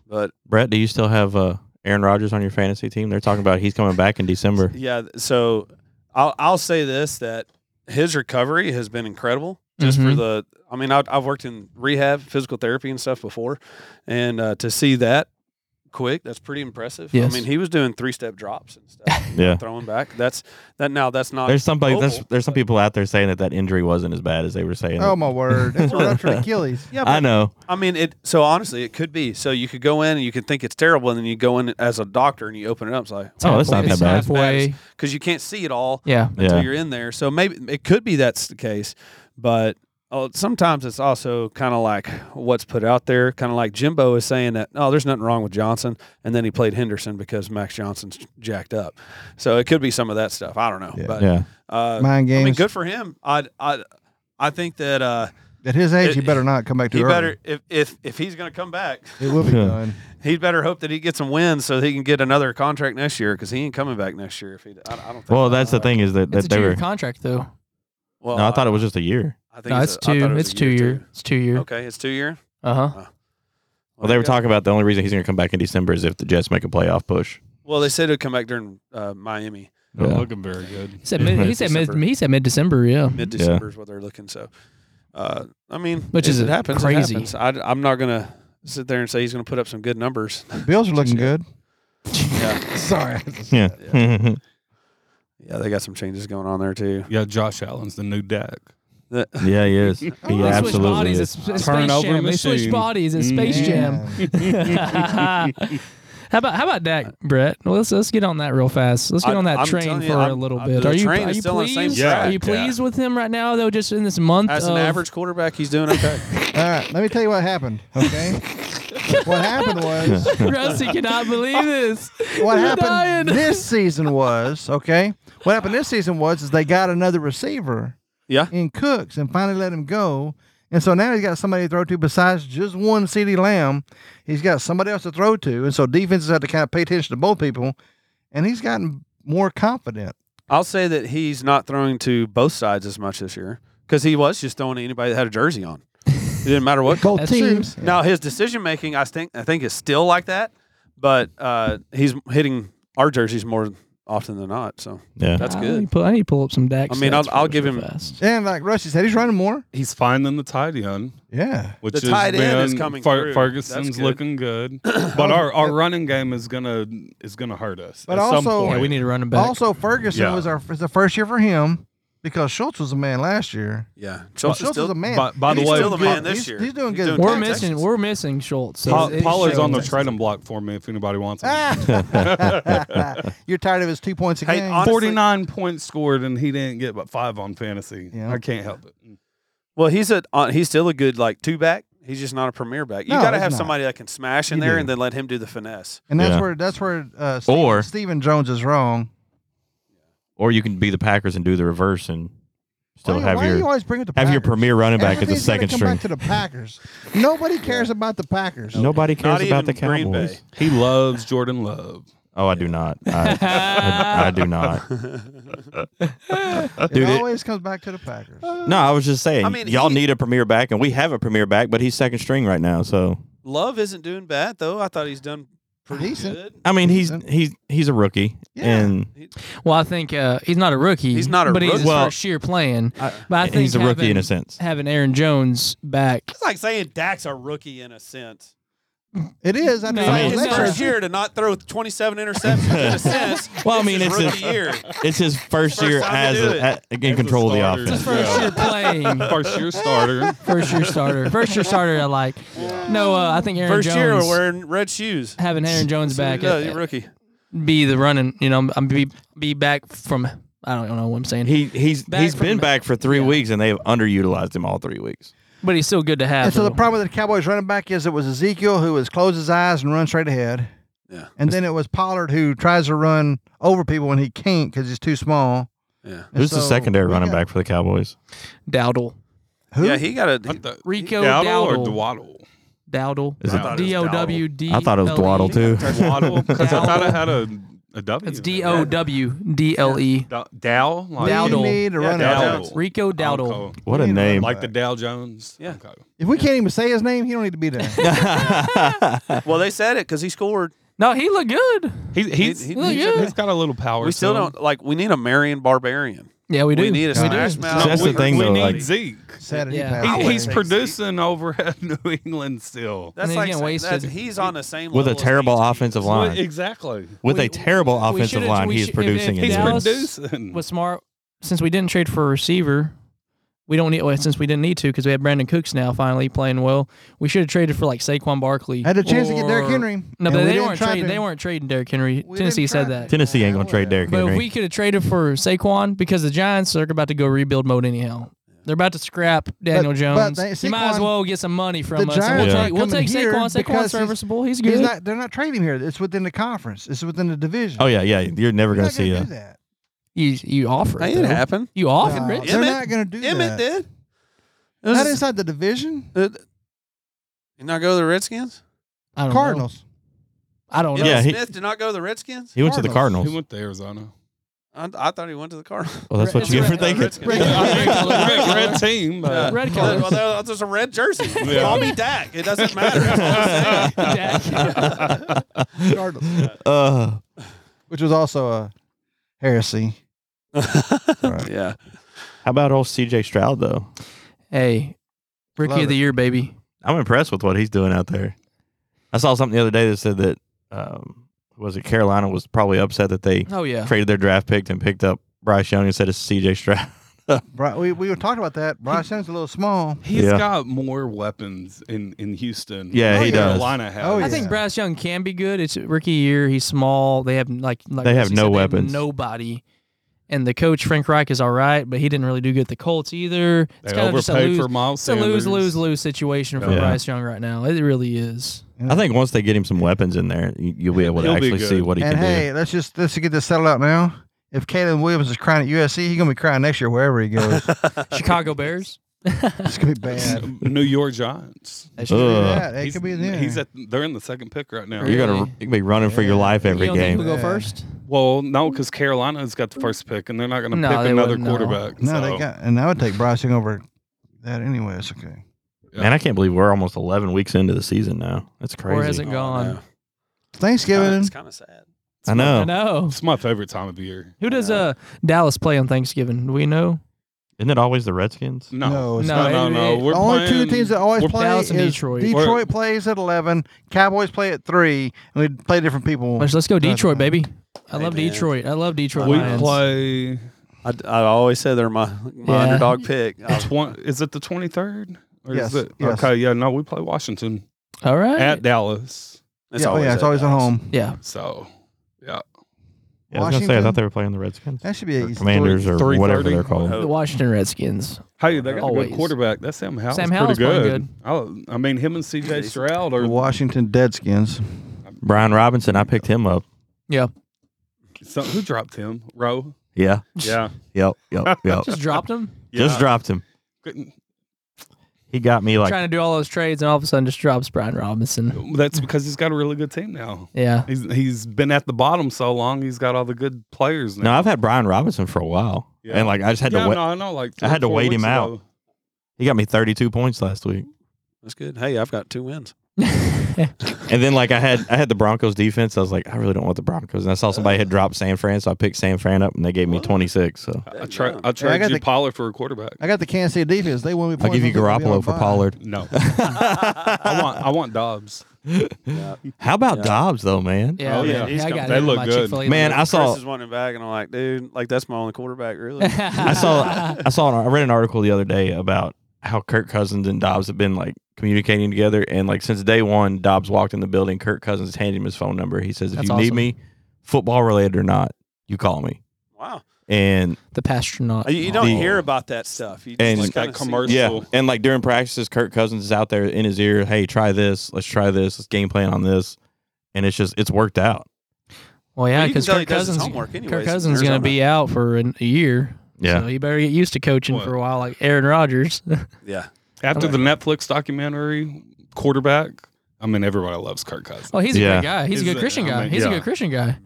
Speaker 1: But
Speaker 4: Brett, do you still have uh, Aaron Rodgers on your fantasy team? They're talking about he's coming back in December.
Speaker 1: yeah, so I'll I'll say this that his recovery has been incredible. Just for
Speaker 2: Mhm.
Speaker 1: the, I mean, I, I've worked in rehab, physical therapy, and stuff before, and uh, to see that quick, that's pretty impressive.
Speaker 2: Yes.
Speaker 1: I mean, he was doing three step drops and stuff,
Speaker 4: Yeah.
Speaker 1: throwing back. That's that. Now that's not.
Speaker 4: There's somebody. There's
Speaker 1: Oh.
Speaker 4: there's some people out there saying that that injury wasasn't as bad as they were saying.
Speaker 6: Oh my word! It's right after Achilles.
Speaker 1: yeah, but
Speaker 4: I know.
Speaker 1: I mean, it. So honestly, it could be. So you could go in and you could think it's terrible, and then you go in as a doctor and you open it up. It's like,
Speaker 4: Oh, that's not
Speaker 2: It's
Speaker 4: that bad.
Speaker 2: Halfway.
Speaker 1: because you can't see it all
Speaker 2: Yeah.
Speaker 1: until
Speaker 4: Yeah.
Speaker 1: you're in there. So maybe it could be that's the case, but oh, sometimes it's also kind of like what's put out there. Kind of like Jimbo is saying that oh, there's nothing wrong with Johnson, and then he played Henderson because Max Johnson's jacked up. So it could be some of that stuff. I don't know, but
Speaker 4: Yeah.
Speaker 1: uh,
Speaker 6: Mind
Speaker 1: I
Speaker 6: games.
Speaker 1: mean, good for him. I I I think that uh,
Speaker 6: At his age, he
Speaker 1: It-
Speaker 6: better not come back too
Speaker 1: he
Speaker 6: early.
Speaker 1: better if if if he's gonna come back,
Speaker 6: It will be done.
Speaker 1: he'd better hope that he gets some wins so he can get another contract next year because he ain't coming back next year if he. I, I don't think.
Speaker 4: Well, that's the thing is that,
Speaker 2: It's a
Speaker 4: that they
Speaker 2: two-year
Speaker 4: were.
Speaker 2: contract though.
Speaker 1: Well,
Speaker 4: No, I thought it was just a year.
Speaker 1: I think
Speaker 2: No, it's
Speaker 1: a- I thought
Speaker 2: two.
Speaker 1: it was
Speaker 2: It's
Speaker 1: a
Speaker 2: two year.
Speaker 1: too.
Speaker 2: It's two year.
Speaker 1: Okay, it's two year.
Speaker 2: Uh
Speaker 1: Well,
Speaker 2: huh.
Speaker 4: Well, they were
Speaker 1: yeah.
Speaker 4: talking about the only reason he's going to come back in December is if the Jets make a playoff push.
Speaker 1: Well, they said it'd come back during uh, Miami
Speaker 5: Not
Speaker 4: Yeah.
Speaker 5: looking very good.
Speaker 2: He said mid. He said mid.
Speaker 1: Mid-December.
Speaker 2: He said mid December. Yeah.
Speaker 1: mid December is what they're looking. So, uh, I mean,
Speaker 2: Which
Speaker 1: if
Speaker 2: is
Speaker 1: it happens.
Speaker 2: crazy.
Speaker 1: It happens. I, am not gonna sit there and say he's gonna put up some good numbers.
Speaker 6: Bills are looking good.
Speaker 1: yeah,
Speaker 6: Sorry.
Speaker 4: Yeah.
Speaker 1: yeah, they got some changes going on there too.
Speaker 5: Yeah, Josh Allen's the new Dak.
Speaker 1: The-
Speaker 4: yeah. He is. He
Speaker 2: They switched
Speaker 4: absolutely
Speaker 2: Bodies
Speaker 4: is.
Speaker 2: at Sp- Space
Speaker 5: Turnover
Speaker 2: Jam. They switched
Speaker 5: machine.
Speaker 2: bodies at Space
Speaker 5: Mm.
Speaker 2: Jam. How about how about Dak, Brett? Well, let's let's get on that real fast. Let's get
Speaker 1: I-
Speaker 2: on that
Speaker 1: I'm
Speaker 2: train
Speaker 1: telling
Speaker 2: for
Speaker 1: you,
Speaker 2: a
Speaker 1: I'm-
Speaker 2: little
Speaker 1: I-
Speaker 2: bit.
Speaker 1: the
Speaker 2: Are you
Speaker 1: train
Speaker 2: are
Speaker 1: is
Speaker 2: you
Speaker 1: still on the
Speaker 2: pleased?
Speaker 1: same
Speaker 5: track,
Speaker 2: Are you
Speaker 5: yeah.
Speaker 2: pleased with him right now though? Just in this month
Speaker 1: As
Speaker 2: of,
Speaker 1: an average quarterback, he's doing okay.
Speaker 6: All right, let me tell you what happened. Okay, what happened was
Speaker 2: Rusty cannot believe this.
Speaker 6: what
Speaker 2: You're
Speaker 6: happened
Speaker 2: dying.
Speaker 6: this season was okay. What happened this season was is they got another receiver.
Speaker 1: Yeah.
Speaker 6: In Cooks and finally let him go. And so now he's got somebody to throw to besides just one CeeDee Lamb. He's got somebody else to throw to. And so defenses have to kind of pay attention to both people. And he's gotten more confident.
Speaker 1: I'll say that he's not throwing to both sides as much this year because he was just throwing to anybody that had a jersey on. It didn't matter what.
Speaker 6: Both
Speaker 2: That's
Speaker 6: teams. Yeah.
Speaker 1: Now his decision making, I think, I think is still like that, but uh, he's hitting our jerseys more often than not. So
Speaker 4: Yeah.
Speaker 1: that's
Speaker 2: I
Speaker 1: good.
Speaker 2: need to pull- I need to pull up some Dak.
Speaker 1: I mean,
Speaker 2: stats
Speaker 1: I'll-
Speaker 2: for
Speaker 1: I'll
Speaker 2: us
Speaker 1: give
Speaker 2: real
Speaker 1: him-
Speaker 2: fast.
Speaker 6: And like Rusty said, he's running more.
Speaker 5: He's finding the tight end,
Speaker 6: Yeah.
Speaker 5: which
Speaker 1: The
Speaker 5: has
Speaker 1: tight end is
Speaker 5: been-
Speaker 1: coming through.
Speaker 5: Ferguson's
Speaker 1: That's good.
Speaker 5: looking good, but our, our running game is gonna is gonna hurt us.
Speaker 6: But
Speaker 5: at some
Speaker 6: also-
Speaker 5: point.
Speaker 2: Yeah, we need to run him back.
Speaker 6: Also, Ferguson
Speaker 5: Yeah.
Speaker 6: was our was the first year for him because Schultz was a man last year.
Speaker 1: Yeah, Schultz
Speaker 6: Schultz,
Speaker 1: is
Speaker 6: was a
Speaker 1: still.
Speaker 6: man.
Speaker 5: by- by the
Speaker 6: He's
Speaker 5: way-
Speaker 6: doing
Speaker 1: Still the man
Speaker 6: good.
Speaker 1: this
Speaker 6: He's-
Speaker 1: year.
Speaker 6: He's doing
Speaker 1: He's
Speaker 6: good.
Speaker 1: doing
Speaker 2: we're
Speaker 1: good.
Speaker 6: Texas.
Speaker 2: missing we're missing Schultz. so
Speaker 5: Pa-
Speaker 2: it- it
Speaker 5: Pollard's on the
Speaker 2: shows.
Speaker 5: trading block for me if anybody wants him.
Speaker 6: Ah. You're tired of his two points a
Speaker 1: Hey,
Speaker 6: game.
Speaker 1: honest-
Speaker 5: Forty nine points scored and he didn't get but five on fantasy.
Speaker 6: Yeah.
Speaker 5: I can't help it.
Speaker 1: Well, he's a uh, he's still a good like two back. He's just not a premier back. You
Speaker 6: No,
Speaker 1: got to
Speaker 6: he's
Speaker 1: have
Speaker 6: not.
Speaker 1: somebody that can smash in
Speaker 6: You
Speaker 1: there
Speaker 6: do.
Speaker 1: and then let him do the finesse.
Speaker 6: and that's
Speaker 4: Yeah.
Speaker 6: where that's where uh, Stephen,
Speaker 4: Or-
Speaker 6: Stephen Jones is wrong.
Speaker 4: Or you can be the Packers and do the reverse and still
Speaker 6: why,
Speaker 4: have
Speaker 6: why do you
Speaker 4: your
Speaker 6: always bring up the
Speaker 4: have your
Speaker 6: Packers?
Speaker 4: premier running back at the
Speaker 6: Everything's gotta
Speaker 4: second
Speaker 6: come
Speaker 4: string.
Speaker 6: Back to the Packers. Nobody cares about the Packers.
Speaker 4: Nobody
Speaker 1: Not
Speaker 4: cares about the
Speaker 1: even Green
Speaker 4: Cowboys.
Speaker 5: He loves Jordan Love.
Speaker 4: Oh, I do not. I, I, I do not.
Speaker 6: it
Speaker 4: Dude, it-
Speaker 6: always comes back to the Packers.
Speaker 1: Uh,
Speaker 4: No, I was just saying.
Speaker 1: I mean,
Speaker 4: y'all
Speaker 1: he-
Speaker 4: need a premier back, and we have a premier back, but he's second string right now. So
Speaker 1: Love isn't doing bad though. I thought he's done pretty
Speaker 6: Decent.
Speaker 1: good.
Speaker 4: I mean, he's he's he's a rookie,
Speaker 6: Yeah.
Speaker 4: and
Speaker 2: Well, I think uh, he's not a rookie.
Speaker 1: He's not a
Speaker 2: but he's
Speaker 1: rookie.
Speaker 2: his
Speaker 4: Well,
Speaker 2: first year playing. but I think
Speaker 4: he's a rookie
Speaker 2: having,
Speaker 4: in a sense.
Speaker 2: having Aaron Jones back.
Speaker 1: It's like saying Dak's a rookie in a sense.
Speaker 6: It is. I mean,
Speaker 2: I
Speaker 1: Like,
Speaker 2: mean,
Speaker 1: his
Speaker 2: it's
Speaker 1: first
Speaker 2: not-
Speaker 1: year to not throw 27 interceptions in a sense.
Speaker 4: Well, I
Speaker 1: It's
Speaker 4: mean,
Speaker 1: his
Speaker 4: it's his-
Speaker 1: rookie year.
Speaker 4: It's his first,
Speaker 1: First
Speaker 4: year
Speaker 1: time to
Speaker 4: as
Speaker 1: do it.
Speaker 4: a, at, in
Speaker 5: a
Speaker 4: control of the
Speaker 5: starter.
Speaker 4: offense.
Speaker 2: First
Speaker 5: Yeah.
Speaker 2: year playing.
Speaker 5: First year starter.
Speaker 2: First year starter. First year starter. I like. No, uh, I think Aaron
Speaker 1: First
Speaker 2: Jones.
Speaker 1: year we're wearing red shoes.
Speaker 2: having Aaron Jones back.
Speaker 1: No,
Speaker 2: uh,
Speaker 1: you're rookie.
Speaker 2: be the running. You know, I'm be be back from. I don't know what I'm saying.
Speaker 4: He he's
Speaker 2: Back
Speaker 4: he's
Speaker 2: from
Speaker 4: been
Speaker 2: the-
Speaker 4: back for three weeks, and they have underutilized him all three weeks.
Speaker 2: but he's still good to have.
Speaker 6: And so the
Speaker 2: though.
Speaker 6: problem with the Cowboys running back is it was Ezekiel who was close his eyes and run straight ahead.
Speaker 1: Yeah.
Speaker 6: And then it was Pollard who tries to run over people when he can't because he's too small.
Speaker 1: Yeah.
Speaker 6: And
Speaker 4: Who's the
Speaker 6: so
Speaker 4: secondary
Speaker 6: we
Speaker 4: running
Speaker 6: got-
Speaker 4: back for the Cowboys?
Speaker 2: Dowdle.
Speaker 6: Who?
Speaker 1: Yeah, he got a.
Speaker 5: What the-
Speaker 2: Rico
Speaker 5: Dowdle or
Speaker 2: Dowdle.
Speaker 5: Dwaddle?
Speaker 2: Dowdle.
Speaker 4: Is it-
Speaker 1: I thought it was
Speaker 2: D O W D. E.
Speaker 4: I thought it was Dwaddle too.
Speaker 5: Dwaddle? Because I thought I had a, a W.
Speaker 2: It's D O W D L E.
Speaker 5: Dow- Dow?
Speaker 6: We
Speaker 5: Like
Speaker 2: Dowdle.
Speaker 6: need a
Speaker 1: Yeah,
Speaker 6: running
Speaker 5: Dowdle.
Speaker 6: back.
Speaker 2: Rico Dowdle.
Speaker 5: Okay.
Speaker 4: What a
Speaker 6: Yeah,
Speaker 4: name!
Speaker 5: Like the Dow Jones?
Speaker 1: Yeah.
Speaker 5: Okay.
Speaker 6: If we can't even say his name, he don't need to be there.
Speaker 1: Well, they said it because he scored.
Speaker 2: No, he looked good.
Speaker 5: He's, he's,
Speaker 1: He-
Speaker 5: he,
Speaker 1: he-
Speaker 2: Look, yeah.
Speaker 5: has got a little power.
Speaker 1: We still
Speaker 5: to him.
Speaker 1: don't like. We need a Marion Barbarian.
Speaker 2: Yeah, we do.
Speaker 1: We need a
Speaker 2: We do.
Speaker 1: smash mouth.
Speaker 4: That's the
Speaker 5: we,
Speaker 4: thing,
Speaker 5: we
Speaker 4: though,
Speaker 5: need
Speaker 4: like-
Speaker 5: Zeke.
Speaker 6: Saturday
Speaker 2: Yeah.
Speaker 6: pass.
Speaker 5: He,
Speaker 1: I
Speaker 5: he's
Speaker 1: would.
Speaker 5: producing over at New England still.
Speaker 1: That's
Speaker 2: he's
Speaker 1: like
Speaker 2: getting
Speaker 1: saying-
Speaker 2: wasted.
Speaker 1: that's- he's on the same
Speaker 4: with a
Speaker 1: level as
Speaker 4: terrible
Speaker 1: these
Speaker 4: offensive
Speaker 1: teams.
Speaker 4: line,
Speaker 5: Exactly.
Speaker 4: with
Speaker 2: We-
Speaker 4: a terrible
Speaker 2: we
Speaker 4: offensive
Speaker 2: should've-
Speaker 4: line,
Speaker 2: we
Speaker 4: he's
Speaker 2: should- if-
Speaker 4: producing.
Speaker 2: if
Speaker 4: it.
Speaker 5: He's
Speaker 2: Dallas-
Speaker 5: producing.
Speaker 2: was smart since we didn't trade for a receiver. We don't need well, since we didn't need to because we have Brandon Cooks now finally playing well. We should have traded for like Saquon Barkley.
Speaker 6: Had a chance to get Derrick
Speaker 2: or-
Speaker 6: Henry.
Speaker 2: No,
Speaker 6: and
Speaker 2: but
Speaker 6: we
Speaker 2: they
Speaker 6: didn't
Speaker 2: weren't
Speaker 6: trap
Speaker 2: trading.
Speaker 6: him.
Speaker 2: They weren't trading Derrick Henry.
Speaker 6: We
Speaker 2: Tennessee
Speaker 6: didn't
Speaker 2: said
Speaker 6: trap
Speaker 2: that.
Speaker 6: him.
Speaker 4: Tennessee ain't gonna trade Derrick
Speaker 2: But
Speaker 4: Henry.
Speaker 2: if we could have traded for Saquon because the Giants are about to go rebuild mode anyhow. They're about to scrap Daniel
Speaker 6: But-
Speaker 2: Jones.
Speaker 6: but they-
Speaker 2: you might as
Speaker 6: Saquon-
Speaker 2: well get some money from
Speaker 6: the
Speaker 2: us. and
Speaker 6: Giants
Speaker 4: Yeah.
Speaker 2: We'll
Speaker 6: aren't
Speaker 2: take, we'll
Speaker 6: coming
Speaker 2: take
Speaker 6: here
Speaker 2: Saquon.
Speaker 6: because he's-
Speaker 2: Saquon's serviceable. He's
Speaker 6: He's
Speaker 2: good.
Speaker 6: not, they're not trading him here. It's within the conference. It's within the division.
Speaker 4: oh yeah, yeah. You're never
Speaker 6: They're
Speaker 4: gonna
Speaker 6: not
Speaker 4: see uh,
Speaker 6: gonna
Speaker 4: it.
Speaker 6: do that.
Speaker 2: you you offer
Speaker 1: That
Speaker 2: it.
Speaker 1: didn't
Speaker 2: though.
Speaker 1: happen.
Speaker 2: You offer
Speaker 6: No,
Speaker 2: it.
Speaker 6: they're
Speaker 1: Emmett-
Speaker 6: not going to do
Speaker 1: Emmett
Speaker 6: that.
Speaker 1: did. It was-
Speaker 6: Not inside the division.
Speaker 1: it- did not go to the Redskins.
Speaker 2: I don't know.
Speaker 6: Cardinals.
Speaker 2: I don't know.
Speaker 1: Emmitt
Speaker 4: Yeah, he-
Speaker 1: Smith did not go to the Redskins.
Speaker 4: He went to the
Speaker 5: He
Speaker 4: Cardinals.
Speaker 5: went to Arizona.
Speaker 1: I, I thought he went to the Cardinals.
Speaker 4: Well, that's what
Speaker 2: It's
Speaker 4: you get
Speaker 2: red-
Speaker 4: for thinking.
Speaker 1: Redskins.
Speaker 2: Red-
Speaker 5: red, red team.
Speaker 1: Yeah.
Speaker 5: But uh,
Speaker 2: Red
Speaker 1: Well,
Speaker 2: colors.
Speaker 1: well, there- there's a red jersey.
Speaker 5: Yeah.
Speaker 1: Call me Dak. It doesn't matter. That's all I'm saying.
Speaker 2: Dak.
Speaker 6: Cardinals.
Speaker 4: Uh,
Speaker 6: Which was also a heresy.
Speaker 1: Yeah.
Speaker 4: how about old C.J. Stroud though?
Speaker 2: Hey, rookie
Speaker 6: Love
Speaker 2: of the
Speaker 6: it.
Speaker 2: year, baby.
Speaker 4: I'm impressed with what he's doing out there. I saw something the other day that said that um, was it Carolina was probably upset that they
Speaker 2: Oh yeah.
Speaker 4: traded their draft pick and picked up Bryce Young instead of C.J. Stroud.
Speaker 6: Bri- we we were talking about that. Bryce Young's a little small.
Speaker 5: He's
Speaker 4: Yeah.
Speaker 5: got more weapons in, in Houston.
Speaker 4: Yeah,
Speaker 5: than
Speaker 6: he does.
Speaker 5: Carolina has.
Speaker 6: Oh,
Speaker 2: I think
Speaker 6: Yeah.
Speaker 2: Bryce Young can be good. It's rookie year. He's small. They have like, like
Speaker 4: They
Speaker 2: Rusty
Speaker 4: have no
Speaker 2: said,
Speaker 4: weapons.
Speaker 2: nobody. And the coach Frank Reich is all right, but he didn't really do good at the Colts either. It's
Speaker 5: they
Speaker 2: kind of just a
Speaker 5: overpaid
Speaker 2: lose,
Speaker 5: for Miles
Speaker 2: it's a
Speaker 5: Sanders.
Speaker 2: lose lose lose situation for
Speaker 4: Yeah.
Speaker 2: Bryce Young right now. It really is.
Speaker 4: I think once they get him some weapons in there, you- you'll be able to
Speaker 5: He'll be
Speaker 4: actually see
Speaker 5: good.
Speaker 4: what he
Speaker 6: and
Speaker 4: can
Speaker 6: hey, let's just let's get this settled out now. If Caleb Williams is crying at USC, he's gonna be crying next year wherever he goes.
Speaker 2: Chicago Bears.
Speaker 6: it's gonna be bad.
Speaker 5: New York Giants.
Speaker 6: That should be
Speaker 4: Ugh.
Speaker 6: that. That
Speaker 5: he's,
Speaker 6: could be there.
Speaker 5: he's at they're in the second pick right now.
Speaker 4: do. You're gonna
Speaker 2: Really?
Speaker 4: you can be running for your
Speaker 6: Yeah.
Speaker 4: life every
Speaker 2: you don't
Speaker 4: game.
Speaker 2: Think we'll go
Speaker 6: Yeah.
Speaker 2: first.
Speaker 5: Well, no, because Carolina's got the first pick, and they're not going to
Speaker 2: No,
Speaker 5: pick
Speaker 2: they
Speaker 5: another
Speaker 2: wouldn't, no.
Speaker 5: quarterback.
Speaker 6: no,
Speaker 5: so,
Speaker 6: they got, and I would take Bryce Young over that anyway. It's okay.
Speaker 4: Man, I can't believe we're almost 11 weeks into the season now. That's crazy.
Speaker 2: Where
Speaker 1: Oh,
Speaker 2: has it gone?
Speaker 5: yeah.
Speaker 6: Thanksgiving.
Speaker 1: It's kind of sad.
Speaker 4: I
Speaker 2: I
Speaker 4: know.
Speaker 2: know.
Speaker 5: It's my favorite time of year.
Speaker 2: Who does uh Dallas play on Thanksgiving? Do we know?
Speaker 4: Isn't it always the Redskins?
Speaker 5: No,
Speaker 6: No, it's
Speaker 5: no,
Speaker 2: not.
Speaker 5: no, no.
Speaker 2: it-
Speaker 5: We're
Speaker 6: the only two
Speaker 5: playing-
Speaker 6: teams that always
Speaker 5: we're
Speaker 6: play
Speaker 2: Dallas and
Speaker 6: is
Speaker 2: Detroit.
Speaker 5: We're-
Speaker 6: plays at eleven. Cowboys play at three, and we play different people.
Speaker 2: Let's, let's go Detroit, baby. I
Speaker 1: Hey,
Speaker 2: love
Speaker 1: man.
Speaker 2: Detroit. I love Detroit.
Speaker 5: We
Speaker 2: Lions.
Speaker 5: play.
Speaker 1: I, I always say they're my, my
Speaker 2: Yeah.
Speaker 1: underdog pick.
Speaker 4: Oh.
Speaker 1: I-
Speaker 5: Tw- is it the twenty third?
Speaker 6: Yes,
Speaker 5: Is it,
Speaker 6: yes.
Speaker 5: Okay. Yeah. No, we play Washington
Speaker 2: All right.
Speaker 5: at Dallas.
Speaker 1: it's
Speaker 6: yeah, oh, yeah, it's
Speaker 1: at
Speaker 6: always at
Speaker 1: Dallas.
Speaker 6: home.
Speaker 2: yeah.
Speaker 5: So yeah,
Speaker 4: Yeah, I was gonna say I
Speaker 6: Washington?
Speaker 4: thought they were playing the Redskins,
Speaker 6: That should be
Speaker 4: or
Speaker 6: easy.
Speaker 4: Commanders, or
Speaker 5: three
Speaker 4: whatever
Speaker 5: thirty.
Speaker 4: they're called.
Speaker 1: Oh.
Speaker 2: The Washington Redskins.
Speaker 5: hey, they got a
Speaker 2: Always.
Speaker 5: good quarterback. That's Sam Howell's
Speaker 2: Sam Howell's
Speaker 5: pretty
Speaker 2: playing
Speaker 5: good. I, I mean, him and C.J. Stroud are
Speaker 6: Washington Deadskins.
Speaker 4: Brian Robinson, I picked him up.
Speaker 2: Yeah.
Speaker 5: so, who dropped him? Rowe.
Speaker 4: Yeah.
Speaker 5: Yeah.
Speaker 4: Yep. Yep. Yep.
Speaker 2: Just dropped him.
Speaker 4: Just dropped him.
Speaker 5: dropped.
Speaker 4: He got me like
Speaker 2: Trying to do all those trades and all of a sudden just drops Brian Robinson.
Speaker 5: That's because he's got a really good team now.
Speaker 2: Yeah.
Speaker 5: He's he's been at the bottom so long. He's got all the good players now.
Speaker 4: No, I've had Brian Robinson for a while,
Speaker 5: Yeah.
Speaker 4: and like I just had
Speaker 5: yeah,
Speaker 4: to. Wait.
Speaker 5: no, I know. Like
Speaker 4: I had
Speaker 5: three or
Speaker 4: to
Speaker 5: four
Speaker 4: wait
Speaker 5: weeks
Speaker 4: him out.
Speaker 5: ago.
Speaker 4: He got me 32 points last week,
Speaker 1: That's good. Hey, I've got two wins.
Speaker 4: Oh, and then like I had I had the Broncos defense. I was like, I really don't want the Broncos, and I saw somebody had dropped San Fran, so I picked San Fran up, and they gave me 26. So
Speaker 5: I, I tra- I
Speaker 6: Yeah, I
Speaker 5: traded
Speaker 6: got
Speaker 5: you
Speaker 6: the-
Speaker 5: Pollard for a quarterback.
Speaker 6: I got the Kansas City defense. They won't be.
Speaker 4: I'll give you Garoppolo for Pollard.
Speaker 5: No, I want I want Dobbs.
Speaker 4: How about
Speaker 1: Yeah.
Speaker 4: Dobbs though, man?
Speaker 2: Yeah.
Speaker 5: Oh, yeah.
Speaker 2: man.
Speaker 1: He's
Speaker 2: I
Speaker 1: got-
Speaker 2: got
Speaker 5: they
Speaker 2: hit with
Speaker 5: look
Speaker 2: my
Speaker 5: good.
Speaker 2: Chick-fil-A
Speaker 4: Man,
Speaker 2: look.
Speaker 4: I saw
Speaker 1: Chris is wanting back, and I'm like, dude, like that's my only quarterback, really.
Speaker 4: I saw I saw I read an article the other day about how Kirk Cousins and Dobbs have been like communicating together and like since day one Dobbs walked in the building, Kirk Cousins handed him his phone number. He says, If
Speaker 2: That's
Speaker 4: you need
Speaker 2: awesome.
Speaker 4: me, football related or not, you call me.
Speaker 1: Wow,
Speaker 4: And
Speaker 2: the pastronaut.
Speaker 1: you, Uh, you don't
Speaker 4: The-
Speaker 1: hear about that stuff. You just
Speaker 4: and-
Speaker 1: like, kinda
Speaker 5: That
Speaker 1: see-
Speaker 5: commercial-
Speaker 4: yeah.
Speaker 5: Cool.
Speaker 4: And like during practices, Kirk Cousins is out there in his ear, hey, try this, let's try this, let's game plan on this. And it's just it's worked out.
Speaker 2: Well,
Speaker 1: Well,
Speaker 2: yeah,
Speaker 1: you can
Speaker 2: because
Speaker 1: tell he
Speaker 2: Kirk
Speaker 1: does his
Speaker 2: Cousins,
Speaker 1: homework anyways
Speaker 2: Kirk
Speaker 1: in
Speaker 2: Cousins going
Speaker 1: Arizona.
Speaker 2: to be out for an, a year.
Speaker 4: Yeah.
Speaker 2: So you better get used to coaching for a while, like Aaron Rodgers.
Speaker 1: Yeah,
Speaker 5: After the Netflix documentary, quarterback. I mean, everybody loves Kirk Cousins.
Speaker 2: oh, he's a
Speaker 4: Yeah.
Speaker 2: good guy. He's a
Speaker 5: He's
Speaker 2: good
Speaker 5: a-
Speaker 2: Christian
Speaker 5: I
Speaker 2: guy.
Speaker 5: mean,
Speaker 2: He's a
Speaker 5: yeah.
Speaker 2: good Christian guy.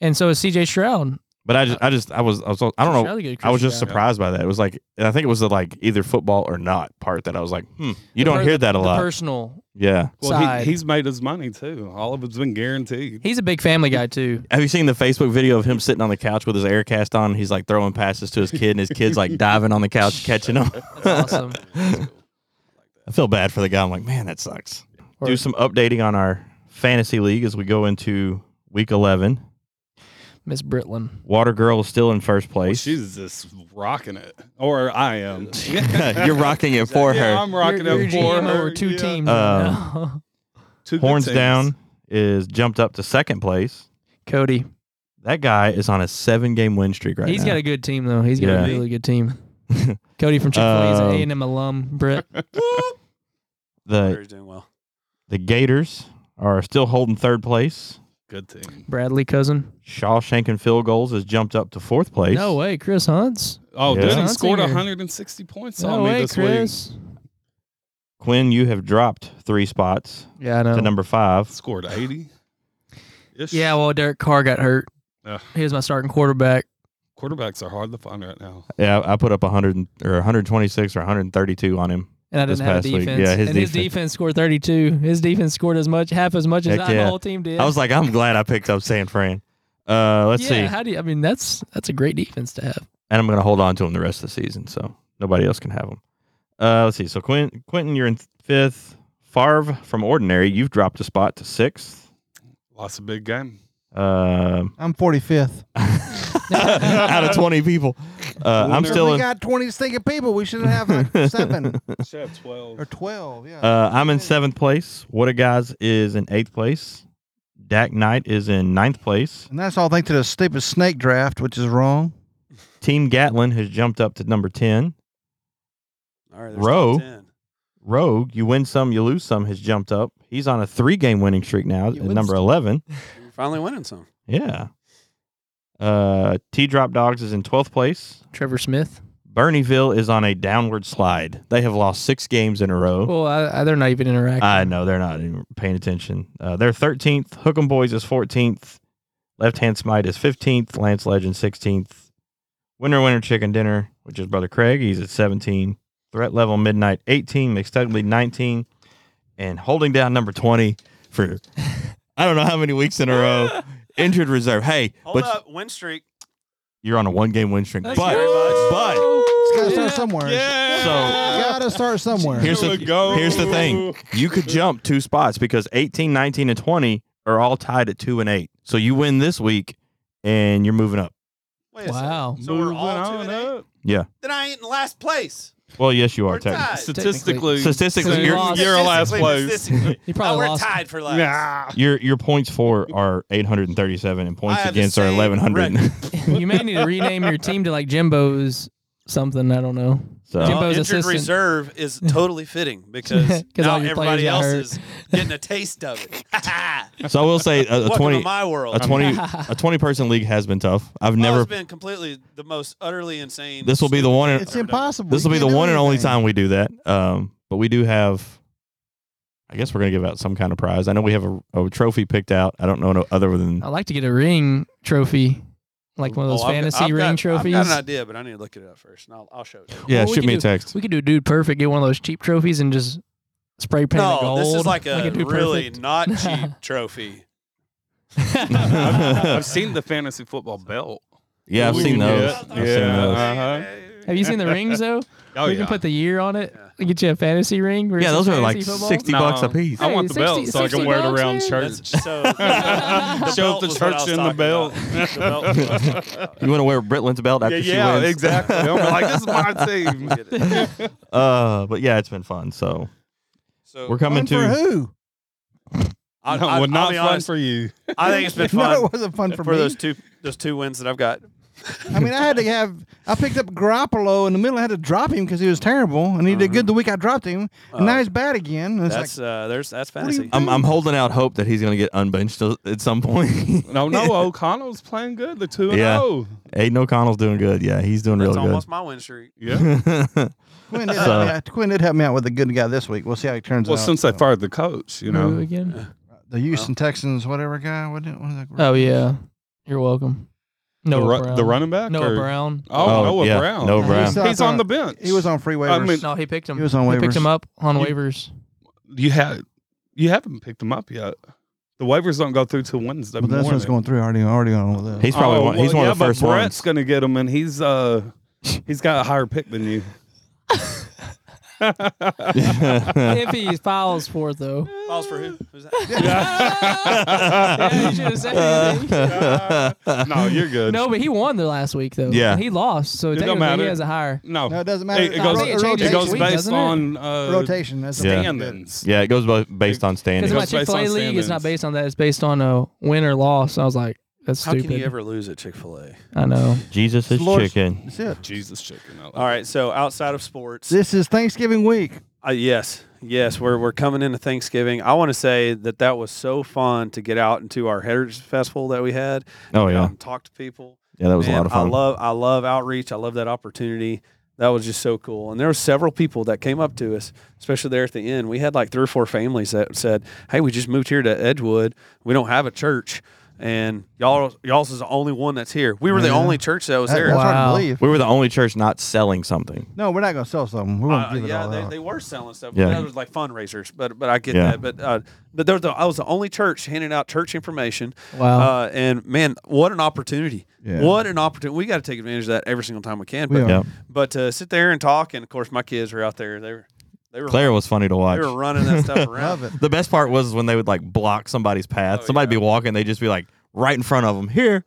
Speaker 2: And so is C.J. Stroud.
Speaker 4: But I just
Speaker 2: uh,
Speaker 4: I just I was I was I don't know
Speaker 2: Stroud's a good
Speaker 4: I was
Speaker 2: Christian
Speaker 4: just
Speaker 2: guy.
Speaker 4: surprised by that. It was like I think it was the like either football or not part that I was like, hmm,
Speaker 2: The
Speaker 4: you don't
Speaker 2: per-
Speaker 4: hear that a
Speaker 2: the
Speaker 4: lot.
Speaker 2: Personal.
Speaker 4: Yeah.
Speaker 5: Well,
Speaker 2: Side.
Speaker 5: he, he's made his money too. All of it's been guaranteed.
Speaker 2: He's a big family guy too.
Speaker 4: Have you seen the Facebook video of him sitting on the couch with his air cast on? He's like throwing passes to his kid, and his kid's like diving on the couch, catching them.
Speaker 2: That's awesome.
Speaker 4: I feel bad for the guy. I'm like, man, that sucks. Do
Speaker 2: Or-
Speaker 4: some updating on our fantasy league as we go into week 11.
Speaker 2: Miss Britlin.
Speaker 4: Water Girl is still in first
Speaker 5: Well,
Speaker 4: place.
Speaker 5: she's just rocking it, or I am.
Speaker 4: You're rocking it for
Speaker 5: Yeah,
Speaker 4: her.
Speaker 5: I'm rocking
Speaker 2: Your-
Speaker 5: it
Speaker 2: your
Speaker 5: for
Speaker 2: GM
Speaker 5: her.
Speaker 2: over two
Speaker 5: Yeah.
Speaker 2: teams.
Speaker 4: Uh,
Speaker 2: now.
Speaker 5: Two good
Speaker 4: Horns
Speaker 5: teams.
Speaker 4: Down is jumped up to second place.
Speaker 2: Cody.
Speaker 4: That guy is on a seven game win streak right
Speaker 2: He's
Speaker 4: now.
Speaker 2: got a good team though. He's got
Speaker 4: Yeah.
Speaker 2: a really good team. Cody from Chick Fil A is an
Speaker 4: Um,
Speaker 2: A and M alum. Britt.
Speaker 4: the
Speaker 1: Barry's doing well.
Speaker 4: the Gators are still holding third place.
Speaker 5: Good team.
Speaker 2: Bradley cousin.
Speaker 4: Shawshank and field goals has jumped up to fourth place.
Speaker 2: No way, Chris Hunts.
Speaker 4: Yeah.
Speaker 5: Oh, dude, he
Speaker 2: Johnson
Speaker 5: scored
Speaker 2: here.
Speaker 5: 160 points
Speaker 2: No
Speaker 5: on me
Speaker 2: way,
Speaker 5: this week.
Speaker 2: Chris.
Speaker 4: Quinn, you have dropped three spots
Speaker 2: Yeah, I know.
Speaker 4: to number five.
Speaker 5: Scored 80.
Speaker 2: Yeah, well, Derek Carr got hurt.
Speaker 5: Ugh.
Speaker 2: He was my starting quarterback.
Speaker 5: Quarterbacks are hard to find right now.
Speaker 4: Yeah, I put up 100 and- or 126 or 132 on him.
Speaker 2: And I
Speaker 4: This
Speaker 2: didn't have a
Speaker 4: past week.
Speaker 2: defense.
Speaker 4: Yeah, his
Speaker 2: and his
Speaker 4: defense.
Speaker 2: defense scored 32. His defense scored as much, half as much as
Speaker 4: Heck
Speaker 2: I,
Speaker 4: yeah.
Speaker 2: the whole team did.
Speaker 4: I was like, I'm glad I picked up San Fran. Uh, let's
Speaker 2: yeah,
Speaker 4: see.
Speaker 2: How do you, I mean, that's that's a great defense to have.
Speaker 4: and I'm going to hold on to him the rest of the season, so nobody else can have him. Uh, let's see. So Quinn, Quentin, you're in fifth. Favre from Ordinary, you've dropped a spot to sixth.
Speaker 5: Lost a big game.
Speaker 4: Um,
Speaker 6: I'm 45th.
Speaker 4: out of 20 people. Uh, I'm
Speaker 5: Wonder-
Speaker 4: still
Speaker 6: we
Speaker 4: in.
Speaker 6: got twenty stinking people. We should have like seven
Speaker 5: Should have twelve.
Speaker 6: or twelve. Yeah.
Speaker 4: Uh, I'm in seventh place. What a guys is in eighth place. Dak Knight is in ninth place.
Speaker 6: and that's all thanks to the stupid snake draft, which is wrong.
Speaker 4: Team Gatlin has jumped up to number ten.
Speaker 1: All right,
Speaker 4: Row. Rogue, you win some, you lose some, has jumped up. He's on a three-game winning streak now
Speaker 2: You
Speaker 4: at
Speaker 2: win
Speaker 4: number
Speaker 2: some.
Speaker 4: eleven.
Speaker 1: You're finally winning some.
Speaker 4: Yeah. Uh, T Drop Dogs is in 12th place.
Speaker 2: Trevor Smith.
Speaker 4: Bernieville is on a downward slide. They have lost six games in a row.
Speaker 2: Well, I, I, they're not even interacting.
Speaker 4: Oh. I know they're not even paying attention. Uh, they're 13th. Hook'em Boys is 14th. Left Hand Smite is 15th. Lance Legend 16th. Winner Winner Chicken Dinner, which is Brother Craig, he's at 17. Threat Level Midnight 18. McStugley 19. And holding down number 20 for I don't know how many weeks in a row. Injured reserve. Hey,
Speaker 1: Hold
Speaker 4: but
Speaker 1: up, win streak.
Speaker 4: you're on a one game win streak.
Speaker 2: Thank
Speaker 4: but
Speaker 2: you very much.
Speaker 4: but
Speaker 6: It's gotta start somewhere.
Speaker 4: so
Speaker 6: Gotta start somewhere.
Speaker 4: here's
Speaker 5: Here
Speaker 4: the
Speaker 5: we go.
Speaker 4: here's the thing. You could jump two spots because 18, 19, and 20 are all tied at 2 and 8. So you win this week and you're moving up.
Speaker 1: Wait a
Speaker 2: Wow.
Speaker 1: second. So we're all two
Speaker 5: Moving
Speaker 1: and
Speaker 5: on
Speaker 1: eight.
Speaker 5: up.
Speaker 1: Then I ain't in last place.
Speaker 4: Well, yes, you
Speaker 1: We're
Speaker 4: are technically.
Speaker 1: tied.
Speaker 5: Statistically,
Speaker 2: So
Speaker 4: Statistically,
Speaker 2: you
Speaker 4: your,
Speaker 2: lost.
Speaker 4: your, last
Speaker 1: Statistically,
Speaker 4: place.
Speaker 1: statistically.
Speaker 2: He
Speaker 1: Oh,
Speaker 2: probably
Speaker 1: we're
Speaker 2: lost.
Speaker 1: tied for last.
Speaker 5: nah.
Speaker 4: Your your points for are 837 and
Speaker 1: I
Speaker 4: points
Speaker 1: have the
Speaker 4: against are
Speaker 1: same
Speaker 4: 1100.
Speaker 1: record.
Speaker 2: you may need to rename your team to like Jimbo's something. I don't know. Jimbo-
Speaker 4: so
Speaker 1: Well,
Speaker 2: Jimbo's
Speaker 1: injured
Speaker 2: assistant.
Speaker 1: reserve is totally fitting because
Speaker 2: 'Cause
Speaker 1: now
Speaker 2: all your
Speaker 1: everybody
Speaker 2: players got
Speaker 1: else
Speaker 2: hurt.
Speaker 1: is getting a taste of it.
Speaker 4: so I will say a, a
Speaker 1: Welcome
Speaker 4: 20
Speaker 1: to my world.
Speaker 4: a 20 a 20 person league has been tough. I've
Speaker 1: Oh,
Speaker 4: never
Speaker 1: it's been completely the most utterly insane.
Speaker 4: This will be the one and
Speaker 6: It's impossible.
Speaker 4: This
Speaker 6: You
Speaker 4: will be the
Speaker 6: can't do
Speaker 4: one and only
Speaker 6: anything.
Speaker 4: time we do that. Um, but we do have. I guess we're gonna give out some kind of prize. I know we have a, a trophy picked out. I don't know no other than
Speaker 2: I like to get a ring trophy, like one of those
Speaker 1: Oh, I've got-
Speaker 2: fantasy
Speaker 1: I've
Speaker 2: ring
Speaker 1: got-
Speaker 2: trophies.
Speaker 1: I've got an idea, but I need to look it up first, and I'll, I'll show it. to you.
Speaker 4: yeah.
Speaker 2: Well, we
Speaker 4: shoot
Speaker 2: can
Speaker 4: me a
Speaker 2: do-
Speaker 4: text.
Speaker 2: we could do dude perfect, get one of those cheap trophies, and just spray paint it
Speaker 1: No,
Speaker 2: gold.
Speaker 1: this is like a
Speaker 2: Dude
Speaker 1: really
Speaker 2: Perfect.
Speaker 1: not cheap trophy.
Speaker 5: I've, I've
Speaker 4: yeah,
Speaker 5: seen the fantasy football belt.
Speaker 4: I've
Speaker 5: We
Speaker 4: seen
Speaker 5: can do
Speaker 4: those.
Speaker 5: that.
Speaker 4: I've seen those.
Speaker 5: Yeah. uh-huh.
Speaker 2: Have you seen the rings though?
Speaker 5: Oh
Speaker 2: we
Speaker 5: yeah.
Speaker 2: can put the year on it.
Speaker 1: Yeah.
Speaker 2: and Get you a fantasy ring. where
Speaker 4: Yeah,
Speaker 2: it's
Speaker 4: those
Speaker 2: a
Speaker 4: are like
Speaker 2: fantasy football.
Speaker 4: sixty
Speaker 5: No.
Speaker 4: bucks a piece.
Speaker 5: I
Speaker 2: Hey,
Speaker 5: want the belt
Speaker 2: 60
Speaker 5: so I can wear it
Speaker 2: 60
Speaker 5: around
Speaker 2: bucks,
Speaker 5: church.
Speaker 1: That's, so the
Speaker 5: Show
Speaker 1: belt
Speaker 5: the
Speaker 1: was what I
Speaker 5: church
Speaker 1: was
Speaker 5: in the
Speaker 1: talking
Speaker 5: belt.
Speaker 1: about. The belt was what I was talking about.
Speaker 4: You want to wear Britlin's belt after
Speaker 5: yeah,
Speaker 4: she
Speaker 5: yeah,
Speaker 4: wins?
Speaker 5: exactly. I'm like, this is my team.
Speaker 1: Get it.
Speaker 4: Uh, but yeah, it's been fun. So
Speaker 1: So
Speaker 4: we're coming
Speaker 6: Fun for
Speaker 4: to.
Speaker 6: who?
Speaker 1: I,
Speaker 5: No,
Speaker 1: I,
Speaker 5: well,
Speaker 1: will
Speaker 5: not
Speaker 1: be
Speaker 5: fun
Speaker 1: honest.
Speaker 5: for you.
Speaker 1: I think it's been fun
Speaker 6: No, it wasn't fun for,
Speaker 1: for
Speaker 6: me.
Speaker 1: those two those two wins that I've got.
Speaker 6: I mean, I had to have. I picked up Garoppolo in the middle. I had to drop him because he was terrible, and he did good the week I dropped him. and now
Speaker 1: Uh,
Speaker 6: he's bad again. And it's like,
Speaker 1: That's uh, there's that's
Speaker 6: do you
Speaker 1: fantasy.
Speaker 4: I'm, I'm holding out hope that he's gonna get unbenched at some point.
Speaker 5: No, no, O'Connell's playing good. The two and oh.
Speaker 4: Yeah.
Speaker 5: zero.
Speaker 4: Aiden O'Connell's doing good. Yeah, he's doing
Speaker 1: That's
Speaker 4: real
Speaker 1: almost my win streak.
Speaker 5: Yeah.
Speaker 4: good.
Speaker 6: Quinn, did
Speaker 4: So-
Speaker 6: help me out. Quinn did help me out with a good guy this week. We'll see how he turns
Speaker 5: Well,
Speaker 6: out.
Speaker 5: since they
Speaker 6: So,
Speaker 5: fired the coach, you
Speaker 2: Who
Speaker 5: know.
Speaker 2: again.
Speaker 6: the Houston Texans, whatever guy, what, did- what is that?
Speaker 2: Oh yeah, you're welcome.
Speaker 5: The,
Speaker 2: Noah
Speaker 5: ru-
Speaker 2: Brown.
Speaker 5: the running back?
Speaker 2: Noah
Speaker 5: or-
Speaker 2: Brown.
Speaker 5: Oh, Noah
Speaker 4: yeah,
Speaker 5: Brown.
Speaker 4: Noah
Speaker 6: Yeah,
Speaker 4: Brown.
Speaker 6: he's, uh,
Speaker 5: He's on the bench.
Speaker 6: He was on free waivers.
Speaker 5: I mean-
Speaker 2: No, he picked him.
Speaker 6: He was on
Speaker 2: He picked
Speaker 6: waivers.
Speaker 2: him up on
Speaker 5: You-
Speaker 2: waivers.
Speaker 5: You had you haven't picked him up yet. The waivers don't go through till Wednesday
Speaker 6: but that's
Speaker 5: morning.
Speaker 6: what's going through. Already, already on with that.
Speaker 4: He's probably
Speaker 5: Oh,
Speaker 4: one, he's
Speaker 5: well,
Speaker 4: one
Speaker 5: yeah,
Speaker 4: of the first
Speaker 5: but
Speaker 4: ones.
Speaker 5: Brett's gonna get him, and he's uh he's got a higher pick than you.
Speaker 2: if he files for it, though.
Speaker 1: Falls for who? Who's that?
Speaker 2: yeah, you should have said anything.
Speaker 5: No, you're good.
Speaker 2: No, but he won the last week though.
Speaker 4: Yeah.
Speaker 2: And he lost, so
Speaker 5: It don't
Speaker 2: technically he
Speaker 5: matter.
Speaker 2: has a higher.
Speaker 5: no,
Speaker 6: No, it doesn't matter.
Speaker 5: It, it
Speaker 2: I
Speaker 5: goes,
Speaker 2: think it
Speaker 5: it
Speaker 2: changes
Speaker 5: goes
Speaker 2: week,
Speaker 5: based
Speaker 2: doesn't it?
Speaker 5: on uh,
Speaker 6: rotation. That's the
Speaker 4: Yeah.
Speaker 6: thing that-
Speaker 5: standings.
Speaker 4: yeah, it goes bo- based on standing.
Speaker 2: Because my
Speaker 5: goes based on
Speaker 2: Chick Fil A league is
Speaker 5: standings.
Speaker 2: not based on that; it's based on a win or loss. I was like, that's
Speaker 1: How
Speaker 2: stupid.
Speaker 1: can you ever lose at Chick Fil A?
Speaker 2: I know.
Speaker 4: Jesus is
Speaker 6: Lord-
Speaker 4: chicken.
Speaker 6: That's it.
Speaker 5: Jesus chicken. I like
Speaker 1: All right, so outside of sports,
Speaker 6: This is Thanksgiving week.
Speaker 1: Uh, yes, yes, we're we're coming into Thanksgiving. I want to say that that was so fun to get out into our Heritage Festival that we had.
Speaker 4: Oh
Speaker 1: Get
Speaker 4: yeah,
Speaker 1: out and talk to people.
Speaker 4: yeah, that was a
Speaker 1: Man,
Speaker 4: lot of fun.
Speaker 1: I love I love outreach. I love that opportunity. That was just so cool. And there were several people that came up to us, especially there at the end. We had like three or four families that said, "Hey, we just moved here to Edgewood. We don't have a church, and y'all y'all's is the only one that's here. We were the only church that was
Speaker 6: That-
Speaker 1: there.
Speaker 6: That's hard
Speaker 2: Wow.
Speaker 6: to believe.
Speaker 4: we were the only church not selling something.
Speaker 6: No, we're not going to sell something. We're going to
Speaker 1: Uh,
Speaker 6: give it
Speaker 1: yeah,
Speaker 6: all
Speaker 1: they,
Speaker 6: out.
Speaker 1: they were selling stuff.
Speaker 4: Yeah.
Speaker 1: Yeah, it was like fundraisers, but but I get
Speaker 4: Yeah.
Speaker 1: that. But uh, but there was the, I was the only church handing out church information.
Speaker 2: Wow.
Speaker 1: Uh, and man, what an opportunity!
Speaker 6: Yeah.
Speaker 1: What an opportunity! We got to take advantage of that every single time we can.
Speaker 6: We
Speaker 1: But
Speaker 6: are.
Speaker 4: Yeah,
Speaker 1: but to sit there and talk, and of course my kids were out there. They were they were
Speaker 4: Claire was funny to
Speaker 1: they
Speaker 4: watch.
Speaker 1: were running that stuff around.
Speaker 6: Love it.
Speaker 4: The best part was when they would like block somebody's path.
Speaker 1: Oh,
Speaker 4: Somebody'd
Speaker 1: yeah.
Speaker 4: be walking, they'd just be like right in front of them. Here,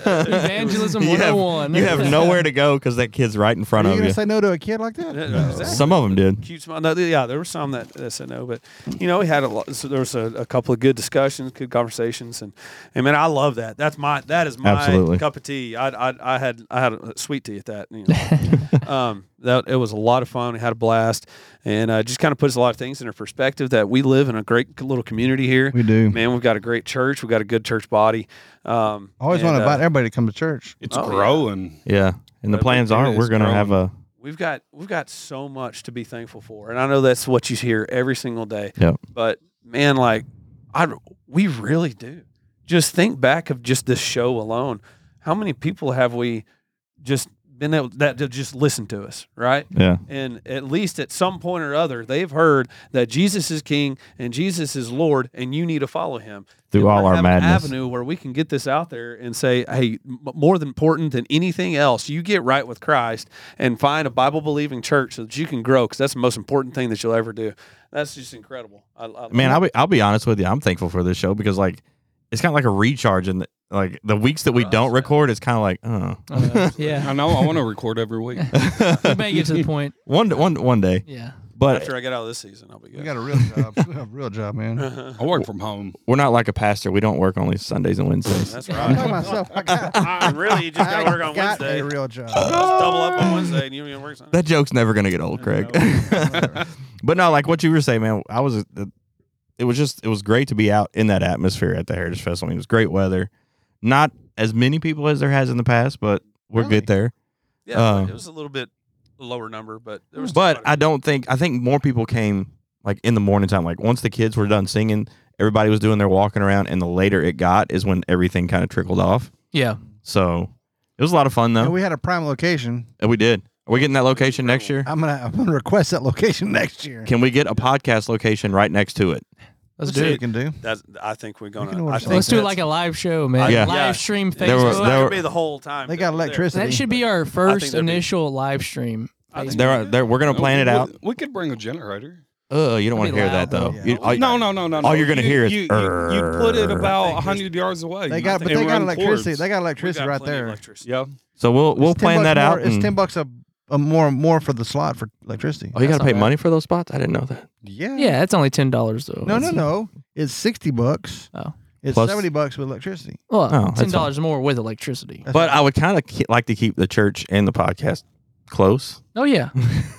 Speaker 2: Evangelism
Speaker 4: You have-
Speaker 2: 101.
Speaker 4: you have nowhere to go because that kid's right in front
Speaker 6: Are you
Speaker 4: of
Speaker 6: gonna
Speaker 4: you.
Speaker 6: say no to a kid like that?
Speaker 1: Exactly.
Speaker 4: Some of them did.
Speaker 1: cute smile. No, yeah, there were some that, that said no, but you know, we had a lot. So there was a, a couple of good discussions, good conversations, and and man, I love that. That's my that is my
Speaker 4: Absolutely.
Speaker 1: cup of tea. I, I I had I had a sweet tea at that. You know. um, that it was a lot of fun. We had a blast, and uh, just kind of puts a lot of things into perspective that we live in a great little community here.
Speaker 6: We do.
Speaker 1: Man, we've got a great church. We've got a good church body. Um,
Speaker 6: I always
Speaker 1: and,
Speaker 6: want to
Speaker 1: uh,
Speaker 6: invite everybody to come to church.
Speaker 5: It's
Speaker 1: Oh, yeah.
Speaker 5: growing.
Speaker 4: Yeah, and the
Speaker 5: But we
Speaker 4: plans
Speaker 5: do
Speaker 4: aren't.
Speaker 5: this
Speaker 4: We're gonna have a
Speaker 1: we've got we've got so much to be thankful for, and I know that's what you hear every single day.
Speaker 4: Yep.
Speaker 1: But man, like I we really do. Just think back of just this show alone. How many people have we just been able that to just listen to us, right?
Speaker 4: yeah.
Speaker 1: And at least at some point or other, they've heard that Jesus is King and Jesus is Lord, and you need to follow Him
Speaker 4: Through
Speaker 1: And
Speaker 4: all
Speaker 1: we
Speaker 4: our
Speaker 1: have
Speaker 4: madness.
Speaker 1: An avenue where we can get this out there and say, hey, m- more than important than anything else, you get right with Christ and find a Bible believing church so that you can grow, because that's the most important thing that you'll ever do. That's just incredible. I, I,
Speaker 4: Man, I'll be I'll be honest with you. I'm thankful for this show because like it's kind of like a recharge in the, like the weeks that we
Speaker 1: For us,
Speaker 4: don't
Speaker 1: yeah.
Speaker 4: record. It's kind of like oh.
Speaker 2: Uh, yeah.
Speaker 5: I know. I want to record every week.
Speaker 2: You may get to the point.
Speaker 4: one one one day.
Speaker 2: Yeah.
Speaker 4: But
Speaker 1: after I get out of this season, I'll be
Speaker 6: We
Speaker 1: good.
Speaker 6: got a real job. we have a real job, man.
Speaker 5: I work from home.
Speaker 4: we're not like a pastor. We don't work only Sundays and Wednesdays.
Speaker 1: that's
Speaker 6: I'm talking
Speaker 1: right.
Speaker 6: myself. I got,
Speaker 1: And really, you just got to work
Speaker 6: I
Speaker 1: on
Speaker 6: got
Speaker 1: Wednesday.
Speaker 6: a
Speaker 1: Just
Speaker 6: real job.
Speaker 1: double up on Wednesday, and you don't even work Sunday.
Speaker 4: that joke's never gonna get old, Craig. but no, like what you were saying, man. I was. uh, It was just. It was great to be out in that atmosphere at the Heritage Festival. I mean, it was great weather. Not as many people as there has in the past, but we're
Speaker 6: Really?
Speaker 4: good there.
Speaker 1: Yeah,
Speaker 4: Uh,
Speaker 1: it was a little bit lower number, but there was.
Speaker 4: But
Speaker 1: still quite a
Speaker 4: I don't think. I think more people came like in the morning time. Like once the kids were done singing, everybody was doing their walking around, and the later it got is when everything kind of trickled off.
Speaker 2: Yeah.
Speaker 4: So it was a lot of fun though.
Speaker 6: And we had a prime location.
Speaker 4: And we did. Are we getting that location next year?
Speaker 6: I'm gonna I'm gonna request that location next year.
Speaker 4: Can we get a podcast location right next to it?
Speaker 2: Let's
Speaker 1: See,
Speaker 2: do
Speaker 6: we
Speaker 2: it.
Speaker 6: can do.
Speaker 1: That's, I think we're gonna.
Speaker 6: can order
Speaker 1: I
Speaker 6: something.
Speaker 1: think
Speaker 2: Let's do it
Speaker 1: that's-
Speaker 2: like a live show, man.
Speaker 4: Yeah.
Speaker 2: Live stream Facebook.
Speaker 4: There were-
Speaker 1: It's
Speaker 4: there
Speaker 1: not
Speaker 4: were-
Speaker 1: gonna be the whole time.
Speaker 6: They got
Speaker 1: but there-
Speaker 6: electricity.
Speaker 2: that should be our first
Speaker 1: that'd be-
Speaker 2: initial live stream.
Speaker 1: I think
Speaker 4: There are there we're gonna
Speaker 5: No,
Speaker 4: plan it
Speaker 5: we-
Speaker 4: out.
Speaker 5: We could bring a generator.
Speaker 4: Oh, you don't
Speaker 2: That'd
Speaker 4: want to
Speaker 2: be
Speaker 4: hear
Speaker 2: loud,
Speaker 4: that though.
Speaker 6: though.
Speaker 4: You- all-
Speaker 5: no, no, no, no.
Speaker 4: all
Speaker 5: no.
Speaker 4: you're gonna
Speaker 5: You-
Speaker 4: hear is,
Speaker 5: you, you, you put it
Speaker 4: "Err."
Speaker 5: about hundred yards away.
Speaker 6: They
Speaker 5: You
Speaker 6: got
Speaker 5: think
Speaker 6: but they
Speaker 5: we're
Speaker 6: got
Speaker 5: in
Speaker 6: electricity.
Speaker 5: cords.
Speaker 6: They got
Speaker 1: we've
Speaker 6: electricity
Speaker 1: got
Speaker 6: right
Speaker 1: plenty of
Speaker 6: there.
Speaker 1: electricity.
Speaker 5: Yeah.
Speaker 4: So we'll we'll
Speaker 6: It's 10
Speaker 4: plan
Speaker 6: bucks
Speaker 4: that
Speaker 6: more-
Speaker 4: out.
Speaker 6: It's
Speaker 4: and-
Speaker 6: ten bucks a, a more more for the slot for electricity.
Speaker 4: oh, you gotta
Speaker 2: That's
Speaker 4: pay
Speaker 2: not bad.
Speaker 4: money for those spots? I didn't know that.
Speaker 6: Yeah.
Speaker 2: Yeah, that's only ten dollars though.
Speaker 6: No, no,
Speaker 2: That's-
Speaker 6: no. It's sixty bucks.
Speaker 2: Oh.
Speaker 6: It's
Speaker 4: Plus-
Speaker 6: seventy bucks with electricity.
Speaker 2: Well,
Speaker 4: Oh, that's
Speaker 2: ten dollars more with electricity.
Speaker 6: That's
Speaker 4: But
Speaker 6: right.
Speaker 4: I would kind of ke- like to keep the church and the podcast close
Speaker 2: Oh yeah,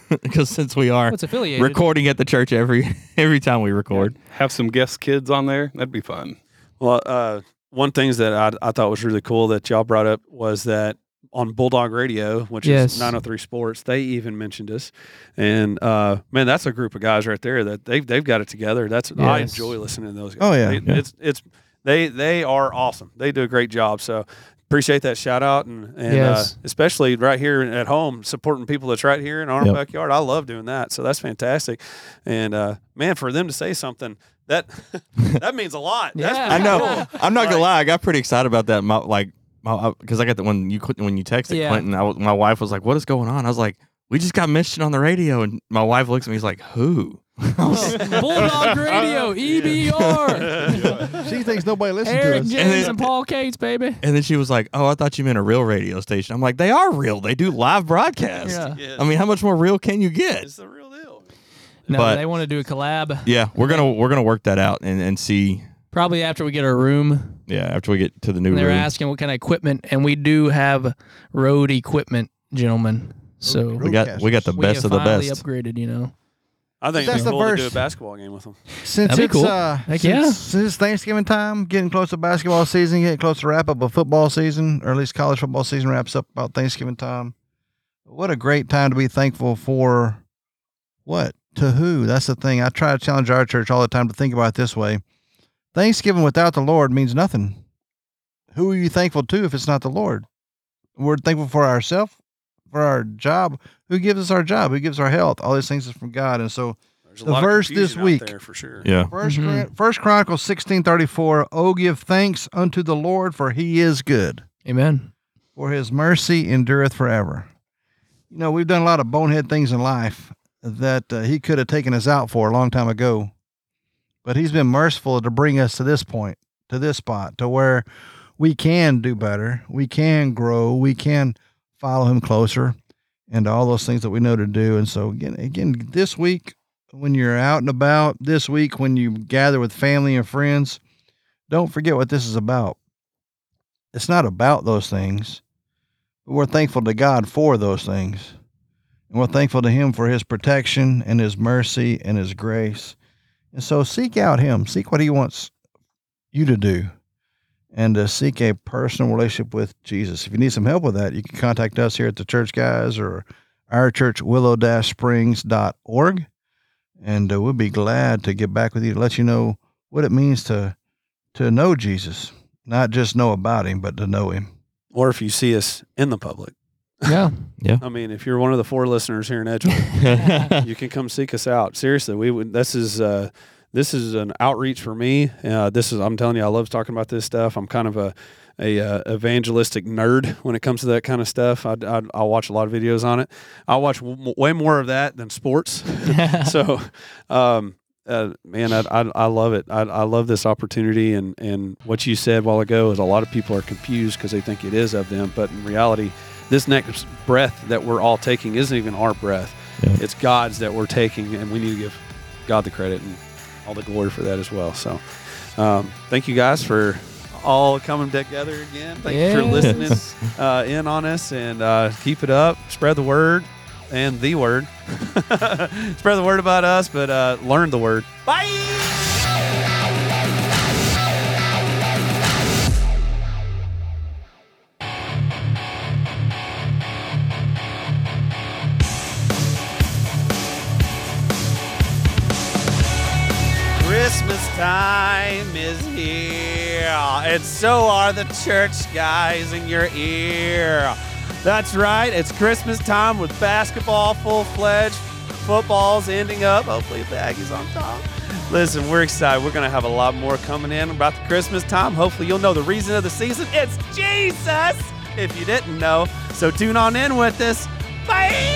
Speaker 4: because since we are
Speaker 2: what's affiliated?
Speaker 4: recording at the church every every time we record.
Speaker 5: Have some guest kids on there. That'd be fun.
Speaker 1: Well, uh, one things that I, I thought was really cool that y'all brought up was that on Bulldog Radio, which
Speaker 2: Yes.
Speaker 1: is 903 Sports, they even mentioned us. And uh, man, that's a group of guys right there that they've they've got it together. That's I
Speaker 2: Yes.
Speaker 1: enjoy listening to those guys.
Speaker 6: Oh, yeah.
Speaker 1: They-
Speaker 4: Yeah.
Speaker 1: it's it's they they are awesome. They do a great job. So. Appreciate that shout out and, and
Speaker 2: Yes.
Speaker 1: uh, especially right here at home supporting people that's right here in our
Speaker 4: Yep.
Speaker 1: backyard. I love doing that, so that's fantastic. And uh, man, for them to say something that that means a lot. That's
Speaker 2: Yeah.
Speaker 4: I
Speaker 1: pretty
Speaker 4: know.
Speaker 1: cool.
Speaker 4: I'm not gonna
Speaker 1: Like-
Speaker 4: lie. I got pretty excited about that. My, like, because I got the when you cl- when you texted
Speaker 2: Yeah.
Speaker 4: Clinton, I was, my wife was like, "What is going on?" I was like, "We just got mentioned on the radio," and my wife looks at me. He's like, "Who?" I was-
Speaker 2: Bulldog Radio, EBR,
Speaker 6: she thinks nobody listens to
Speaker 2: Eric
Speaker 6: us.
Speaker 2: James
Speaker 4: And
Speaker 2: and,
Speaker 4: then-
Speaker 2: Paul Cates, baby.
Speaker 4: and then she was like, "Oh, I thought you meant a real radio station." I'm like, "They are real. They do live broadcast.
Speaker 2: Yeah.
Speaker 1: Yes.
Speaker 4: I mean, how much more real can you get?"
Speaker 1: It's the real deal.
Speaker 2: No,
Speaker 4: But-
Speaker 2: they want to do a collab.
Speaker 4: Yeah, we're gonna we're gonna work that out and and see.
Speaker 2: Probably after we get our room.
Speaker 4: Yeah, after we get to the new
Speaker 2: And they're
Speaker 4: room.
Speaker 2: asking what kind of equipment, and we do have road equipment, gentlemen. So
Speaker 4: we got we got the
Speaker 2: we
Speaker 4: best
Speaker 2: have
Speaker 4: of the
Speaker 2: finally
Speaker 4: best.
Speaker 2: upgraded. You know,
Speaker 1: I think
Speaker 6: That's
Speaker 1: it'd
Speaker 6: the
Speaker 1: be cool to do a
Speaker 6: first-
Speaker 1: basketball game with them.
Speaker 6: Since
Speaker 2: That'd be
Speaker 6: it's
Speaker 2: cool.
Speaker 6: uh,
Speaker 2: Heck
Speaker 6: since,
Speaker 2: yeah.
Speaker 6: since Thanksgiving time, getting close to basketball season, getting close to wrap up of football season, or at least college football season wraps up about Thanksgiving time. What a great time to be thankful for what? To who? That's the thing. I try to challenge our church all the time to think about it this way. Thanksgiving without the Lord means nothing. Who are you thankful to if it's not the Lord? We're thankful for ourselves, for our job. Who gives us our job? Who gives our health? All these things is from God. And so
Speaker 1: There's a
Speaker 6: The
Speaker 1: lot of
Speaker 6: verse this
Speaker 1: confusion out
Speaker 6: week.
Speaker 1: there for sure.
Speaker 4: yeah,
Speaker 6: 1st
Speaker 2: Mhm.
Speaker 6: Chron- First Chronicles sixteen thirty four. Oh, give thanks unto the Lord, for He is good,
Speaker 2: amen.
Speaker 6: for His mercy endureth forever. You know, we've done a lot of bonehead things in life that uh, He could have taken us out for a long time ago, but He's been merciful to bring us to this point, to this spot, to where we can do better. We can grow. We can follow him closer and all those things that we know to do. And so again, again, this week when you're out and about, this week when you gather with family and friends, don't forget what this is about. It's not about those things, but we're thankful to God for those things. And we're thankful to him for his protection and his mercy and his grace. And so seek out him, seek what he wants you to do and uh, seek a personal relationship with Jesus. If you need some help with that, you can contact us here at the church guys or our church willow springs.org. And uh, we'll be glad to get back with you to let you know what it means to to know Jesus, not just know about him, but to know him.
Speaker 1: Or if you see us in the public.
Speaker 2: Yeah.
Speaker 1: I mean, if you're one of the four listeners here in Edgewood, you can come seek us out. Seriously, we would. This is uh, this is an outreach for me. Uh, this is I'm telling you, I love talking about this stuff. I'm kind of a a uh, evangelistic nerd when it comes to that kind of stuff. I, I, I watch a lot of videos on it. I watch w- way more of that than sports. so, um, uh, man, I, I, I love it. I, I love this opportunity. And, and what you said a while ago is a lot of people are confused because they think it is of them. But in reality, this next breath that we're all taking isn't even our breath. It's God's that we're taking, and we need to give God the credit and all the glory for that as well. So, um, thank you guys for all coming together again. Thank you for
Speaker 2: Yes.
Speaker 1: listening uh, in on us, and uh, keep it up. Spread the word and the word. Spread the word about us, but uh, learn the word. Christmas time is here, and so are the church guys in your ear. That's right, it's Christmas time with basketball full fledged, football's ending up. Hopefully, the Aggies on top. Listen, we're excited. We're going to have a lot more coming in about the Christmas time. Hopefully, you'll know the reason of the season. It's Jesus, if you didn't know. So, tune on in with us. Bye!